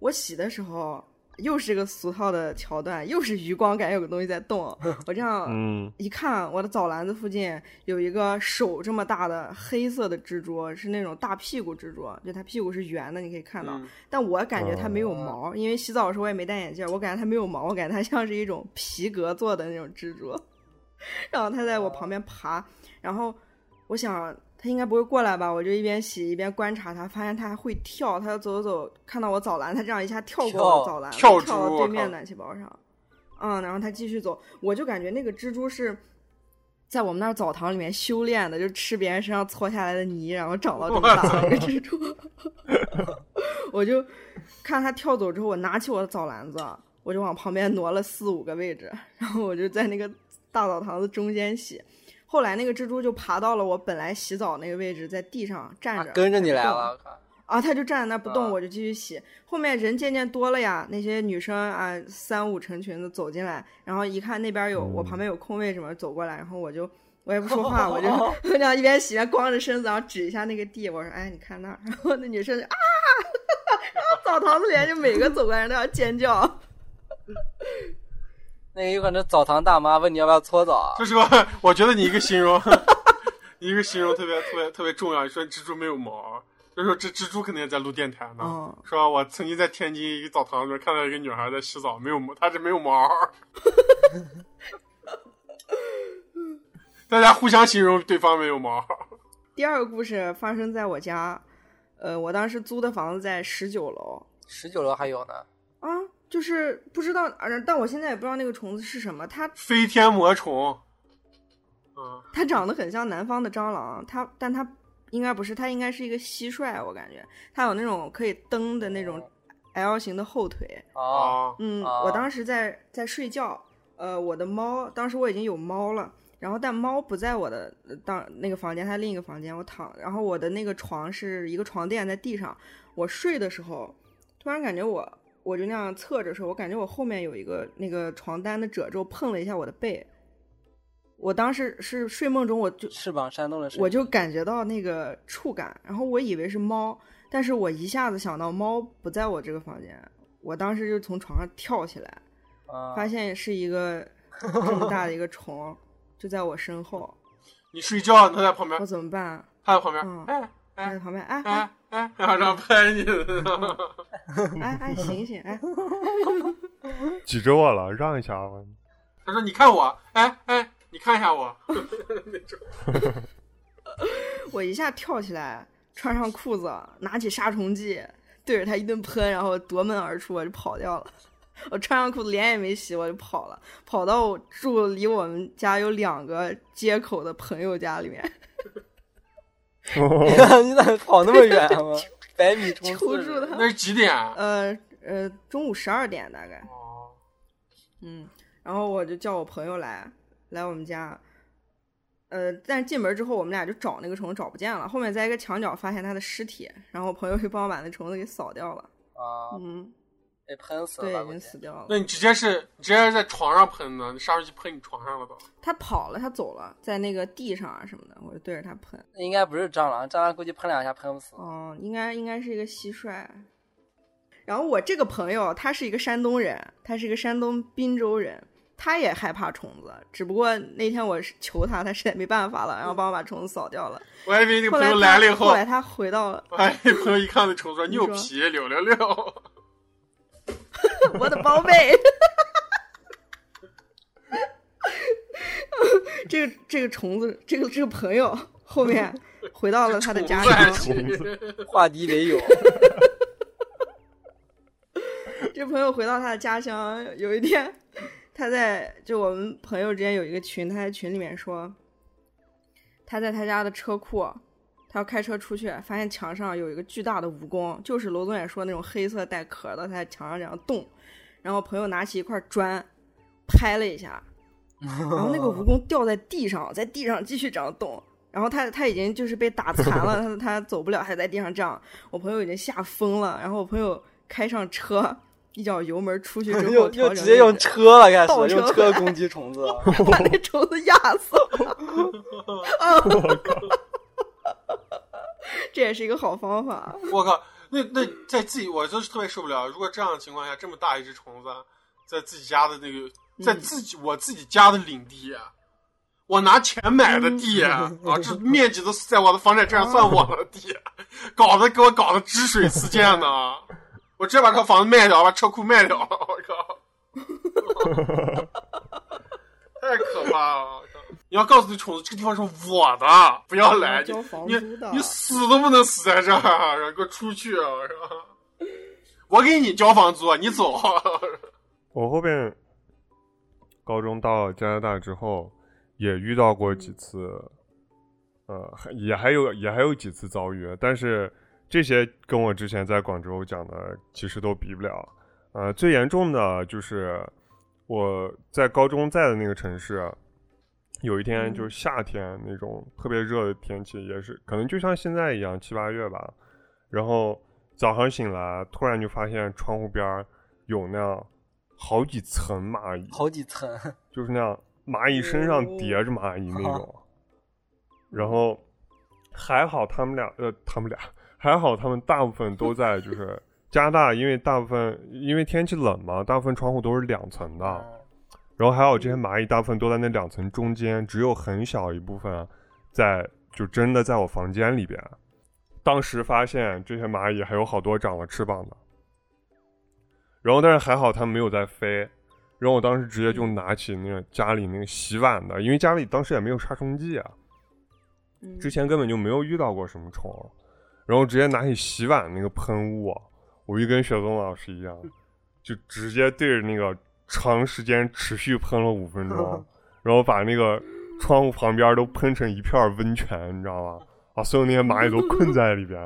S1: 我洗的时候。又是一个俗套的桥段，又是余光感有个东西在动。我这样
S5: 嗯，
S1: 一看，我的澡篮子附近有一个手这么大的黑色的蜘蛛，是那种大屁股蜘蛛，就它屁股是圆的，你可以看到。
S3: 嗯
S1: 但我感觉它没
S3: 哦
S1: 有毛，因为洗澡的时候我也没戴眼镜，我感觉它没有毛，我感觉它像是一种 (laughs) 皮革做的那种蜘蛛。然后它在我旁边爬，然后我想他应该不会过来吧，我就一边洗一边观察他，发现他还会跳，他走走走，看到我早篮，他这样一下跳过
S4: 跳
S1: 我早篮，
S3: 跳
S1: 跳
S3: 猪
S1: 到
S3: 我
S1: 对
S3: 靠
S1: 面暖气包上，嗯，然后他继续走，我就感觉那个蜘蛛是。在我们那儿澡堂里面修炼的，就吃别人身上搓下来的泥，然后长到这么大一个蜘蛛。 (laughs) 我就看他跳走之后，我拿起我的澡篮子，我就往旁边挪了四五个位置，然后我就在那个大澡堂子中间洗。后来那个蜘蛛就爬到了我本来洗澡那个位置，在地上站
S4: 啊
S1: 着，
S4: 跟着你来
S1: 它不动
S4: 了，我靠！
S1: 啊，他就站在那儿不
S4: 啊
S1: 动，我就继续洗。后面人渐渐多了呀，那些女生啊，三五成群的走进来，然后一看那边有我旁边有空位什么，走过来，然后我就我也不说话，我就 (laughs) 我这样一边洗边光着身子，然后指一下那个地，我说：“哎，你看那儿。” (laughs) 然后那女生就啊，然后澡堂子里面就每个走过来人都要尖叫。
S4: 那个有可能澡堂大妈问你要不要搓澡，啊
S3: 这是个，我觉得你一个形容， (laughs) 你一个形容特别特别特别重要。你说蜘蛛没有毛，就说这蜘蛛肯定也在录电台呢。
S1: 嗯，
S3: 说我曾经在天津一个澡堂里面看到一个女孩在洗澡，没有毛，她这没有毛。
S1: (laughs)
S3: 大家互相形容对方没有毛。
S1: 第二个故事发生在我家，呃，我当时租的房子在十九楼，
S4: 十九楼还有呢。
S1: 啊，就是不知道，而但我现在也不知道那个虫子是什么。它
S3: 飞天魔虫，嗯，
S1: 它长得很像南方的蟑螂，它但它应该不是，它应该是一个蟋蟀，我感觉它有那种可以蹬的那种 L 型的后腿。
S4: 哦，
S3: 啊，
S1: 嗯，
S4: 哦
S1: 我当时在在睡觉，呃，我的猫当时我已经有猫了。然后，但猫不在我的呃当那个房间，它另一个房间，我躺。然后我的那个床是一个床垫在地上，我睡的时候，突然感觉我，我就那样侧着睡，我感觉我后面有一个那个床单的褶皱碰了一下我的背。我当时是睡梦中，我就
S4: 翅膀扇动了身体，
S1: 我就感觉到那个触感，然后我以为是猫，但是我一下子想到猫不在我这个房间，我当时就从床上跳起来，
S4: 啊
S1: 发现是一个这么大的一个 (laughs) 虫，就在我身后，
S3: 你睡觉，他在旁边
S1: 我，怎么办？
S3: 他在旁边，
S1: 嗯
S3: 哎
S1: 他在旁边，哎哎
S3: 哎哎，然后这样拍你，
S1: 哎哎，醒醒，哎，
S5: 挤着我了，让一下吧。 (laughs)
S3: 他说你看我，哎哎，你看一下我，
S1: 我一下跳起来，穿上裤子，拿起杀虫剂，对着它一顿喷，然后夺门而出，我就跑掉了。 (laughs) 我穿上裤子，脸也没洗，我就跑了，跑到我住离我们家有两个街口的朋友家里面，
S4: (laughs) 你咋跑那么远
S1: (laughs)
S4: 吗？百米冲
S1: 求
S4: 刺
S1: 助
S4: 是吧，
S1: 他。
S3: 那是几点？啊
S1: (laughs) 呃呃，中午十二点大概，
S3: 哦，
S1: 嗯，然后我就叫我朋友来来我们家，呃，但是进门之后我们俩就找那个虫找不见了，后面在一个墙角发现它的尸体，然后我朋友就帮我把那虫子给扫掉了，
S4: 啊，
S1: 嗯，
S4: 被喷死
S1: 对，
S4: 了吧
S1: 已
S4: 估
S1: 经
S4: 计
S1: 死掉了。
S3: 那你直接是你直接是在床上喷的，你杀虫剂喷你床上了都。
S1: 他跑了，他走了，在那个地上啊什么的，我就对着他喷。
S4: 那应该不是蟑螂，蟑螂估计喷两下喷不死。
S1: 哦，应该应该是一个蟋蟀。然后我这个朋友他是一个山东人，他是一个山东滨州人，他也害怕虫子，只不过那天我是求他，他实在没办法了，然后帮我把虫子扫掉了。
S3: 我还以为那个
S1: 后
S3: 朋
S1: 来
S3: 友
S1: 他
S3: 来了以后
S1: 后，来他回到了
S3: 我还以为朋友一看那虫说你有
S1: 你说
S3: 皮，柳柳柳。
S1: 我的宝贝。 (laughs) 这个这个虫子，这个这个朋友后面回到了他的家
S3: 虫
S1: 乡，
S3: 子
S5: 虫子，
S4: 化敌为友，
S1: 这朋友回到他的家乡，有一天，他在就我们朋友之间有一个群，他在群里面说，他在他家的车库，他要开车出去，发现墙上有一个巨大的蜈蚣，就是罗总也说那种黑色带壳的，他在墙上这样动，然后朋友拿起一块砖拍了一
S4: (laughs)
S1: 下，然后那个蜈蚣掉在地上，在地上继续这样动。然后他他已经就是被打残了，他他走不了，还在地上这样。我朋友已经吓疯了，然后我朋友开上车，一脚油门出去之后，
S4: (laughs) 又
S1: 调
S4: 又
S1: 整
S4: 直接用
S1: 位置
S4: 车了，开
S1: 倒
S4: 始
S1: 车
S4: 用车攻击虫子。
S1: (laughs) 把那虫子压死了。 (laughs) 这也是一个好方法。
S3: (laughs)
S1: 啊
S3: (laughs) 我靠，那那在自己，我就是特别受不了。如果这样的情况下，这么大一只虫子，啊在自己家的那个，在
S1: 嗯
S3: 自己、我自己家的领地，啊我拿钱买的地、
S1: 嗯
S3: 啊，这面积都是在我的房产证上算我的地，搞得给我搞得汁水四溅的啊。我直接把这房子卖掉，把车库卖掉了，我靠！太可怕了，我靠！你要告诉那虫子，这个地方是我的，不要来，你
S1: 哦交房
S3: 你
S1: 租的
S3: 你死都不能死在这儿，然后给我出去，啊是吧？我给你交房租，啊你走。 (laughs)
S5: 我后边高中到加拿大之后，也遇到过几次，呃，还也还有也还有几次遭遇，但是这些跟我之前在广州讲的其实都比不了。呃，最严重的就是我在高中在的那个城市，有一天
S1: 嗯
S5: 就是夏天那种特别热的天气，也是可能就像现在一样七八月吧。然后早上醒来，突然就发现窗户边儿有那样好几层蚂蚁，
S4: (laughs) 好几层，
S5: 就是那样蚂蚁身上叠着蚂蚁那种。 (laughs) 然后还好他们俩，呃，他们俩还好他们大部分都在就是加拿大，因为大部分因为天气冷嘛，大部分窗户都是两层的。然后还有这些蚂蚁大部分都在那两层中间，只有很小一部分在就真的在我房间里边。当时发现这些蚂蚁还有好多长了翅膀的，然后但是还好它们没有在飞。然后我当时直接就拿起那个家里那个洗碗的，因为家里当时也没有杀虫剂啊，
S1: 嗯
S5: 之前根本就没有遇到过什么虫，然后直接拿起洗碗那个喷雾啊，我就跟雪松老师一样，就直接对着那个长时间持续喷了五分钟，然后把那个窗户旁边都喷成一片温泉，你知道吗？把所有那些蚂蚁都困在里边，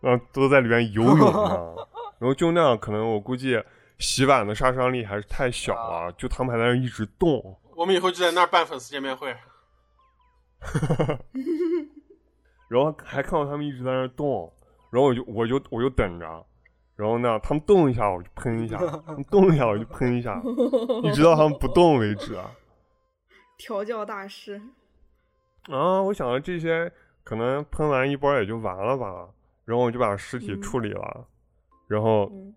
S5: 然后都在里边游泳呢。然后就那样，可能我估计洗碗的杀伤力还是太小了，就他们还在那儿一直动。
S3: 我们以后就在那儿办粉丝见面会。
S5: 然后还看到他们一直在那儿动，然后我就我就我就等着，然后呢，他们动一下我就喷一下，他们动一下我就喷一下，一直到他们不动为止啊。
S1: (laughs) 调教大师，
S5: 啊，我想到这些可能喷完一波也就完了吧，然后我就把尸体处理了，然后
S1: 嗯，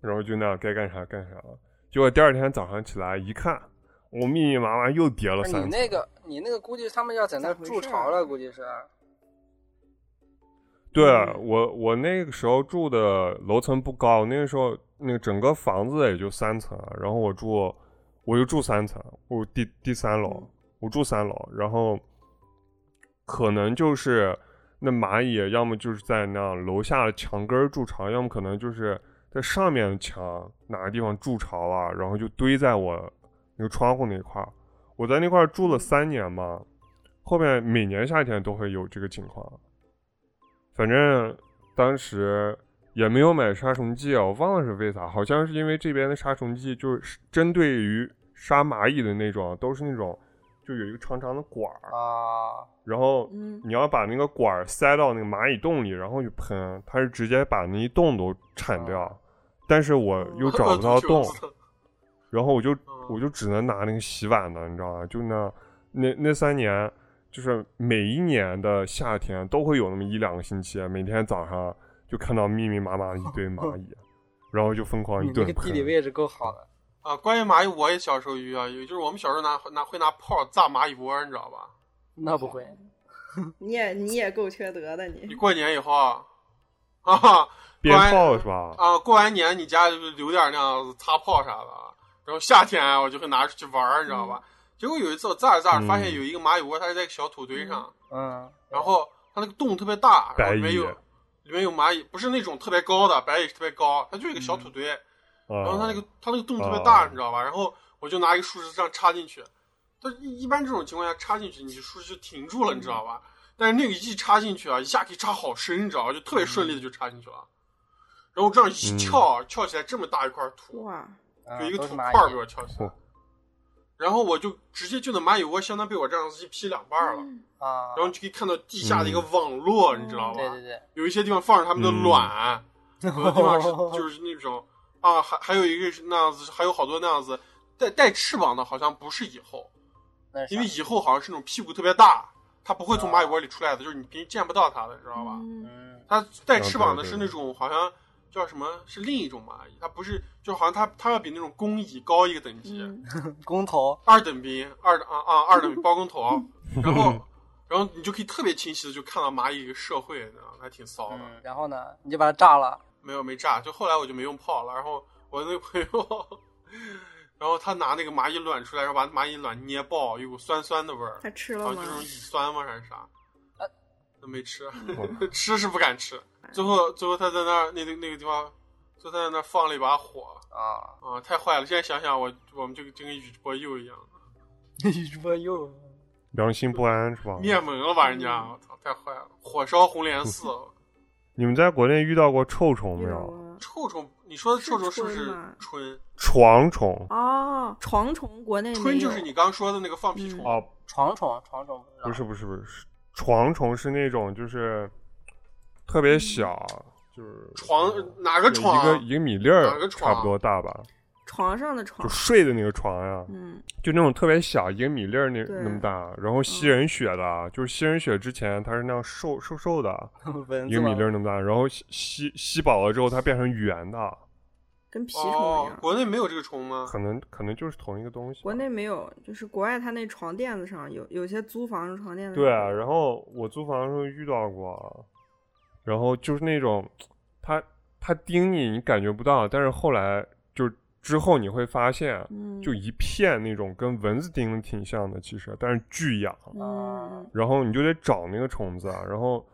S5: 然后就那样该干啥干啥了。结果第二天早上起来一看，我密密麻麻又叠了
S4: 不是
S5: 三
S4: 啊你
S5: 层。
S4: 那个你那个估计他们要在
S1: 咋
S4: 那
S1: 回
S4: 筑
S1: 事
S4: 巢
S1: 儿
S4: 了，估计是。啊
S5: 对
S1: 嗯
S5: 我，我那个时候住的楼层不高，那个时候那个整个房子也就三层，啊然后我住，我就住三层，我第第三楼，
S1: 嗯
S5: 我住三楼，然后可能就是那蚂蚁要么就是在那样楼下的墙根儿筑巢，要么可能就是在上面的墙哪个地方筑巢啊，然后就堆在我那个窗户那块儿，我在那块儿住了三年嘛，后面每年夏天都会有这个情况。反正当时也没有买杀虫剂啊，我忘了是为啥，好像是因为这边的杀虫剂就是针对于杀蚂蚁的那种，都是那种就有一个长长的管儿，
S4: 啊，
S5: 然后
S1: 嗯
S5: 你要把那个管儿塞到那个蚂蚁洞里，然后去喷，它是直接把那一洞都铲掉，但是我
S3: (laughs)
S5: 又找不到洞，然后我就
S3: 嗯
S5: 我就只能拿那个洗碗的，你知道吗？就那那那三年，就是每一年的夏天都会有那么一两个星期，啊每天早上就看到密密麻麻的一堆蚂
S3: (laughs)
S5: 蚁，然后就疯狂
S4: 你
S5: 一
S4: 那
S5: 顿
S4: 个地
S5: 喷。
S4: 理位置够好的，
S3: 啊，关于蚂蚁，我也小时候遇到，也就是我们小时候拿拿会拿炮炸蚂蚁窝，你知道吧？
S4: 那不会。
S1: 你也你也够缺德的
S3: 你
S1: 你，
S3: 过年以后啊，啊 (laughs)
S5: 鞭炮是吧？
S3: 啊，过完年你家就是留点那样子擦炮啥的，啊，然后夏天啊我就会拿出去玩儿，你知道吧？结果有一次我炸着炸着，发现
S5: 嗯
S3: 有一个蚂蚁窝，它是在一个小土堆上，
S4: 嗯，
S3: 然后它那个洞特别大，然后
S5: 白
S3: 里面
S5: 蚁
S3: 有里面有蚂蚁，不是那种特别高的白蚁，是特别高，它就一个
S5: 嗯
S3: 小土堆。然后它
S5: 啊
S3: 那个它那个洞特别大，
S5: 啊
S3: 你知道吧？然后我就拿一个树枝这样插进去，但是一一般这种情况下插进去，你树枝就停住了，你知道吧？但是那个一插进去啊，一下可以插好深，你知道吧？就特别顺利的就插进去了。然后这样一撬，撬起来这么大一块土，
S1: 哇，
S4: 嗯
S3: 就一个
S4: 都
S3: 土
S4: 是
S3: 块
S4: 蚂
S3: 儿
S4: 蚁
S3: 给我撬起
S5: 嚯
S3: 来。然后我就直接就那蚂蚁窝，相当于被我这样子一劈两半了，
S4: 啊
S3: 然，后就可以看到地下的一个网络，你知道吧？(laughs)
S4: 嗯对对对，
S3: 有一些地方放着他们的卵，有的
S1: (laughs)
S3: 地方是就是那种啊，还还有一个是那样子，还有好多那样子带带翅膀的，好像不是蚁后，
S4: 那是
S3: 因为
S4: 啥
S3: 蚁后好像是那种屁股特别大，它不会从蚂蚁窝里出来的，就是你平时见不到它的，知道吧？
S1: (laughs) 嗯
S4: 嗯
S3: 它带翅膀的
S5: 哦对
S3: 是
S5: 对
S3: 那种好像叫什么，是另一种蚂蚁，它不是，就好像它它要比那种工蚁高一个等级， (laughs)
S1: 嗯，
S4: 公头
S3: 二等兵，二啊啊
S1: (laughs)
S3: 二等兵包工头，然后然后你就可以特别清晰的就看到蚂蚁一个社会，你知道吗还挺骚的。
S4: 嗯，然后呢，你就把它炸了，
S3: 没有没炸，就后来我就没用炮了。然后我那个朋友，然后他拿那个蚂蚁卵出来，然后把蚂蚁卵捏爆，有股酸酸的味儿，
S1: 他吃
S3: 好
S1: 了
S3: 像
S1: 吗
S3: 这？种乙酸吗还是啥？他没吃， (laughs) 吃是不敢吃。最后，最后他在那儿那那那个地方，就在那儿放了一把火
S4: 啊，
S3: 啊，太坏了！现在想想我，我们就就跟宇智波鼬一样，
S4: 宇智波鼬，
S5: 良心不安是吧？
S3: 灭门了吧人家，我操，太坏了！火烧红莲寺，
S5: 你们在国内遇到过臭虫没有？
S1: 啊。
S3: 臭虫，你说的臭虫是不
S1: 是
S3: 是
S1: 春吗
S3: 春？
S5: 床虫
S1: 哦，床虫国内没
S3: 春就
S1: 有
S3: 是你刚说的那个嗯放屁虫，
S5: 啊，
S4: 床虫，床虫
S5: 不是不是不是，是床虫是那种就是特别小，就是
S3: 嗯床哪个
S5: 对
S3: 床啊？
S5: 一个一个米粒儿
S3: 哪个床
S5: 差不多大吧，
S1: 床上的床
S5: 就，睡的那个床呀、
S1: 嗯，
S5: 就那种特别小，一个米粒儿那
S1: 对嗯
S5: 那么大，然后吸人血的，啊就是吸人血之前它是那样瘦瘦瘦的，啊
S4: 蚊
S5: 一
S4: 子
S5: 个
S4: 吗
S5: 米粒儿那么大，然后吸吸吸饱了之后它变成圆的，啊
S1: 跟蜱虫一
S3: 哦
S1: 样，。
S3: 国内没有这个虫吗？
S5: 可能可能就是同一个东西吧。
S1: 国内没有，就是国外它那床垫子上有，有些租房的床垫子上
S5: 对啊，然后我租房的时候遇到过，啊然后就是那种它它叮你，你感觉不到，但是后来就之后你会发现，啊
S1: 嗯，
S5: 就一片那种跟蚊子叮的挺像的，其实但是巨痒。
S3: 啊
S1: 嗯，
S5: 然后你就得找那个虫子啊，然后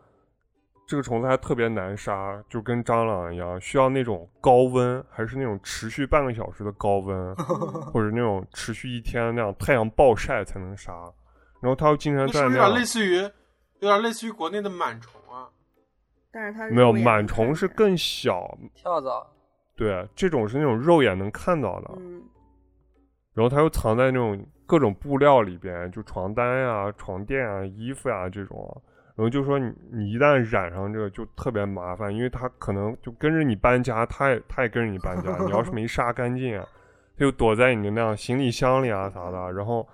S5: 这个虫子还特别难杀，就跟蟑螂一样，需要那种高温，还是那种持续半个小时的高
S3: (laughs)
S5: 温，或者那种持续一天那样太阳暴晒才能杀。然后它又经常
S3: 那是
S5: 在
S3: 不是
S5: 那
S3: 有
S5: 样
S3: 点类似于，有点类似于国内的螨虫啊？
S1: 但是它
S5: 没有
S1: 肉眼能
S5: 螨虫
S1: 看
S5: 是
S1: 见
S5: 更小，
S4: 跳蚤，
S5: 对，这种是那种肉眼能看到的，
S1: 嗯
S5: 然后它又藏在那种各种布料里边，就床单呀、床垫啊、衣服呀、这种啊。然后就说你你一旦染上这个就特别麻烦，因为它可能就跟着你搬家，它也它也跟着你搬家。你要是
S3: (laughs)
S5: 没杀干净啊，它就躲在你的那样行李箱里啊啥的，然后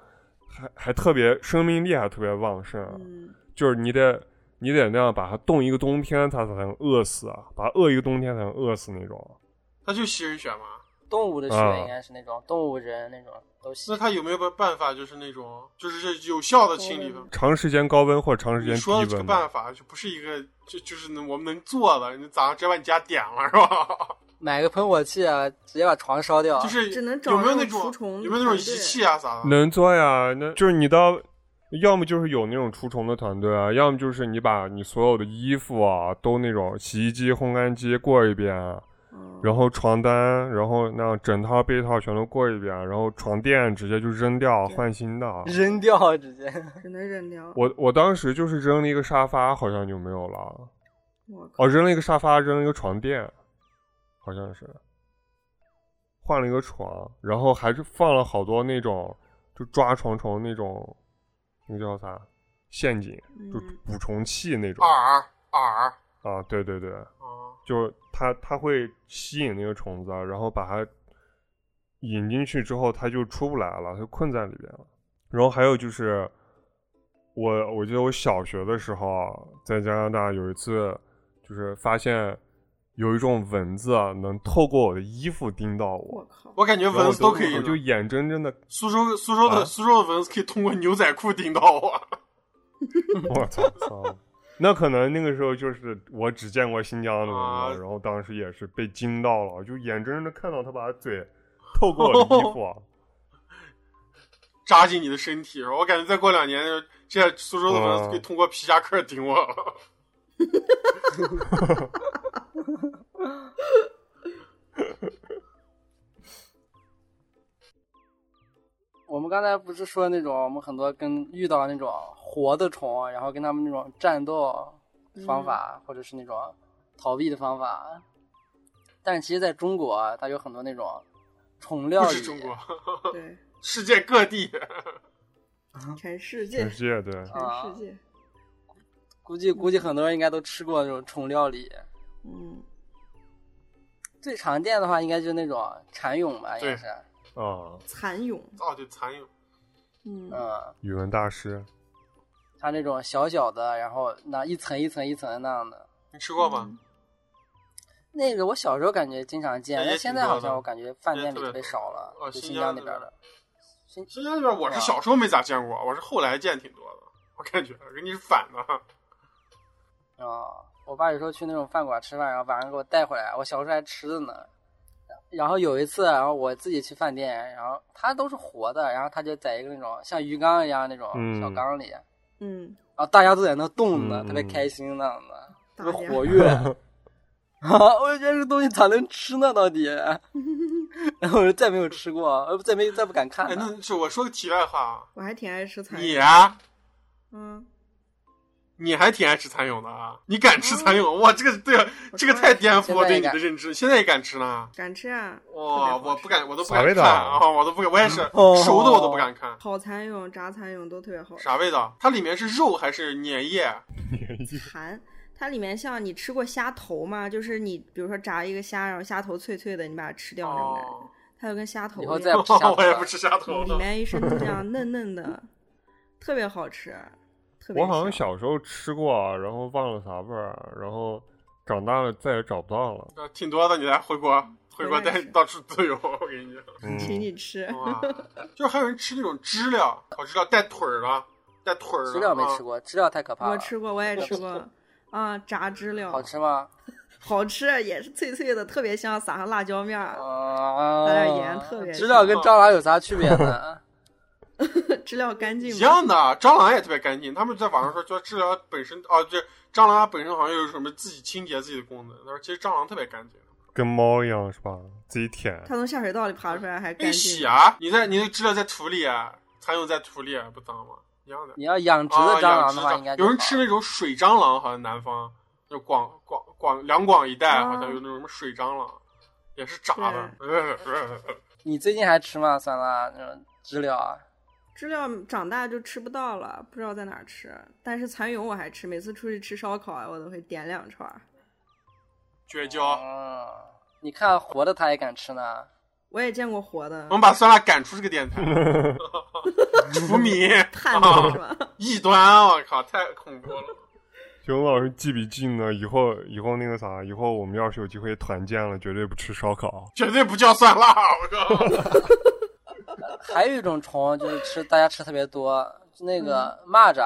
S5: 还还特别生命力还特别旺盛，啊
S1: 嗯，
S5: 就是你得你得那样把它冻一个冬天，它才能饿死啊，把它饿一个冬天才能饿死那种。
S3: 它就吸人血嘛？
S4: 动物的血
S5: 啊
S4: 应该是那种动物人那种都吸
S3: 那。它有没有办办法，就是那种，就是有效的清理它？
S1: 哦
S5: 长时间高温或者长时
S3: 你
S5: 间低
S3: 说的这个
S5: 温的
S3: 办法就不是一个，就就是能我们能做的。你咋直接把你家点了是吧？
S4: 买个喷火器啊，直接把床烧掉。
S3: 就是
S1: 哦只能找
S3: 有没有那
S1: 那种除
S3: 种
S1: 虫
S3: 有没有那种
S1: 团队
S3: 仪器啊啥的？
S5: 能做呀，那就是你到，要么就是有那种除虫的团队啊，要么就是你把你所有的衣服啊都那种洗衣机、烘干机过一遍，啊
S1: 嗯
S5: 然后床单，然后那样枕套、被套全都过一遍，啊然后床垫直接就扔掉，换新的。啊
S4: 扔掉啊直接， (laughs)
S1: 只能扔掉。
S5: 我我当时就是扔了一个沙发，好像就没有了。
S1: 我靠，
S5: 哦，扔了一个沙发，扔了一个床垫，好像是，换了一个床，然后还是放了好多那种就抓床虫那种，那个叫啥陷阱，就
S1: 嗯
S5: 捕虫器那种、
S3: 饵饵
S5: 啊，对对对，
S3: 啊，
S5: 就是它它会吸引那个虫子，啊然后把它引进去之后，它就出不来了，它就困在里边了。然后还有就是，我我记得我小学的时候啊在加拿大有一次，就是发现有一种蚊子啊能透过我的衣服叮到我，
S1: 我靠，
S3: 我感觉
S5: 然后
S3: 蚊
S5: 我
S3: 子
S5: 就
S3: 都可以
S5: 我
S3: 呢。
S5: 就眼睁睁的，
S3: 苏州苏州的
S5: 啊
S3: 苏州的蚊子可以通过牛仔裤叮到我。
S5: 我操！操啊那可能那个时候就是我只见过新疆的蚊子，
S3: 啊
S5: 然后当时也是被惊到了，就眼睁睁的看到它把嘴
S3: (laughs)
S5: 透过我的衣服啊。
S3: 扎进你的身体，我感觉再过两年，这些苏州的蚊子
S5: 嗯
S3: 会通过皮夹克顶我了。
S4: 我们刚才不是说那种我们很多跟遇到那种活的虫，然后跟他们那种战斗
S3: 嗯
S4: 方法，或者是那种逃避的方法。但其实在中国，啊它有很多那种虫料
S3: 不
S4: 理，
S3: 是中国，
S1: 对，
S3: 世界各地。嗯
S1: 全世界，
S5: 全
S1: 全
S5: 世界对，
S4: 啊
S1: 世界，
S4: 估计估计很多人应该都吃过那种虫料理。
S1: 嗯，
S4: 最常见的话，应该就是那种蚕蛹吧，应该是，
S5: 啊，
S1: 蚕蛹，
S3: 哦，对，蚕蛹。
S1: 嗯，
S3: 啊
S4: 嗯，
S5: 语文大师，
S4: 它那种小小的，然后那一层一层一层那样的。
S3: 你吃过吗？
S4: 那个我小时候感觉经常见，
S3: 也
S4: 但现在好像我
S3: 挺
S4: 感觉饭店
S3: 也
S4: 里
S3: 特别
S4: 特别少了，
S3: 哦
S4: 就
S3: 新
S4: 新
S3: 疆
S4: 疆
S3: 那边
S4: 那边
S3: 儿
S4: 的。新
S3: 新疆那边我是小时候没咋见过，我是后来见挺多的。我感觉跟你是反的。
S4: 哦啊、我爸有时候去那种饭馆吃饭，然后晚上给我带回来，我小时候还吃的呢。然后有一次，然后我自己去饭店，然后它都是活的，然后它就在一个那种像鱼缸一样那种
S5: 嗯
S4: 小缸里，
S1: 嗯，
S4: 然后大家都在那动呢，
S5: 嗯
S4: 特别开心那样子，
S1: 大
S4: 特
S1: 家
S4: 别
S1: (laughs)
S4: 活跃。啊！我就觉得这东西咋能吃呢？
S1: (laughs)
S4: 到底？然后我就再没有吃过，呃，再没再不敢看
S3: 哎，
S4: 了。
S3: 那是我说个题外
S4: (laughs)
S3: 话，啊
S1: 我还挺爱吃蚕蛹。
S3: 你啊，
S1: 嗯，
S3: 你还挺爱吃蚕蛹的啊？你敢吃蚕蛹？哇，这个对啊，
S1: 我
S3: 这个
S1: 当
S3: 太
S1: 然
S3: 颠覆我对
S4: 嗯现在也
S3: 你的
S4: 敢
S3: 认知。现在也敢吃呢？
S1: 敢吃啊！
S3: 哇，
S1: 特别好
S3: 我
S1: 吃
S3: 不敢，我都不
S5: 啥
S3: 敢
S5: 味道
S3: 看啊！我都不敢，我也是
S4: 哦
S3: 熟的我都不敢看。
S1: 烤蚕蛹、炸蚕蛹都特别好吃。
S3: 啥味道？它里面是肉还是粘液？啊
S1: 蚕，它里面像你吃过虾头吗？就是你比如说炸一个虾，然后虾头脆脆的，你把它吃掉那种感觉。
S3: 哦，
S1: 它有跟虾头
S4: 以后
S1: 一
S4: 再也
S1: 样，
S4: 不吃虾头了
S3: (laughs) 我也不吃虾头
S1: 里
S3: 了。
S1: 面一身这
S4: (laughs)
S1: 样嫩嫩的，特别好吃。特别
S5: 我好像
S1: 香
S5: 小时候吃过，啊然后忘了啥味儿，啊然后长大了再也找不到了。
S3: 呃 (laughs) 挺多的，你来回国，回国
S1: 回来
S3: 带
S1: 吃
S3: 到处都有，我跟 (laughs) 你讲。
S1: 请
S5: 嗯，
S1: 你吃。
S3: 哇，就是还有人吃那种知了，烤知了带腿儿的，带腿儿的。啊
S4: 知了没吃
S3: 过。
S4: 过，知了太可怕了。
S1: 我吃过，我也吃过。啊，炸知了
S4: 嗯好吃吗？
S1: 好吃也是脆脆的，特别香，撒上辣椒面儿，
S4: 啊，
S1: 撒点盐特别
S4: 知了跟
S3: 香
S4: 蟑螂有啥区别
S3: (laughs)
S4: 呢？
S1: (laughs) 知了干净
S3: 一
S1: 吗？
S3: 样的，蟑螂也特别干净。他们在网上说，说治疗本身啊，这蟑螂它本身好像有什么自己清洁自己的功能。他说，其实蟑螂特别干净，
S5: 跟猫一样是吧？自己舔。
S1: 它从下水道里爬出来还
S3: 可
S4: 哎
S3: 以
S1: 干
S3: 洗
S1: 净。
S3: 啊。你在你的治疗在土里，啊，蚕蛹在土里啊不脏吗？一样的。
S4: 你要养殖的
S3: 啊，
S4: 蟑螂
S3: 养
S4: 的
S3: 殖
S4: 话，应该就
S3: 有人
S4: 好
S3: 吃那种水蟑螂，好像南方就广广广两广一带，好像有那种什么水蟑螂，也是炸的。
S4: 你最近还吃吗？酸辣那种知了啊？
S1: 知了长大就吃不到了，不知道在哪儿吃。但是蚕蛹我还吃，每次出去吃烧烤啊，我都会点两串儿。
S3: 绝交！
S4: 嗯，你看活的他也敢吃呢。
S1: 我也见过活的
S4: 嗯
S3: 我，们把酸辣赶出这个电台，除民
S1: 叛
S4: 啊
S1: 徒是吧？
S3: 异端，啊我靠，太恐怖了。
S5: 熊老师记笔记呢，以后以后那个啥，以后我们要是有机会团建了，绝对不吃烧烤。
S3: 绝对不叫酸辣，我靠！
S4: 还有一种虫就是吃大家吃特别多，就那个
S1: 嗯
S4: 蚂蚱，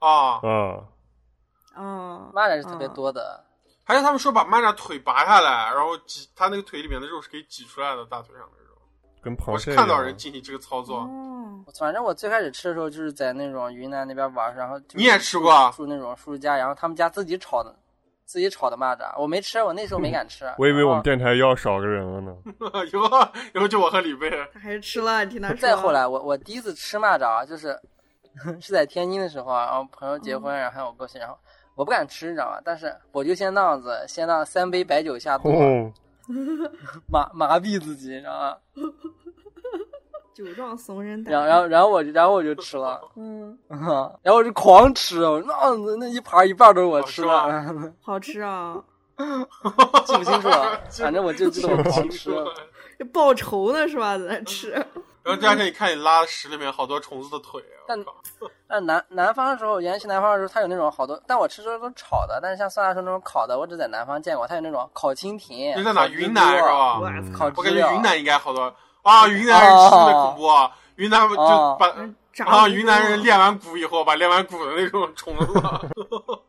S3: 啊，
S5: 嗯，
S1: 哦，
S4: 蚂蚱是特别
S1: 嗯。
S4: 多的。
S3: 还有他们说把蚂蚱腿拔下来，然后挤它那个腿里面的肉是可以挤出来的，大腿上的肉。
S5: 跟
S3: 我
S5: 螃蟹
S3: 是
S5: 一
S3: 看到人
S5: 样。啊
S3: 进行这个操作， (laughs)
S1: 哦，
S4: 反正我最开始吃的时候就是在那种云南那边玩，然后就是
S3: 你也吃过啊
S4: 住那种叔叔家，然后他们家自己炒的，自己炒的蚂蚱，我没吃，我那时候没敢吃。
S5: 我以为
S4: 然
S5: 我
S4: 后
S5: 们电台要少个人了呢。
S3: 以后以后就我和李贝，
S1: 他还是吃了，你听他说。
S4: 再后来，我我第一次吃蚂蚱啊，就是 (laughs) 是在天津的时候啊，然后朋友结婚，然后喊我过去，然后我不敢吃，你知道吗？但是我就先那样子，先让三杯白酒下肚，
S5: 哦，
S4: 麻麻痹自己，你知道吗？
S1: 酒壮怂人胆。
S4: 然后然后然后我就然后我就吃了， (laughs)
S1: 嗯，
S4: 然后我就狂吃，我那那一盘一半都是我吃
S3: 哦
S4: (laughs) 的，
S1: 好吃啊！
S4: 记不清
S3: (laughs)
S4: 楚了，反正我就记得我狂吃了。
S1: 这 (laughs) 报仇呢是吧？在那吃，
S3: 然后第二天你看你拉的屎里面好多虫子的腿，啊
S4: 但
S3: 我靠
S4: 但南南方的时候，原来去南方的时候，它有那种好多，但我吃的都是炒的，但是像酸辣说那种烤的，我只在南方见过。它有那种烤蜻
S3: (laughs)
S4: 蜓，
S3: 就在哪
S4: 烤蜘蛛
S3: 云南是吧？
S1: 我
S5: 嗯
S4: 烤
S3: 我
S4: 知
S3: 感觉
S4: 了，
S3: 云南应该好多啊，云南人吃的恐怖，啊，云南就
S4: 哦
S3: 把
S1: 炸
S3: 啊，
S1: 猪
S3: 云南人
S1: 肉
S3: 练完蛊以后，把练完蛊的那种虫子，啊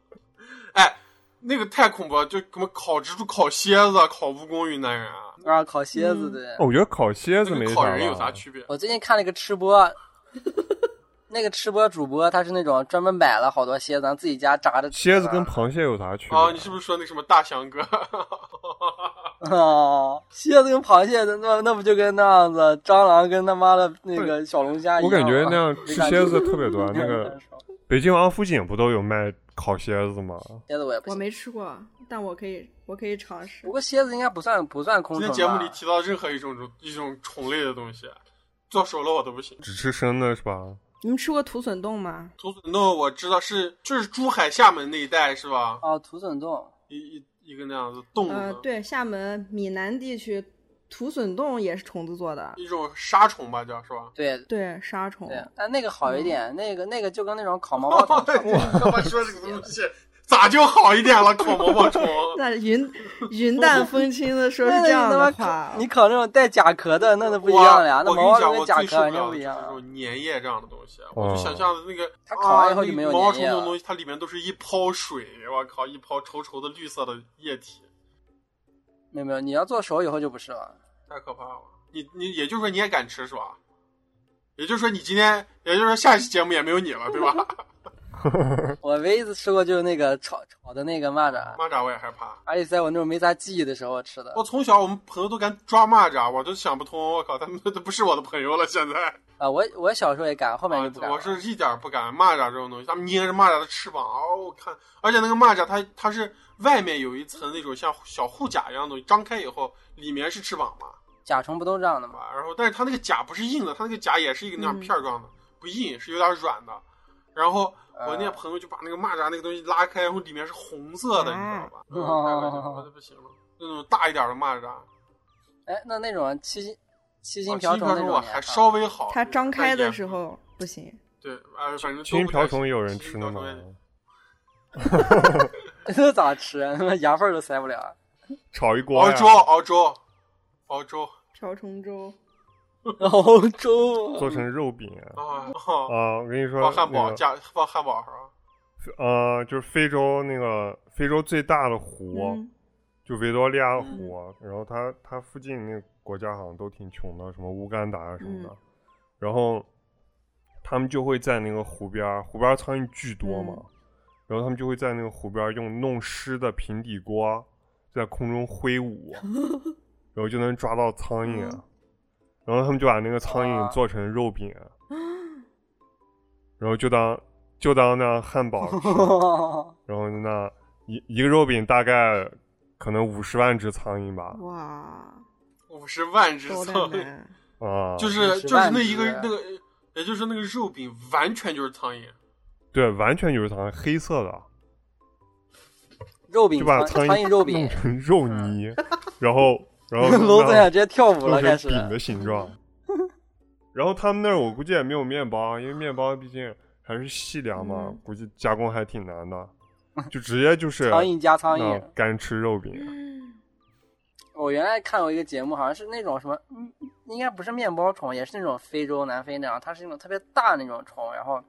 S3: (laughs) 哎，那个太恐怖了，就什么烤蜘蛛、烤蝎子、啊烤蜈蚣，云南人啊，
S4: 啊，烤蝎子对。
S5: 哦我觉得烤蝎子
S3: 那
S5: 没
S3: 跟
S5: 啥
S3: 烤
S5: 吧。
S3: 人有啥区别？
S4: 我最近看了一个吃播， (laughs) 那个吃播主播他是那种专门买了好多蝎子，然后自己家炸着吃的。
S5: 蝎子跟螃蟹有啥区别？
S3: 啊，你是不是说那什么大翔哥？ (laughs)
S4: 哦， (laughs) 蝎子跟螃蟹，那那那不就跟那样子，蟑螂跟他妈的那个小龙虾一样
S5: 我
S4: 吗？
S5: 感觉那样吃蝎子特别多。
S4: 没
S5: 那
S4: 感觉
S5: 个北京王府井不都有卖烤蝎子吗？
S4: (laughs) 蝎子我也不
S1: 我
S4: 行。
S1: 没吃过，但我可以，我可以尝试
S4: 不。过蝎子应该不算不算空
S3: 今
S4: 虫
S3: 天
S4: 吧？
S3: 节目里提到任何一种一种虫类的东西，啊做熟了我都不行。
S5: 只吃生的是吧？
S1: 你们吃过土笋冻吗？
S3: 土笋冻我知道是就是珠海厦门那一带是吧？
S4: 哦，土笋冻，
S3: 一一一个那样子冻
S1: 呃
S3: 的，，
S1: 对，厦门闽南地区土笋冻也是虫子做的，
S3: 一种杀虫吧叫是吧？
S4: (laughs) 对
S1: 对，啊杀虫。
S4: 对，
S3: 嗯
S4: 但那个好一点，那个那个就跟那种
S3: (laughs)
S4: 烤毛毛虫差不多。
S3: 你他妈说这个东西咋就好一点了？烤毛
S4: (laughs)
S3: 毛虫，
S1: 那 (laughs) 云云淡风轻的说是
S4: 那
S1: 这样
S4: 那
S1: 的
S4: 你他妈
S1: 话 (laughs)
S4: 烤，你烤那种带甲壳的，那都不一样了呀。
S3: 我
S4: 那
S3: 我跟
S4: 毛毛
S3: 你讲，我
S4: 虫跟甲
S3: 最
S4: 壳
S3: 受不
S4: 完
S3: 了的
S4: 全不
S3: 就
S4: 一
S3: 是
S4: 样
S3: 这
S4: 了。
S3: 种粘液这样的东西，啊我就想象的那个
S4: 它烤完以后
S3: 啊
S4: 就
S3: 那
S4: 没有
S3: 毛毛虫
S4: 粘液
S3: 这种
S4: 了
S3: 东西，它里面都是一泡水，我靠，一泡稠稠的绿色的液体。
S4: 没有没有，你要做熟以后就不是了。
S3: 太可怕了。你你也就是说你也敢吃是吧？也就是说你今天，也就是说下期节目也没有你了，对吧？
S4: 我唯一一次吃过就是那个炒炒的那个蚂蚱，
S3: 蚂蚱我也害怕。
S4: 而且在我那种没啥记忆的时候吃的。
S3: 我从小我们朋友都敢抓蚂蚱，我都想不通，我靠，他们都不是我的朋友了。现在
S4: 啊，我我小时候也敢，后面就
S3: 啊
S4: 不敢，了。
S3: 我是一点儿不敢蚂蚱这种东西，他们捏着蚂蚱的翅膀，哦，我看，而且那个蚂蚱它它是外面有一层那种像小护甲一样的东西，张开以后里面是翅膀嘛，
S4: 甲虫不都这样的吗？
S3: 啊，然后但是它那个甲不是硬的，它那个甲也是一个那样
S1: 嗯
S3: 片儿状的，不硬，是有点软的。然后我那
S4: 呃
S3: 朋友就把那个蚂蚱那个东西拉开，然后里面是红色的，你知道吧？嗯
S4: 哦
S3: 太恶心了我都不行了。那种大一点的蚂蚱，啊
S4: 哎，那那种七星七
S3: 七
S4: 星
S3: 星
S4: 瓢
S3: 瓢
S4: 虫那
S3: 虫
S4: 种
S3: 我
S4: 你
S3: 还
S4: 吃 (laughs)
S3: 稍微好。
S1: 它张开的时
S3: 候，
S1: 候不行，
S3: 对，哎，反正
S5: 金银
S3: 都不太
S5: 瓢虫
S3: 行
S5: 也有人
S3: 七
S5: 吃
S3: 星
S5: 呢
S3: 瓢虫也
S5: 吗？
S4: 这咋吃？他妈牙缝儿都塞不了。啊
S5: 炒一锅
S3: 熬
S5: 呀
S3: 粥，熬粥，熬粥
S1: 瓢虫粥。
S5: (laughs)
S4: 欧洲
S5: 做成肉饼
S3: 啊！哦
S5: 啊！我跟你说，
S3: 放汉堡
S5: 那个
S3: 加放汉堡是吧？
S5: 呃，就是非洲那个非洲最大的湖，
S1: 嗯，
S5: 就维多利亚湖，然后它它附近那个国家好像都挺穷的，什么乌干达啊什
S1: 嗯
S5: 么的，然后他们就会在那个湖边儿，湖边儿苍蝇巨多嘛，
S1: 嗯
S5: 然后他们就会在那个湖边儿用弄湿的平底锅在空中
S1: (laughs)
S5: 挥舞，然后就能抓到苍蝇，
S1: 嗯
S5: 然后他们就把那个苍
S4: 哇
S5: 蝇做成肉饼，
S1: (laughs)
S5: 然后就当就当那样汉
S1: (laughs)
S5: 堡吃
S4: 啊
S5: 然后那一一个肉饼大概可能五十万只苍蝇吧，
S1: 哇，
S3: (laughs) 五十万只
S1: 高
S3: 苍
S1: 蛋
S3: 蝇， (laughs)
S1: 白，
S5: 啊、
S3: 就是
S4: 50
S3: 就是
S4: 万
S3: 那一个
S4: 只啊
S3: 那个，也就是那个肉饼完全就是苍蝇。
S5: 对，完全就是苍蝇，黑色的，
S4: (laughs) 肉饼
S5: 就把
S4: 苍
S5: 苍
S4: 蝇肉饼
S5: 弄，成肉泥，然后 (laughs) 然后
S4: (laughs) 楼子
S5: 让
S4: 想直接跳舞了，
S5: 弄
S4: 开始。
S5: 成饼的形状。然后他们那儿我估计也没有面包，啊因为面包毕竟还是细粮嘛，
S1: 嗯
S5: 估计加工还挺难的，就直接就是
S4: 苍蝇加苍
S5: 那
S4: 蝇，
S5: 干吃肉饼，
S4: 我原来看过一个节目，好像是那种什么，嗯，应该不是面包虫，也是那种非洲、南非那样，它是那种特别大那种虫，然后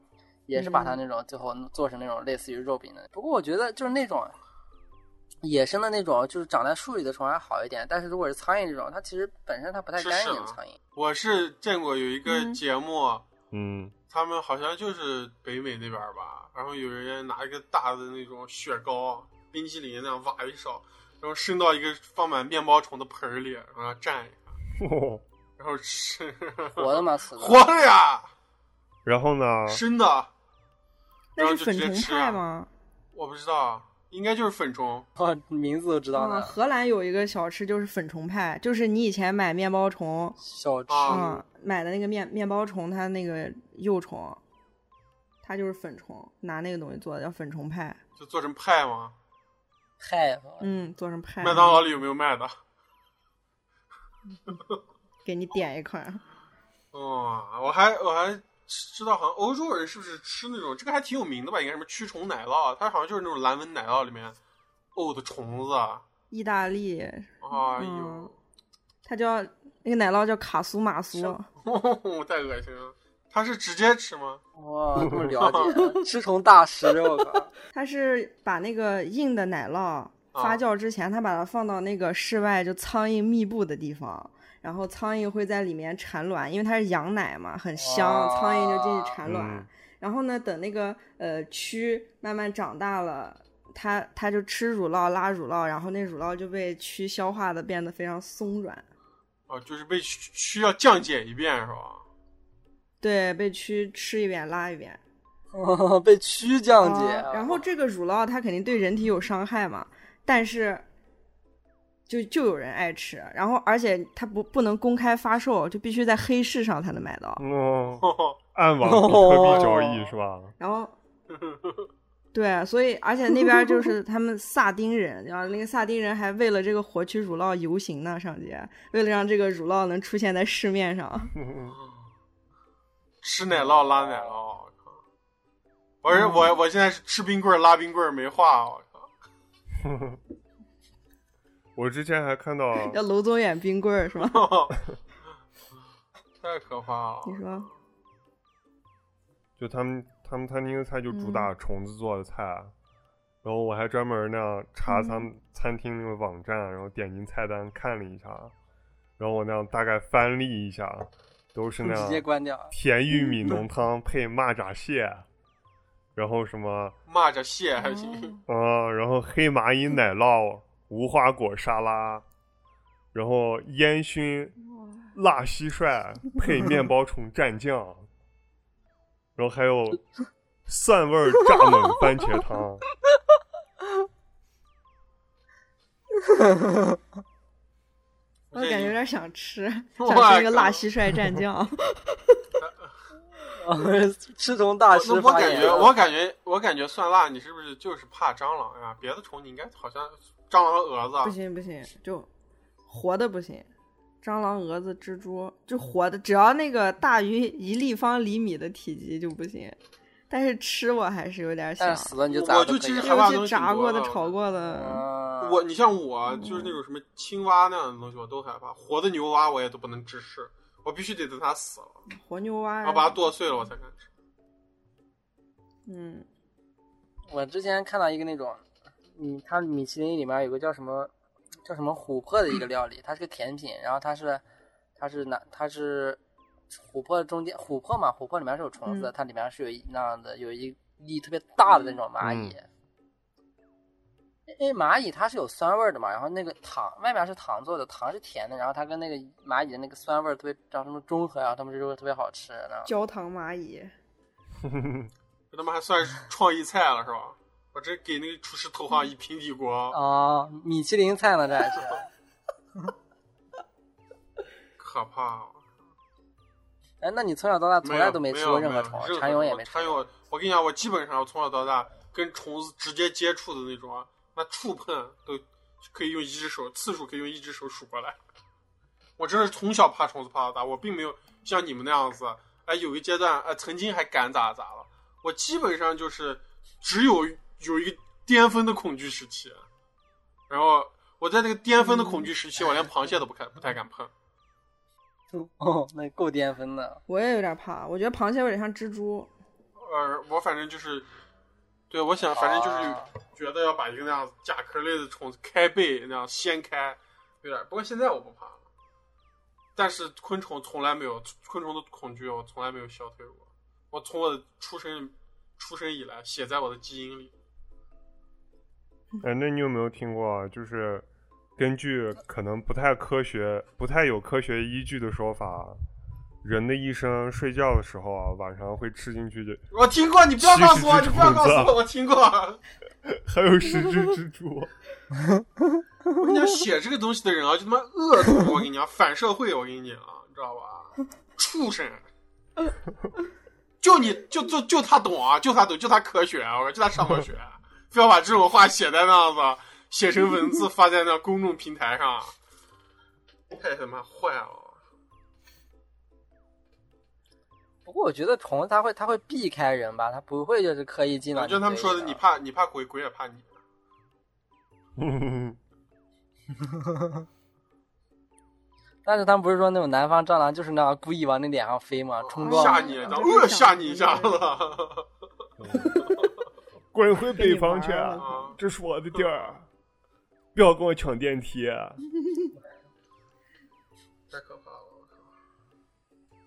S4: 也是把
S5: 嗯
S4: 它那种最后做成那种类似于肉饼的。不过我觉得就是那种野生的那种，就是长在树里的虫还好一点，但是如果是苍蝇这种，它其实本身它不太
S3: 是
S4: 干净
S3: 是啊。
S4: 苍蝇
S3: 我是见过有一个
S1: 嗯
S3: 节目，啊
S5: 嗯，
S3: 他们好像就是北美那边儿吧，然后有人拿一个大的那种雪糕、冰淇淋那样挖一勺，然后伸到一个放满面包虫的盆儿里，然后蘸一下，然后吃，
S4: 活的吗？死
S3: (laughs)
S4: 的。
S3: 活着呀，
S5: 然后呢，
S3: 生的，然后
S1: 那
S3: 就是
S1: 粉
S3: 直接
S1: 虫
S3: 吃
S1: 派
S3: 啊
S1: 吗？
S3: 我不知道，应该就是粉虫，
S4: 哦，名字都知道
S1: 啊，
S5: 嗯
S4: 呢。
S1: 荷兰有一个小吃就是粉虫派，就是你以前买面包虫，
S4: 小吃
S3: 啊
S1: 嗯，买的那个面面包虫，它那个幼虫，它就是粉虫，拿那个东西做的叫粉虫派，
S3: 就做成派吗？
S4: 派，
S1: 嗯，做成派，
S3: 麦当劳里有没有卖的？
S1: 给你点一块儿，
S3: 哦，我还我还知道，好像欧洲人是不是吃那种这个还挺有名的吧？应该什么驱虫奶酪，它好像就是那种蓝纹奶酪里面沤的虫子。啊
S1: 意大利，
S3: 哎
S1: 嗯
S3: 呦，
S1: 它叫那个奶酪叫卡苏马苏，
S3: (laughs) 太恶心了！它是直接吃吗？
S4: 哇，这么了
S3: (laughs)
S4: 解，吃虫大师，我靠！
S1: 它是把那个硬的奶酪发酵之前，它把它放到那个室外就苍蝇密布的地方，然后苍蝇会在里面产卵，因为它是羊奶嘛，很香，
S4: 哇
S1: 苍蝇就进去产卵。
S5: 嗯
S1: 然后呢，等那个呃蛆慢慢长大了。它它就吃乳酪拉乳酪，然后那乳酪就被蛆消化的变得非常松软，
S3: 哦，就是被需需要降解一遍是吧？ (laughs)
S1: 对，被蛆吃一遍拉一遍。
S4: (laughs) 被蛆降解
S1: 啊。然后这个乳酪它肯定对人体有伤害嘛，但是就就有人爱吃，然后而且它不不能公开发售，就必须在黑市上才能买到。
S5: 嗯，
S3: 呵呵
S5: 暗网比特币交易是吧？
S1: 然
S3: (laughs)
S1: 后，对，啊所以而且那边就是他们萨丁人，然后那个萨丁人还为了这个活蛆乳酪游行呢，上街，为了让这个乳酪能出现在市面
S3: (laughs)
S1: 上。
S3: 吃奶酪拉奶酪，我靠！我是我我现在是吃冰棍儿拉冰棍儿没话，我靠！
S5: 我之前还看到
S1: 叫楼宗远冰棍儿是吗？
S3: (laughs) 太可怕了！
S1: 你说，
S5: 就他们他们餐厅的菜就主打虫子做的菜，啊然后我还专门那样查他们餐厅那个网站，然后点进菜单看了一下，然后我那样大概翻历一下，都是那
S4: 直接
S5: 样
S4: 关嗯掉。啊
S5: 甜玉米浓汤配蚂蚱蟹，啊然后什么
S3: 蚂蚱蟹还
S1: 哦
S3: 行，
S5: 啊，然后黑蚂蚁奶酪、无花果沙拉，然后烟熏辣蟋蟀配面包虫蘸酱，然后还有蒜味儿炸冷番茄汤。
S1: 哦我感觉有点想
S3: (laughs)
S1: 吃，
S3: 我
S1: 想吃那个
S3: 靠
S1: 辣蟋蟀蘸酱。
S4: 吃虫大 (laughs) 师
S3: 那我
S4: 发
S3: 感
S4: 言
S3: 觉，我感觉，我感觉蒜辣，你是不是就是怕蟑螂呀、别的虫你应该好像蟑螂和蛾子
S1: 不
S3: 啊，
S1: 行不行，就活的不行。蟑螂、蛾子、蜘蛛，就活的，只要那个大于一立方厘米的体积就不行。但是吃我还是有点想
S4: 但，死了你就
S3: 我
S4: 咋
S3: 我
S4: 都
S3: 就
S4: 可
S3: 其
S4: 以
S3: 实害
S4: 了
S3: 怕
S1: 尤
S3: 东
S1: 其
S3: 西
S1: 炸
S3: 挺
S1: 过的、
S3: 多的
S1: 炒过的，
S4: 嗯
S3: 我你像我就是那种什么青蛙那样的东西，我都害怕，活的牛蛙我也都不能直视，我必须得等它死了，
S1: 活牛蛙
S3: 然
S1: 哎呀
S3: 后，把它剁碎了我才敢吃。
S1: 嗯，
S4: 我之前看到一个那种，嗯，它米其林里面有个叫什么叫什么琥珀的一个料理，它是个甜品，然后它是它是拿它是琥珀中间琥珀嘛，琥珀里面是有虫子的，
S1: 嗯
S4: 它里面是有一那样的有一粒特别大的那种蚂蚁。因为蚂蚁它是有酸味儿的嘛，然后那个糖外面是糖做的，糖是甜的，然后它跟那个蚂蚁的那个酸味儿特别让它们中和，然啊后它们就特别好吃。然后
S1: 焦糖蚂蚁，
S3: 这他妈还算是创意菜了是吧？我这给那个厨师投放一平底锅，
S4: 啊，米其林菜呢，这还是。
S3: 可怕。
S4: 哎，那你从小到大从
S3: 没
S4: 来
S3: 有
S4: 都
S3: 没
S4: 吃
S3: 有
S4: 过任何
S3: 没有
S4: 虫，
S3: 任
S4: 蚕蛹
S3: 何
S4: 也
S3: 虫
S4: 没吃
S3: 蚕
S4: 过。
S3: 蛹，我跟你讲，我基本上我从小到大跟虫子直接接触的那种啊，那触碰都可以用一只手，次数可以用一只手数过来。我真是从小怕虫子怕到大，我并没有像你们那样子，哎，有一阶段，哎，曾经还敢咋咋了。我基本上就是只有有一个巅峰的恐惧时期，啊然后我在那个巅峰的恐惧时期，我连螃蟹都不敢不太敢碰。
S4: 哦， (laughs) 那够巅峰的。
S1: 我也有点怕，我觉得螃蟹有点像蜘蛛，
S3: 呃，我反正就是，对我想，反正就是
S4: 啊
S3: 觉得要把一个那样甲壳类的虫子开背那样掀开，有点。不过现在我不怕了，但是昆虫从来没有昆虫的恐惧，我从来没有消退过。我从我的出生出生以来，写在我的基因里。
S5: 哎，那你有没有听过啊？就是根据可能不太科学、不太有科学依据的说法，人的一生睡觉的时候啊，晚上会吃进去的，
S3: 我听过，你不要
S5: 其实
S3: 告诉我，
S5: 是
S3: 你不要
S5: 虫
S3: 告诉
S5: 子啊
S3: 我，我听过。
S5: (laughs) 还有十只蜘蛛。
S3: 我跟你讲，写这个东西的人啊，就他妈恶毒！我跟你讲，反社会！我跟你讲，啊你知道吧？畜生！就你就就就他懂啊，就他懂，就他科学，啊我说就他上过学，非要把这种话写在那样子，写成文字发在那公众平台上，太他妈坏了！
S4: 不过我觉得虫它会它会避开人吧，它不会就是刻意进
S3: 我
S4: 来。
S3: 觉得他们说的，你怕你怕鬼，鬼也怕你。
S4: 但是他们不是说那种南方蟑螂就是那样故意往你脸上飞吗？冲撞
S3: 吓
S4: 你
S3: 你，
S1: 我
S3: 然后
S1: 真
S3: 呃
S1: 想
S3: 吓你一下子，
S5: (laughs) 滚回北方去
S1: 跟你玩儿了
S3: 啊！
S5: 这是我的地儿，啊不要跟我抢电梯。啊
S3: 太可怕了！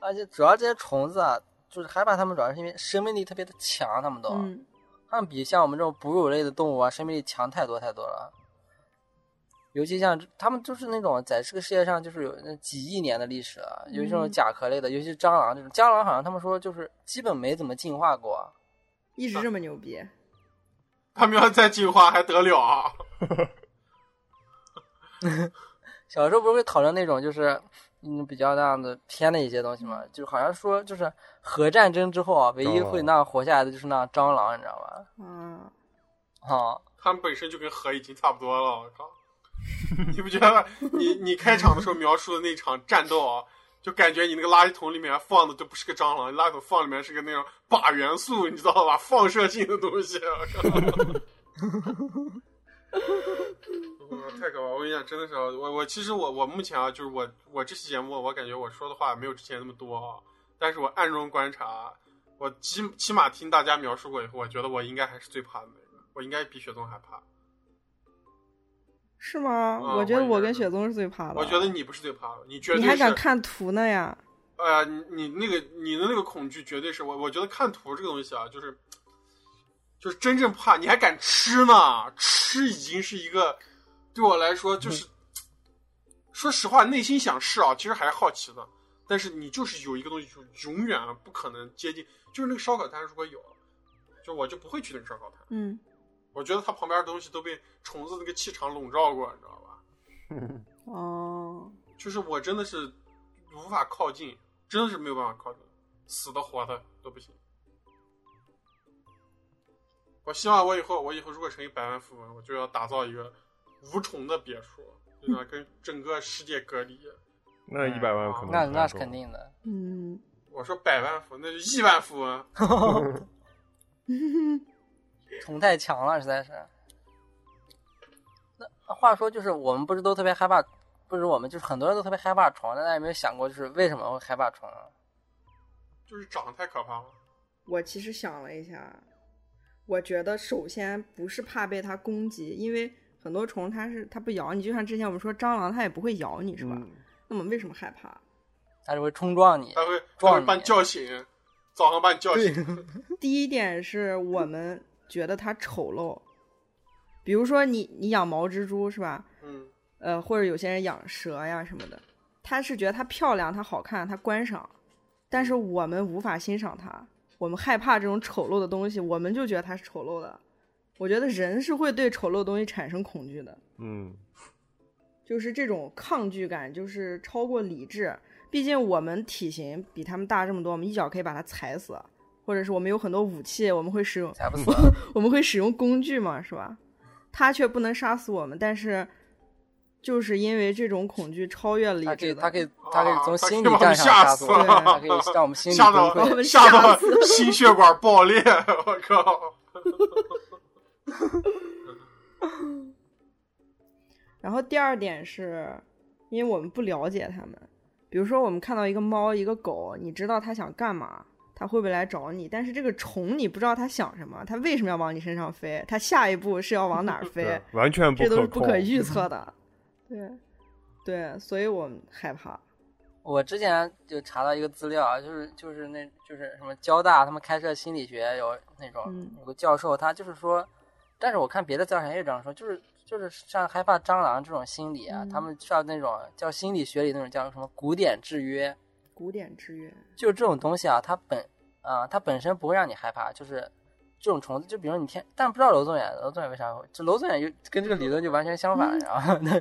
S4: 而且主要这些虫子啊，就是害怕它们，主要是因为生命力特别的强，它们都，
S1: 嗯，
S4: 它们比像我们这种哺乳类的动物啊，生命力强太多太多了。尤其像它们就是那种在这个世界上就是有那几亿年的历史了，尤其这种
S1: 嗯
S4: 甲壳类的，尤其是蟑螂这种，蟑螂好像他们说就是基本没怎么进化过。
S1: 一
S3: 嗯
S1: 直这么牛逼，
S3: (laughs) 他们要再进化还得了啊？
S4: 小时候不是会讨论那种就是嗯比较那样的偏的一些东西嘛，就好像说就是核战争之后啊，唯一
S5: 蟑螂
S4: 会那样活下来的就是那样蟑螂，你知道
S1: 啊，
S4: 吧？啊，
S3: 他们本身就跟河已经差不多了，我靠！你不觉得你你开场的时候描述的那场战斗啊，就感觉你那个垃圾桶里面放的都不是个蟑螂，垃圾桶放里面是个那种靶元素，你知道吧？放射性的东西，我靠！嗯太可怕！我跟你讲，真的是啊我我其实我我目前啊，就是我我这期节目，我感觉我说的话没有之前那么多啊，但是我暗中观察，我起起码听大家描述过以后，我觉得我应该还是最怕的那个，我应该比雪松还怕。
S1: 是吗？
S3: 嗯
S1: 我觉得
S3: 我也觉
S1: 我
S3: 得
S1: 跟雪松是最怕的。
S3: 我觉得你不是最怕的，你绝对
S1: 你
S3: 是。
S1: 还敢看图呢呀？
S3: 哎呀，你你那个你的那个恐惧绝对是我，我觉得看图这个东西啊，就是就是真正怕，你还敢吃呢？吃已经是一个对我来说
S1: 嗯
S3: 就是、说实话，内心想试啊，其实还是好奇的，但是你就是有一个东西就永远啊不可能接近，就是那个烧烤摊如果有，就我就不会去那个烧烤摊，
S1: 嗯，
S3: 我觉得它旁边的东西都被虫子那个气场笼罩过，你知道吧？
S1: 哦，
S3: 就是我真的是无法靠近，真的是没有办法靠近，死的活的都不行。我希望我以后，我以后如果成为百万富翁，我就要打造一个无虫的别墅，就
S4: 嗯
S3: 要跟整个世界隔离。
S5: 那一百万可能
S4: 那
S5: 不太
S4: 那是
S5: 够
S4: 肯。定的。
S1: 嗯，
S3: 我说百万富翁，那就亿万富翁。
S4: (laughs) 宠太强了，实在是。那话说，就是我们不是都特别害怕，不是我们，就是很多人都特别害怕虫，但大家有没有想过，就是为什么会害怕虫啊？
S3: 就是长得太可怕了。
S1: 我其实想了一下，我觉得首先不是怕被它攻击，因为很多虫它是它不咬你，就像之前我们说蟑螂它也不会咬你，是吧？
S5: 嗯
S1: 那我们为什么害怕？
S4: 它是会冲撞你，
S3: 他会他
S4: 撞
S3: 会
S4: 你
S3: 把你叫醒，早上把你叫醒。
S1: 第一点是我们觉得它丑陋，比如说你你养毛蜘蛛是吧？
S3: 嗯，
S1: 呃，或者有些人养蛇呀什么的，他是觉得它漂亮、它好看、它观赏，但是我们无法欣赏它，我们害怕这种丑陋的东西，我们就觉得它是丑陋的。我觉得人是会对丑陋的东西产生恐惧的，
S5: 嗯，
S1: 就是这种抗拒感，就是超过理智。毕竟我们体型比他们大这么多，我们一脚可以把它踩死，或者是我们有很多武器，我们会使用
S4: 踩不死。
S1: 我们会使用工具嘛，是吧？它却不能杀死我们，但是就是因为这种恐惧超越理
S4: 它可以，
S1: 智的，
S4: 它可以，它可以从心理
S3: 啊它可以把我
S4: 战
S3: 们
S4: 上
S3: 吓
S4: 杀
S3: 死
S4: 死我们，
S1: 了
S4: 它可以让我们心理
S3: 吓
S4: 崩
S3: 到
S4: 溃。
S1: 们
S3: 吓
S1: 吓
S3: 到
S1: 死
S3: 心血管爆裂，我靠！
S1: 然后第二点是，因为我们不了解他们，比如说我们看到一个猫、一个狗，你知道它想干嘛，它会不会来找你？但是这个虫你不知道它想什么，它为什么要往你身上飞？它下一步是要往哪儿飞
S5: 对？，完全不
S1: 这都是不
S5: 控。
S1: 可预测的。对，对，所以我们害怕。
S4: 我之前就查到一个资料啊，就是就是那就是什么交大他们开设心理学有那种、
S1: 嗯
S4: 有个教授，他就是说，但是我看别的教授也这样说，就是就是像害怕蟑螂这种心理啊，
S1: 嗯
S4: 他们上那种叫心理学里那种叫什么古典制约，
S1: 古典之约，
S4: 就是这种东西啊，它本啊、它本身不会让你害怕，就是这种虫子，就比如说你天，但不知道楼宗远，楼宗远为啥会？这楼宗远就跟这个理论就完全相反，然 (laughs) 后那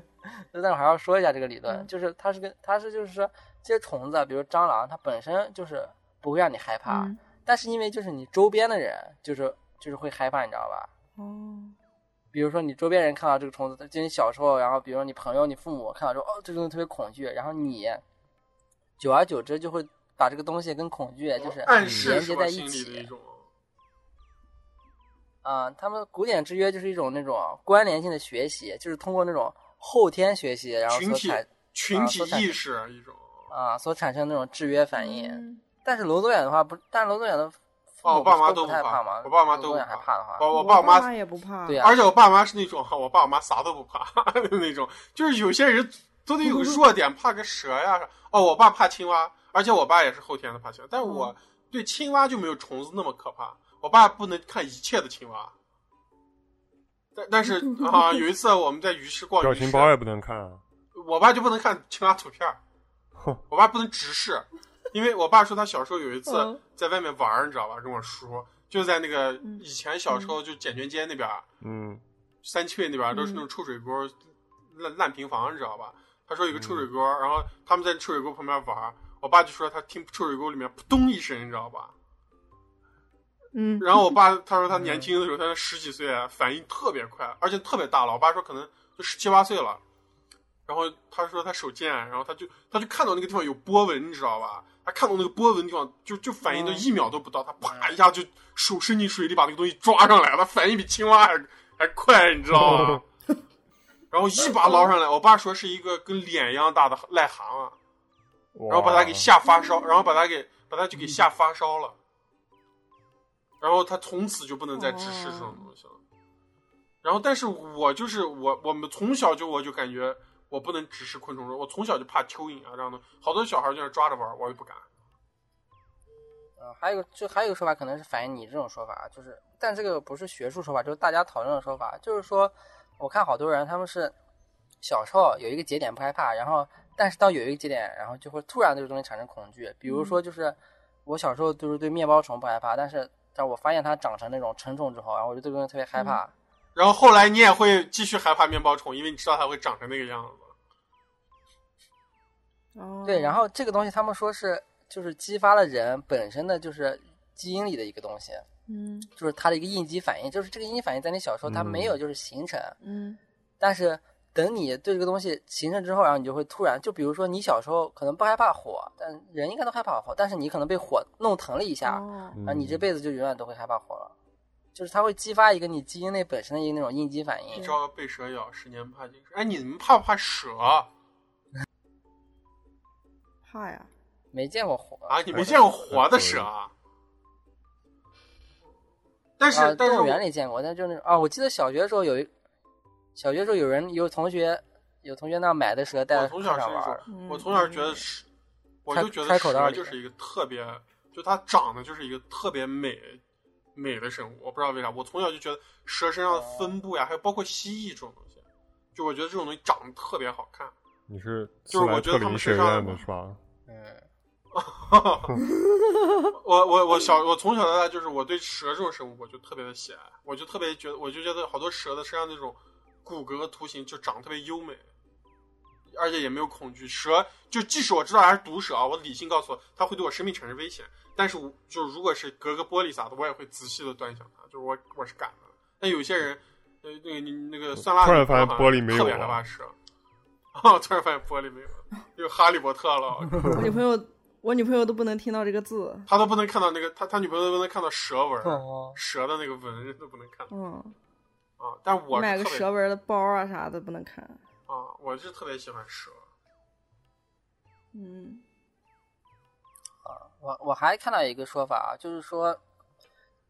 S4: 那但我还要说一下这个理论，
S1: 嗯
S4: 就是它是跟它是就是说这些虫子啊，比如蟑螂，它本身就是不会让你害怕，
S1: 嗯
S4: 但是因为就是你周边的人，就是就是会害怕，你知道吧？
S1: 哦，
S4: 比如说你周边人看到这个虫子，就你小时候，然后比如说你朋友、你父母看到之后，哦，这个东西特别恐惧，然后你久而久之就会把这个东西跟恐惧就是
S3: 暗示
S4: 连
S3: 是
S4: 接
S3: 我
S4: 在一
S3: 心里的一
S4: 起
S3: 种。
S4: 啊、他们古典制约就是一种那种关联性的学习，就是通过那种后天学习，然后
S3: 群
S4: 所
S3: 体
S4: 产
S3: 群体
S4: 啊所产
S3: 意识一种。
S4: 啊、所产生那种制约反应。
S1: 嗯
S4: 但是楼宗远的话不，但是楼宗远的父母
S3: 啊我爸妈
S4: 不是
S3: 都
S4: 不太
S3: 不怕
S4: 怕吗？
S3: 我爸妈
S4: 楼
S3: 都
S4: 宗
S3: 不
S4: 远
S3: 怕
S4: 还怕的话，
S3: 我我爸
S1: 爸
S3: 我妈
S1: 也不怕，
S4: 啊对呀、啊
S3: 而且我爸妈是那种，哈我爸我妈啥都不怕 (laughs) 那种，就是有些人都得有个弱点，怕个蛇呀。哦，我爸怕青蛙，而且我爸也是后天的怕青蛙，但是我对青蛙就没有虫子那么可怕。我爸不能看一切的青蛙，但但 (laughs) 是啊，有一次我们在鱼市逛
S5: 表
S3: 鱼
S5: 情
S3: 市，
S5: 包也不能看啊。
S3: 我爸就不能看青蛙图片儿
S5: 哼，
S3: 我爸不能直视，因为我爸说他小时候有一次
S1: 嗯
S3: 在外面玩儿，你知道吧？跟我叔就在那个
S1: 嗯
S3: 以前小时候就简泉街那边儿，
S5: 嗯，
S3: 三七位那边儿都是
S1: 嗯
S3: 那种臭水沟、烂烂平房，你知道吧？他说有个臭水沟，然后他们在臭水沟旁边玩儿，我爸就说他听臭水沟里面扑通一声，你知道吧？
S1: 嗯，
S3: 然后我爸他说他年轻的时候，他十几岁，啊反应特别快，而且特别大了。我爸说可能就十七八岁了。然后他说他手贱，然后他就他就看到那个地方有波纹，你知道吧？他看到那个波纹地方，就就反应都
S4: 嗯
S3: 一秒都不到，他啪一下就手伸进水里把那个东西抓上来，他反应比青蛙还还快，你知道吗？然后一把捞上来，我爸说是一个跟脸一样大的癞蛤蟆，然后把他给吓发烧，然后把他给把他就给吓发烧了，然后他从此就不能再直视这种东西了。然后，但是我就是我，我们从小就我就感觉我不能直视昆虫，我从小就怕蚯蚓啊这样的。好多小孩就在那抓着玩，我也不敢。
S4: 嗯，还有就还有一个说法，可能是反映你这种说法，啊就是，但这个不是学术说法，就是大家讨论的说法，就是说，我看好多人他们是小时候有一个节点不害怕，然后但是到有一个节点，然后就会突然对这东西产生恐惧。比如说，就是、我小时候就是对面包虫不害怕，但是但我发现它长成那种成虫之后，然后我就对这东西特别害怕。
S3: 然后后来你也会继续害怕面包虫，因为你知道它会长成那个样子。
S1: 哦，
S4: 对，然后这个东西他们说是就是激发了人本身的就是基因里的一个东西，
S1: 嗯
S4: 就是它的一个应激反应，就是这个应激反应在你小时候它没有
S5: 嗯
S4: 就是形成。
S1: 嗯
S4: 但是等你对这个东西形成之后，然后你就会突然，就比如说你小时候可能不害怕火，但人应该都害怕火，但是你可能被火弄疼了一下，
S1: 哦
S5: 嗯
S4: 啊，你这辈子就永远都会害怕火了。就是它会激发一个你基因内本身的一个那种应激反
S3: 一
S4: 应。
S3: 朝被蛇咬，十年怕井绳。哎，你们怕不怕蛇啊
S1: 怕呀，
S4: 没见过火
S3: 啊？你没见过活的蛇啊？但是、
S4: 啊，
S3: 但是
S4: 动物园
S3: 我
S4: 里见过，但就那种啊，我记得小学的时候有一，小学的时候有人有同学有同学那买的蛇带
S3: 我
S4: 到
S3: 从
S4: 课
S3: 小
S4: 上
S3: 是
S4: 玩
S3: 说
S4: 儿，，
S1: 嗯
S3: 我从小觉得蛇，我
S4: 揣
S3: 就觉得
S4: 揣口袋
S3: 蛇
S4: 里
S3: 就是一个特别，就它长得就是一个特别美美的生物。我不知道为啥，我从小就觉得蛇身上
S1: 哦
S3: 的分布呀，还有包括蜥蜴这种东西，就我觉得这种东西长得特别好看。
S5: 你是
S3: 就是
S5: 斯莱
S3: 我觉得
S5: 特
S3: 他
S5: 林
S3: 们
S5: 学
S3: 身上
S5: 院的是吧？
S4: 嗯，
S3: 我我我小我从小到大就是我对蛇这种生物我就特别的喜爱，我就特别觉得我就觉得好多蛇的身上那种骨骼图形就长得特别优美，而且也没有恐惧。蛇就即使我知道它是毒蛇啊，我理性告诉我它会对我生命产生危险，但是我就如果是隔个玻璃啥的，我也会仔细的端详它，就是我我是敢的。但有些人，呃，那个你那个酸辣
S5: 突然
S3: 女朋友
S5: 发现
S3: 好像
S5: 玻璃没有
S3: 特别害
S5: 了
S3: 怕蛇， (laughs) 哦，突然发现玻璃没有了，有哈利波特了。我靠
S5: (laughs)
S1: 我女朋友，我女朋友都不能听到这个字，
S3: 他都不能看到那个，他他女朋友都不能看到蛇
S4: (laughs)
S3: 纹儿，
S4: 哦，
S3: 蛇的那个纹都不能看到
S1: 嗯，
S3: 啊。但我
S1: 买个
S3: 是特别
S1: 蛇纹儿的包啊啥的不能看，
S3: 啊，我是特别喜欢蛇。
S1: 嗯
S4: 我我还看到一个说法，啊就是说，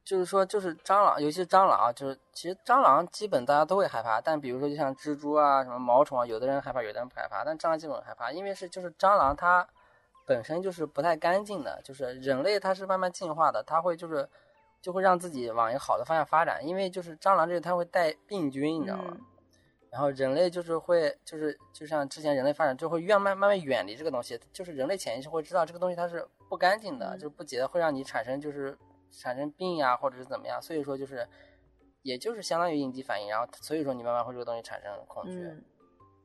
S4: 就是说，就是蟑螂，尤其是蟑螂啊，就是其实蟑螂基本大家都会害怕，但比如说就像蜘蛛啊、什么毛虫啊，有的人害怕，有的人不害怕，但蟑螂基本害怕，因为是就是蟑螂它本身就是不太干净的，就是人类它是慢慢进化的，它会就是就会让自己往一个好的方向发展，因为就是蟑螂这个它会带病菌，你知道吗？
S1: 嗯
S4: 然后人类就是会，就是就像之前人类发展，就会越慢慢慢远离这个东西，就是人类潜意识会知道这个东西它是不干净的，
S1: 嗯
S4: 就是不洁的，会让你产生就是产生病呀、或者是怎么样。所以说就是，也就是相当于应激反应，然后所以说你慢慢会对这个东西产生恐惧，
S1: 嗯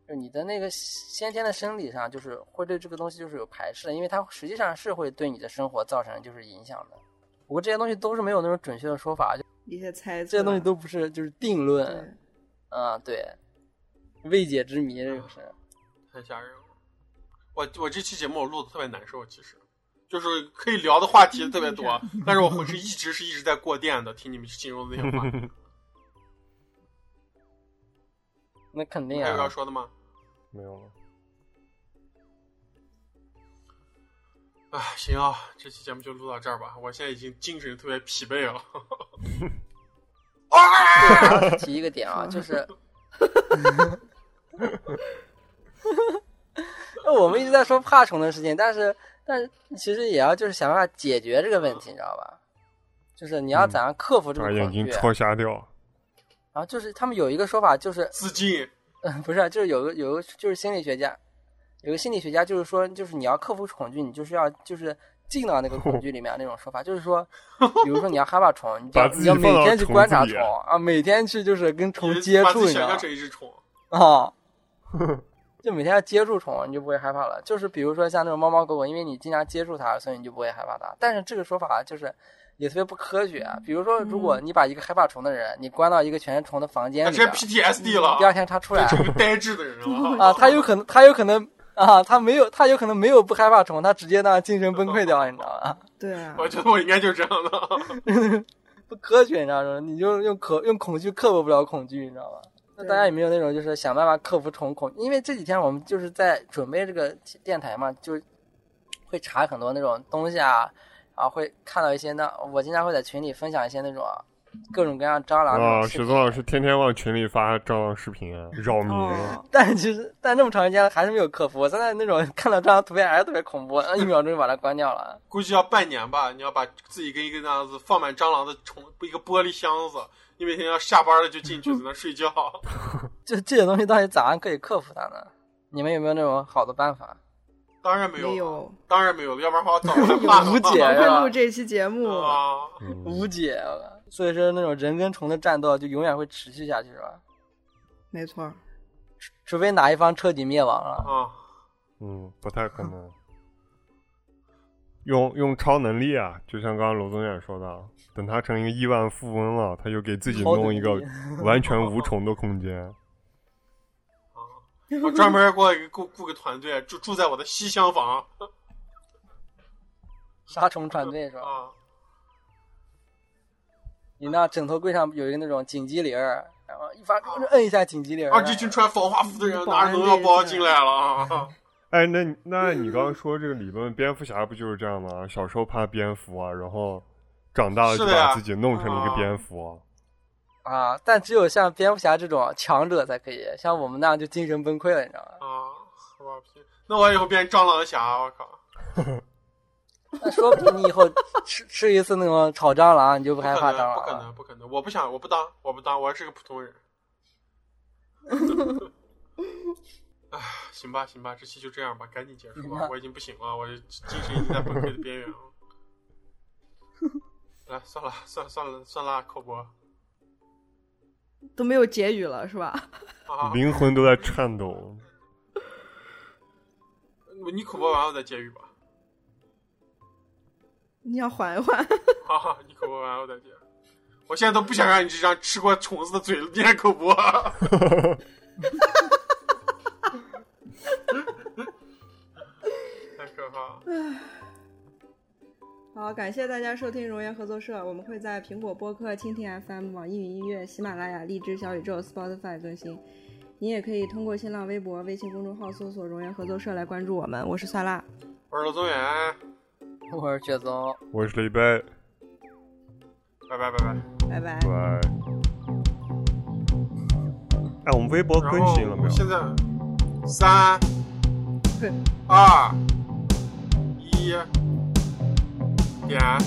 S4: 就你的那个先天的生理上就是会对这个东西就是有排斥的，因为它实际上是会对你的生活造成就是影响的。不过这些东西都是没有那种准确的说法，就
S1: 一些猜测，
S4: 这些东西都不是就是定论。
S1: 对
S4: 啊，对，未解之谜这个是。
S5: 啊
S3: 太吓人了。我我这期节目我录的特别难受，其实就是可以聊的话题特别多，
S1: (laughs)
S3: 但是我浑身一直是一直在过电的，听你们形容的那些话。
S4: (laughs) 那肯定
S3: 还有要
S4: 啊，
S3: 说的吗？
S5: 没有了。
S3: 哎，行啊，这期节目就录到这儿吧。我现在已经精神特别疲惫了。
S4: 提一个点啊，就是，那我们一直在说怕虫的事情，但是但是其实也要就是想办法解决这个问题，你知道吧？就是你要
S5: 嗯
S4: 怎样克服这个
S5: 把
S4: 恐
S5: 眼
S4: 惧
S5: 睛，戳瞎掉，
S4: 然后就是他们有一个说法，就是
S3: 自尽，
S4: (laughs) 不是，啊就是有个有个就是心理学家，有个心理学家就是说，就是你要克服恐惧，你就是要就是进到那个恐惧里面那种说法，就是说，比如说你要害怕虫，你就
S5: 把
S4: 要
S5: 自己
S4: 你要每
S5: 放到
S4: 天去
S5: 虫
S4: 观
S5: 子
S4: 察
S5: 里
S4: 虫啊，每天去就是跟虫接
S3: 把
S4: 触，
S3: 自
S4: 你
S3: 己
S4: 知
S3: 想
S4: 道吗
S3: 象？成一只虫。
S5: (laughs)
S4: 啊，就每天要接触虫，你就不会害怕了。就是比如说像那种猫猫狗狗，因为你经常接触它，所以你就不会害怕它。但是这个说法就是也特别不科学啊。比如说，如
S3: 嗯
S4: 果你把一个害怕虫的人，你关到一个全是虫的房间
S3: 他
S4: 里
S3: 啊直
S4: 边
S3: 接
S4: 儿，
S3: PTSD
S4: 第二
S3: 了，
S4: 天他出来
S3: 成个呆滞的人
S4: (laughs)
S3: 了
S4: 啊，他有可能，他有可能啊，他没有，他有可能没有不害怕虫，他直接那精神崩溃掉，你知道吗？ (laughs)
S1: 对啊，
S3: 我觉得我应该就是这样的。
S4: 不科学，你知道吗？你就用可用恐惧克服不了恐惧，你知道吧？那
S1: 对
S4: 大家有没有那种就是想办法克服虫恐？因为这几天我们就是在准备这个电台嘛，就会查很多那种东西啊，然后会看到一些那我经常会在群里分享一些那种各种各样蟑螂那
S5: 啊，
S4: 种视
S5: 雪
S4: 频
S5: 松老师天天往群里发蟑螂视频，扰
S4: 嗯
S5: 民。
S1: 哦，
S4: 但其实但这么长时间了还是没有克服。我现在那种看到蟑螂图片还是特别恐怖，嗯一秒钟就把它关掉了。
S3: 估计要半年吧。你要把自己跟一个那样子放满蟑螂的虫，一个玻璃箱子，你每天要下班了就进去，在那睡觉。
S4: 这这些东西到底咋样可以克服它呢？你们有没有那种好的办法？
S3: 当然 (laughs) 没有，
S1: 没有，
S3: 当然没有了，要不然的话我早就骂了。
S4: 无解
S1: 不
S4: 呀
S1: 会录这期节目，
S3: 啊！
S5: 嗯
S4: (laughs) 无解了。所以说那种人跟虫的战斗就永远会持续下去，是吧？
S1: 没错儿，
S4: 除非哪一方彻底灭亡了。
S3: 啊，
S5: 嗯，不太可能。用用超能力啊，就像刚刚罗总远说的，等他成一个亿万富翁了，他就给自己
S4: 超能
S5: 弄一个
S4: 力
S5: 完全无虫的空间。
S3: 我专门给我一个雇雇个团队，住住在我的西厢房
S4: 杀虫船队是吧？
S3: 啊。
S4: 你那枕头柜上有一个那种紧急铃儿，然后一发摁一下紧急铃儿。
S3: 啊，这群穿防化服的人拿着农药包进来了啊！
S5: 哎，那你那你刚刚说这个理论，蝙蝠侠不就是这样吗？小时候怕蝙蝠啊，然后长大了就是
S3: 的呀
S5: 把自己弄成了一个蝙蝠啊。
S4: 啊，但只有像蝙蝠侠这种强者才可以，像我们那样就精神崩溃了，你知道吗？
S3: 啊，我吧屁！那我以后变成蟑螂侠，我靠！
S4: 那说不定你以后 (laughs) 吃吃一次那种炒蟑螂，你就不
S3: 不
S4: 害
S3: 可
S4: 怕蟑
S3: 能，
S4: 螂
S3: 不可
S4: 了。
S3: 能，不可能！我不想，我不当，我不当，我还是个普 (laughs) 通人。哎，行吧，行吧，这期就这样吧，赶紧结束吧，我已经不行了，我精神已经在崩溃的边缘 (laughs) 了。来，算了，算算了，算了，口播
S1: 都没有结语了是吧？ (laughs)
S3: 啊！
S5: 灵魂都在颤抖。
S3: 你口播完我再结语吧。
S1: 你要缓一缓，
S3: (laughs) 哈哈，你口播完我再接。我现在都不想让你这张吃过虫子的嘴念口 (laughs) 播。太可怕了！
S1: 好，感谢大家收听熔岩合作社，我们会在苹果播客、蜻蜓 FM、网易云音乐、喜马拉雅、荔枝、小宇宙、Spotify 更新。你也可以通过新浪微博、微信公众号搜索“熔岩合作社”来关注我们。我是萨拉，
S3: 我是罗宗远，
S4: (laughs) 我是雪松，
S5: 我是雷拜，
S3: 拜拜拜拜。
S1: 拜拜。
S5: 拜。哎，我们微博更
S3: 然后
S5: 新了没有？
S3: 现在三二一点。